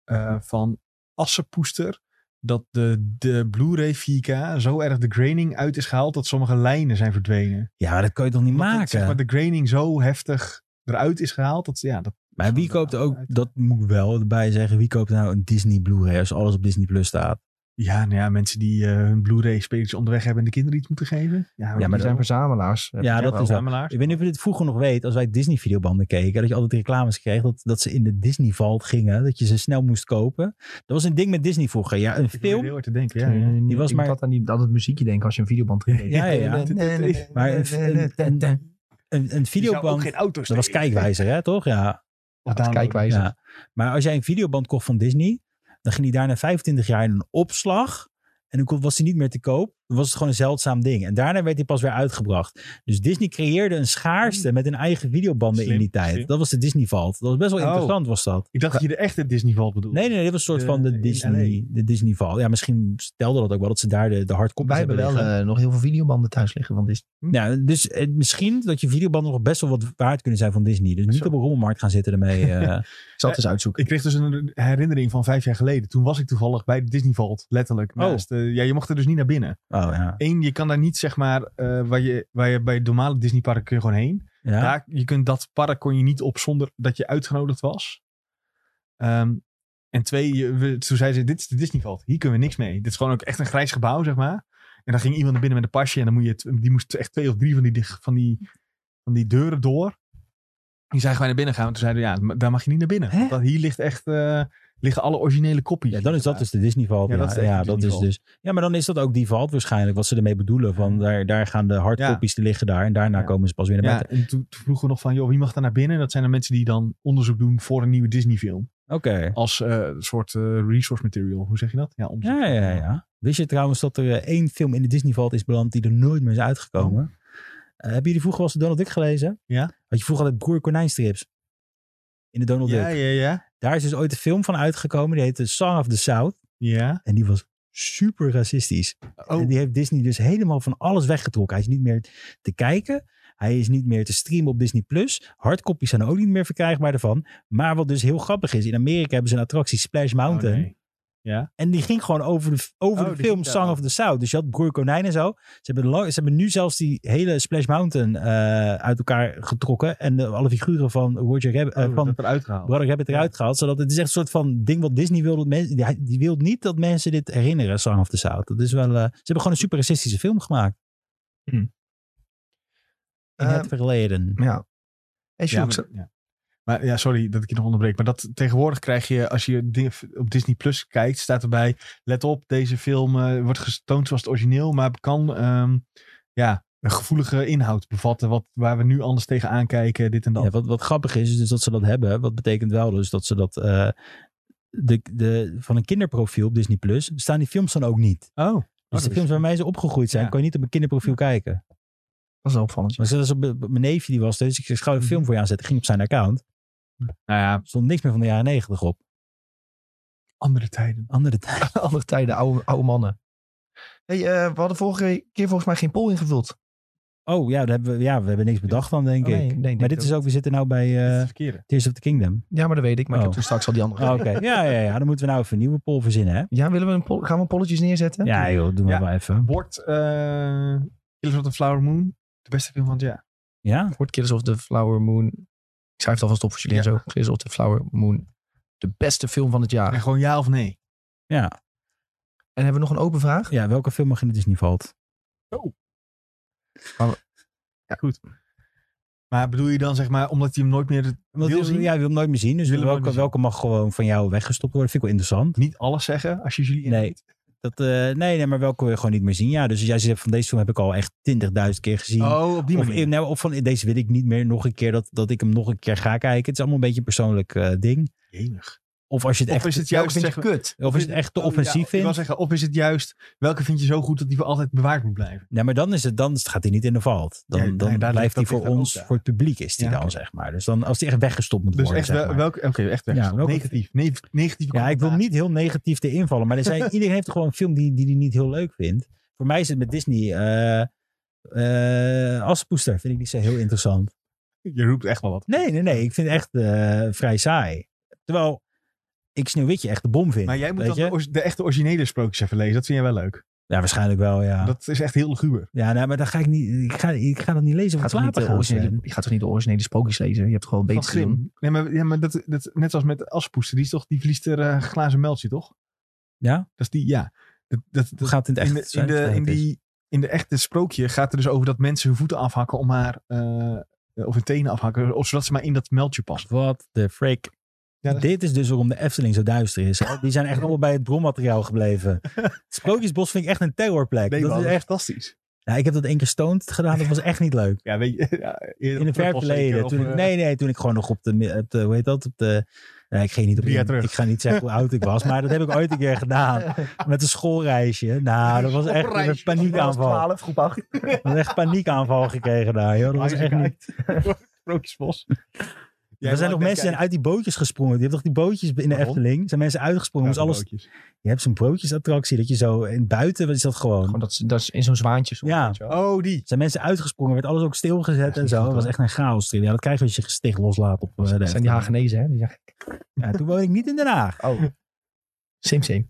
Speaker 2: eh, van Assenpoester dat de, de Blu-ray 4K zo erg de graining uit is gehaald dat sommige lijnen zijn verdwenen.
Speaker 3: Ja, maar dat kan je toch niet
Speaker 2: Omdat het,
Speaker 3: maken?
Speaker 2: zeg maar de graining zo heftig eruit is gehaald dat ja, dat
Speaker 3: maar wie
Speaker 2: Zo, dat
Speaker 3: koopt
Speaker 2: gaat
Speaker 3: ook,
Speaker 2: uit.
Speaker 3: dat moet ik wel erbij zeggen, wie koopt nou een Disney Blu-ray als alles op Disney Plus staat?
Speaker 2: Ja, nou ja, mensen die eh, hun Blu-ray-spelers onderweg hebben en de kinderen iets moeten geven. Ja,
Speaker 1: Ja, maar er zijn verzamelaars. Heb
Speaker 3: Ja,
Speaker 1: ik
Speaker 3: dat
Speaker 1: wel.
Speaker 3: is wel-
Speaker 2: verzamelaars.
Speaker 3: Ik weet niet of je dit vroeger nog weet, als wij Disney-videobanden keken, dat je altijd reclames kreeg dat, dat ze in de Disney-valt gingen, dat je ze snel moest kopen. Dat was een ding met Disney vroeger. Ja, een
Speaker 2: Ik probeer
Speaker 3: film,
Speaker 2: heel hard te denken,
Speaker 1: Ja,
Speaker 2: ja. ja.
Speaker 1: eh, Die
Speaker 3: was
Speaker 1: was
Speaker 3: maar-
Speaker 1: maar... aan, die, aan het muziekje denken als je een videoband erin deed.
Speaker 3: Ja, ja, ja.
Speaker 1: Nee, nee, nee,
Speaker 3: Maar een-
Speaker 1: nee, nee,
Speaker 3: een-
Speaker 1: nee.
Speaker 3: een, een
Speaker 2: Die zou ook
Speaker 3: videoband,
Speaker 2: geen auto's
Speaker 3: dat was
Speaker 2: nemen.
Speaker 3: kijkwijzer, hè, toch? Ja,
Speaker 2: Of
Speaker 1: Dat is
Speaker 2: downloaden.
Speaker 1: kijkwijze.
Speaker 3: Ja. Maar als jij een videoband kocht van Disney, dan ging die daarna 25 jaar in een opslag. En dan kon- was die niet meer te koop. Dan was het gewoon een zeldzaam ding. En daarna werd die pas weer uitgebracht. Dus Disney creëerde een schaarste met hun eigen videobanden
Speaker 2: Hmm. Slim,
Speaker 3: in die tijd.
Speaker 2: slim.
Speaker 3: Dat was de Disney Vault. Dat was best wel
Speaker 2: Oh.
Speaker 3: interessant, was dat.
Speaker 2: Ik dacht dat je de echte Disney valt bedoelde.
Speaker 3: Nee, nee, nee, dit was een soort
Speaker 2: De-
Speaker 3: van de
Speaker 2: in
Speaker 3: Disney, de Disney Vault. Ja, misschien stelde dat ook wel dat ze daar de, de hardcopies
Speaker 1: Wij hebben
Speaker 3: hebben
Speaker 1: wel
Speaker 3: liggen.
Speaker 1: eh, nog heel veel videobanden thuis liggen. Want is...
Speaker 3: Nou, dus eh, misschien dat je videobanden nog best wel wat waard kunnen zijn van Disney. Dus niet
Speaker 2: Zo.
Speaker 3: op een rommelmarkt gaan zitten ermee. eh.
Speaker 1: Ik zal het eens uitzoeken.
Speaker 2: Ik kreeg dus een herinnering van vijf jaar geleden. Toen was ik toevallig bij de Disney Vault, letterlijk. Naast, eh, ja, je mocht er dus niet naar binnen.
Speaker 3: oh ja.
Speaker 2: Eén, je kan daar niet, zeg maar, eh, waar, je, waar je bij het normale Disneypark kun je gewoon heen.
Speaker 3: ja.
Speaker 2: Daar, je kunt dat park kon je niet op zonder dat je uitgenodigd was. Ehm, en twee, je, we, toen zei ze, dit is de Disneyveld. Hier kunnen we niks mee. Dit is gewoon ook echt een grijs gebouw, zeg maar. En dan ging iemand naar binnen met een pasje. En dan moet je het, die moest echt twee of drie van die, dig- van die, van die deuren door. Die zijn gewoon naar binnen gaan. En toen zeiden we, ja, maar daar mag je niet naar binnen.
Speaker 3: Hè?
Speaker 2: Want dat, hier ligt echt, eh, liggen alle originele kopies.
Speaker 3: Ja, dan is dat dus de Disney Vault. Ja,
Speaker 2: Ja,
Speaker 3: ja,
Speaker 2: dat is echt
Speaker 3: dat is,
Speaker 2: de Disney
Speaker 3: dus,
Speaker 2: Vault.
Speaker 3: ja, maar dan is dat ook die Vault waarschijnlijk, wat ze ermee bedoelen. Van daar, daar gaan de hardcopies te liggen daar en daarna
Speaker 2: Ja.
Speaker 3: komen ze pas weer naar
Speaker 2: Ja,
Speaker 3: buiten.
Speaker 2: en toen, toen vroegen we nog van, joh, wie mag daar naar binnen? Dat zijn dan mensen die dan onderzoek doen voor een nieuwe Disney film.
Speaker 3: Oké.
Speaker 2: Als eh, een soort eh, resource material. Hoe zeg je dat? Ja, onderzoek.
Speaker 3: Ja, ja, ja. Wist je trouwens dat er eh, één film in de Disney Vault is beland die er nooit meer is uitgekomen? Eh, hebben jullie vroeger wel eens de Donald Duck gelezen?
Speaker 2: Oh. Ja.
Speaker 3: Had je vroeger altijd broer konijnstrips in de Donald
Speaker 2: Ja,
Speaker 3: Duck.
Speaker 2: ja, ja.
Speaker 3: Daar is dus ooit een film van uitgekomen, die heette Song of the South.
Speaker 2: Ja.
Speaker 3: En die was super racistisch.
Speaker 2: Oh.
Speaker 3: En die heeft Disney dus helemaal van alles weggetrokken. Hij is niet meer te kijken. Hij is niet meer te streamen op Disney+. Plus. Hardcopies zijn ook niet meer verkrijgbaar daarvan. Maar wat dus heel grappig is. In Amerika hebben ze een attractie Splash Mountain. En die ging gewoon over de, over
Speaker 2: Oh,
Speaker 3: de
Speaker 2: die
Speaker 3: film
Speaker 2: ging daar
Speaker 3: Song
Speaker 2: ook.
Speaker 3: of the South. Dus je had Broer Konijn en zo. Ze hebben, lang- ze hebben nu zelfs die hele Splash Mountain eh, uit elkaar getrokken. En de- alle figuren van Roger Rabbit, eh, van
Speaker 2: Oh, dat eruit gehaald.
Speaker 3: Brother Rabbit eruit gehaald. Zodat het is echt een soort van ding wat Disney wil. Dat mensen, die, die wil niet dat mensen dit herinneren, Song of the South. Dat is wel, eh, ze hebben gewoon een super racistische film gemaakt.
Speaker 1: Hm.
Speaker 3: In het
Speaker 1: Eh,
Speaker 3: verleden.
Speaker 1: Ja. En
Speaker 2: Ja,
Speaker 1: Sjoerd,
Speaker 2: maar, ja. Maar ja, sorry dat ik je nog onderbreek. Maar dat, tegenwoordig krijg je, als je di- op Disney Plus kijkt, staat erbij: let op, deze film eh, wordt getoond zoals het origineel, maar kan ehm, ja, een gevoelige inhoud bevatten. Wat, waar we nu anders tegen aankijken, dit en dat.
Speaker 3: Ja, wat, wat grappig is, is dus dat ze dat hebben. Wat betekent wel dus dat ze dat... eh, de, de, van een kinderprofiel op Disney Plus staan die films dan ook niet.
Speaker 2: Oh, oh,
Speaker 3: Dus
Speaker 2: dat
Speaker 3: de films
Speaker 2: wist ik.
Speaker 3: waarmee ze opgegroeid zijn,
Speaker 2: Ja.
Speaker 3: kan je niet op een kinderprofiel kijken.
Speaker 1: dat is wel opvallend.
Speaker 3: Maar zoals op, mijn neefje die was, dus ik zei, "Ik ga
Speaker 2: Mhm.
Speaker 3: een film voor je aanzetten. Ging op zijn account.
Speaker 2: Nou ja,
Speaker 3: Stond niks meer van de jaren negentig op.
Speaker 2: andere tijden.
Speaker 3: Andere tijd.
Speaker 1: Andere tijden, oude, oude mannen. Hey, eh, we hadden vorige keer volgens mij geen poll ingevuld.
Speaker 3: Oh ja, daar hebben we, ja, we hebben niks bedacht dan, denk
Speaker 1: Oh, nee,
Speaker 3: ik.
Speaker 1: nee, denk
Speaker 3: maar
Speaker 1: ik
Speaker 3: dit is ook, we zitten nou bij
Speaker 2: Dit is
Speaker 3: eh
Speaker 2: het verkeerde.
Speaker 3: Tears of the Kingdom.
Speaker 1: Ja, maar dat weet ik. Maar ik
Speaker 3: Oh.
Speaker 1: heb toen straks al die andere.
Speaker 3: Oh, Oké, ja, ja, ja. Dan moeten we nou even een nieuwe poll verzinnen, hè?
Speaker 1: Ja, willen we een poll- gaan we polletjes neerzetten?
Speaker 3: Ja, joh, doen we
Speaker 2: Ja.
Speaker 3: wel even.
Speaker 2: Wordt eh Killers of the Flower Moon de beste film van het jaar?
Speaker 3: Ja?
Speaker 1: Wordt Killers of the Flower Moon. Ik schrijf het alvast op voor jullie en zo. Killers of the Flower Moon. De beste film van het jaar.
Speaker 2: En gewoon ja of nee?
Speaker 3: Ja.
Speaker 1: En hebben we nog een open vraag?
Speaker 3: ja, welke film mag in het Disney valt?
Speaker 2: Maar bedoel je dan zeg maar omdat hij hem nooit meer
Speaker 3: Omdat
Speaker 2: wil
Speaker 3: je-
Speaker 2: zien?
Speaker 3: Ja, je wil hem nooit meer zien. Dus
Speaker 2: Willen we
Speaker 3: welke,
Speaker 2: nooit meer
Speaker 3: welke mag gewoon van jou weggestopt worden? Vind ik wel interessant.
Speaker 2: Niet alles zeggen als je jullie
Speaker 3: Nee. Dat, eh, nee, nee, maar welke wil je gewoon niet meer zien? Ja, dus als jij zegt van deze film heb ik al echt 20.000 keer gezien.
Speaker 2: Oh, op die
Speaker 3: Of,
Speaker 2: manier.
Speaker 3: in- nou, of van deze wil ik niet meer nog een keer dat, dat ik hem nog een keer ga kijken. Het is allemaal een beetje een persoonlijk eh, ding.
Speaker 2: Jemig.
Speaker 3: Of als je het
Speaker 2: Of
Speaker 3: echt,
Speaker 2: is het
Speaker 1: Welke
Speaker 2: juist
Speaker 1: vind je
Speaker 2: zeg-
Speaker 1: kut?
Speaker 3: of is het echt te offensief
Speaker 2: Oh, Ik wil
Speaker 3: vindt.
Speaker 2: zeggen, of is het juist welke vind je zo goed dat die voor altijd bewaard moet blijven?
Speaker 3: Nee, maar dan, is het, dan gaat hij niet in de valt. Dan,
Speaker 2: Ja, nee,
Speaker 3: dan
Speaker 2: daar ligt-
Speaker 3: blijft hij
Speaker 2: dat
Speaker 3: voor
Speaker 2: ligt daar
Speaker 3: ons,
Speaker 2: ook, ja.
Speaker 3: voor het publiek is die
Speaker 2: Ja,
Speaker 3: dan,
Speaker 2: oké.
Speaker 3: zeg maar. Dus dan, als die echt weggestopt moet
Speaker 2: Dus
Speaker 3: worden,
Speaker 2: echt
Speaker 3: zeg
Speaker 2: wel-
Speaker 3: maar.
Speaker 2: welke? Oké, echt weg.
Speaker 3: Ja, welke-
Speaker 2: negatief, ne- negatieve
Speaker 3: Ja, ik wil
Speaker 2: connotatie.
Speaker 3: niet heel negatief te invallen. Maar er zijn, iedereen heeft gewoon een film die hij die die niet heel leuk vindt. Voor mij is het met Disney... eh eh, Assepoester vind ik niet zo heel interessant.
Speaker 2: Je roept echt wel wat.
Speaker 3: Nee, nee, nee. Ik vind het echt eh, vrij saai. Terwijl ik Sneeuwwitje echt de bom vind.
Speaker 2: Maar jij moet
Speaker 3: weet
Speaker 2: dan
Speaker 3: je?
Speaker 2: de, ors- de echte originele sprookjes even lezen. Dat vind jij wel leuk.
Speaker 3: Ja, waarschijnlijk wel, ja.
Speaker 2: Dat is echt heel luguber.
Speaker 3: Ja, nee, maar dan ga ik niet. Ik ga, ik ga dat niet eh, lezen.
Speaker 1: Je
Speaker 3: Wat
Speaker 1: gaat, toch niet de
Speaker 2: eh,
Speaker 1: originele, je gaat toch niet de originele sprookjes lezen? Je hebt gewoon
Speaker 2: Van
Speaker 1: beter te doen.
Speaker 2: Grimm. Nee, maar, ja, maar dat, dat, net als met Aspoester, die, is toch, die verliest er eh, glazen meldje, toch?
Speaker 3: Ja?
Speaker 2: Dat is die, ja. Dat, dat,
Speaker 3: Hoe
Speaker 2: dat-
Speaker 3: gaat het in
Speaker 2: in,
Speaker 3: het
Speaker 2: de,
Speaker 3: echt?
Speaker 2: in,
Speaker 3: zijn?
Speaker 2: de, in,
Speaker 3: Het is-
Speaker 2: die, in de echte sprookje gaat het er dus over dat mensen hun voeten afhakken om haar... eh, of hun tenen afhakken, of zodat ze maar in dat meldje passen.
Speaker 3: Wat de freak.
Speaker 2: Ja, dat-
Speaker 3: Dit is dus waarom de Efteling zo duister is. hè? Die zijn echt allemaal bij het bronmateriaal gebleven. Het Sprookjesbos vind ik echt een terrorplek.
Speaker 2: Nee,
Speaker 3: dat
Speaker 2: man,
Speaker 3: is echt...
Speaker 2: fantastisch.
Speaker 3: ja, ik heb dat één keer stoned gedaan. Dat was echt niet leuk.
Speaker 2: Ja, weet je, ja, eerder
Speaker 3: In een
Speaker 2: op
Speaker 3: ver
Speaker 2: Brussel zeker,
Speaker 3: verleden.
Speaker 2: of,
Speaker 3: Toen ik-
Speaker 2: eh,
Speaker 3: nee, nee, toen ik gewoon nog op de, mi- op de hoe heet dat? Op de, nee, ik ging niet op
Speaker 2: Drie jaar
Speaker 3: in-
Speaker 2: terug.
Speaker 3: Ik ga niet zeggen hoe oud ik was, maar dat heb ik ooit een keer gedaan. Met een schoolreisje. Nou, dat was echt een
Speaker 2: Schoolreisje.
Speaker 3: paniekaanval.
Speaker 1: 12, groep 8.
Speaker 3: Ik had echt paniekaanval gekregen daar. Joh. Dat was echt niet...
Speaker 2: Sprookjesbos.
Speaker 3: er zijn nog mensen die zijn uit die bootjes gesprongen. Die hebben toch die bootjes in de
Speaker 2: Waarom?
Speaker 3: Efteling? Zijn mensen uitgesprongen? moest alles... Je hebt zo'n broodjesattractie dat je zo... In buiten wat is dat gewoon.
Speaker 1: Gewoon dat, ze- dat is in zo'n zwaantje. soms,
Speaker 3: Ja.
Speaker 1: weet je wel.
Speaker 2: Oh, die.
Speaker 3: Zijn mensen uitgesprongen? Werd alles ook stilgezet
Speaker 2: is
Speaker 3: en
Speaker 2: niet
Speaker 3: zo?
Speaker 2: goed,
Speaker 3: Dat was
Speaker 2: hoor.
Speaker 3: echt een chaos. Ja, dat krijg je als je gesticht loslaat op eh, de
Speaker 1: Dat zijn die
Speaker 3: Efteling.
Speaker 1: Hagenezen, hè? Die zeggen,
Speaker 3: Ja, toen woonde ik niet in Den Haag.
Speaker 1: oh, same, same.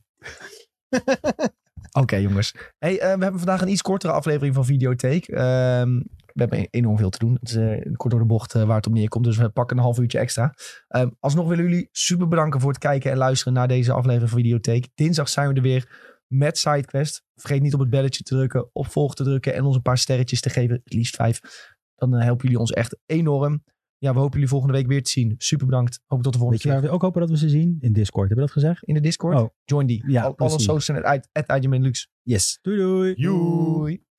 Speaker 1: Oké, jongens. Hey, eh, we hebben vandaag een iets kortere aflevering van Videotheek. Ehm, we hebben enorm veel te doen. Het is eh, kort door de bocht eh, waar het op neerkomt. Dus we pakken een half uurtje extra. Ehm, alsnog willen jullie super bedanken voor het kijken en luisteren naar deze aflevering van Videotheek. Dinsdag zijn we er weer met SideQuest. Vergeet niet op het belletje te drukken, op volg te drukken en ons een paar sterretjes te geven. Het liefst vijf. Dan eh, helpen jullie ons echt enorm. Ja, we hopen jullie volgende week weer te zien. Super bedankt. Hopelijk tot de volgende
Speaker 3: Weet je waar
Speaker 1: keer.
Speaker 3: we ook hopen dat we ze zien? In Discord. Hebben we dat gezegd?
Speaker 1: In de Discord.
Speaker 3: Oh.
Speaker 1: Join die.
Speaker 3: Ja,
Speaker 1: Al, al onze
Speaker 3: precies.
Speaker 1: socials zijn uit. At Adjem en Lux.
Speaker 3: Yes. Doei doei.
Speaker 1: Doei.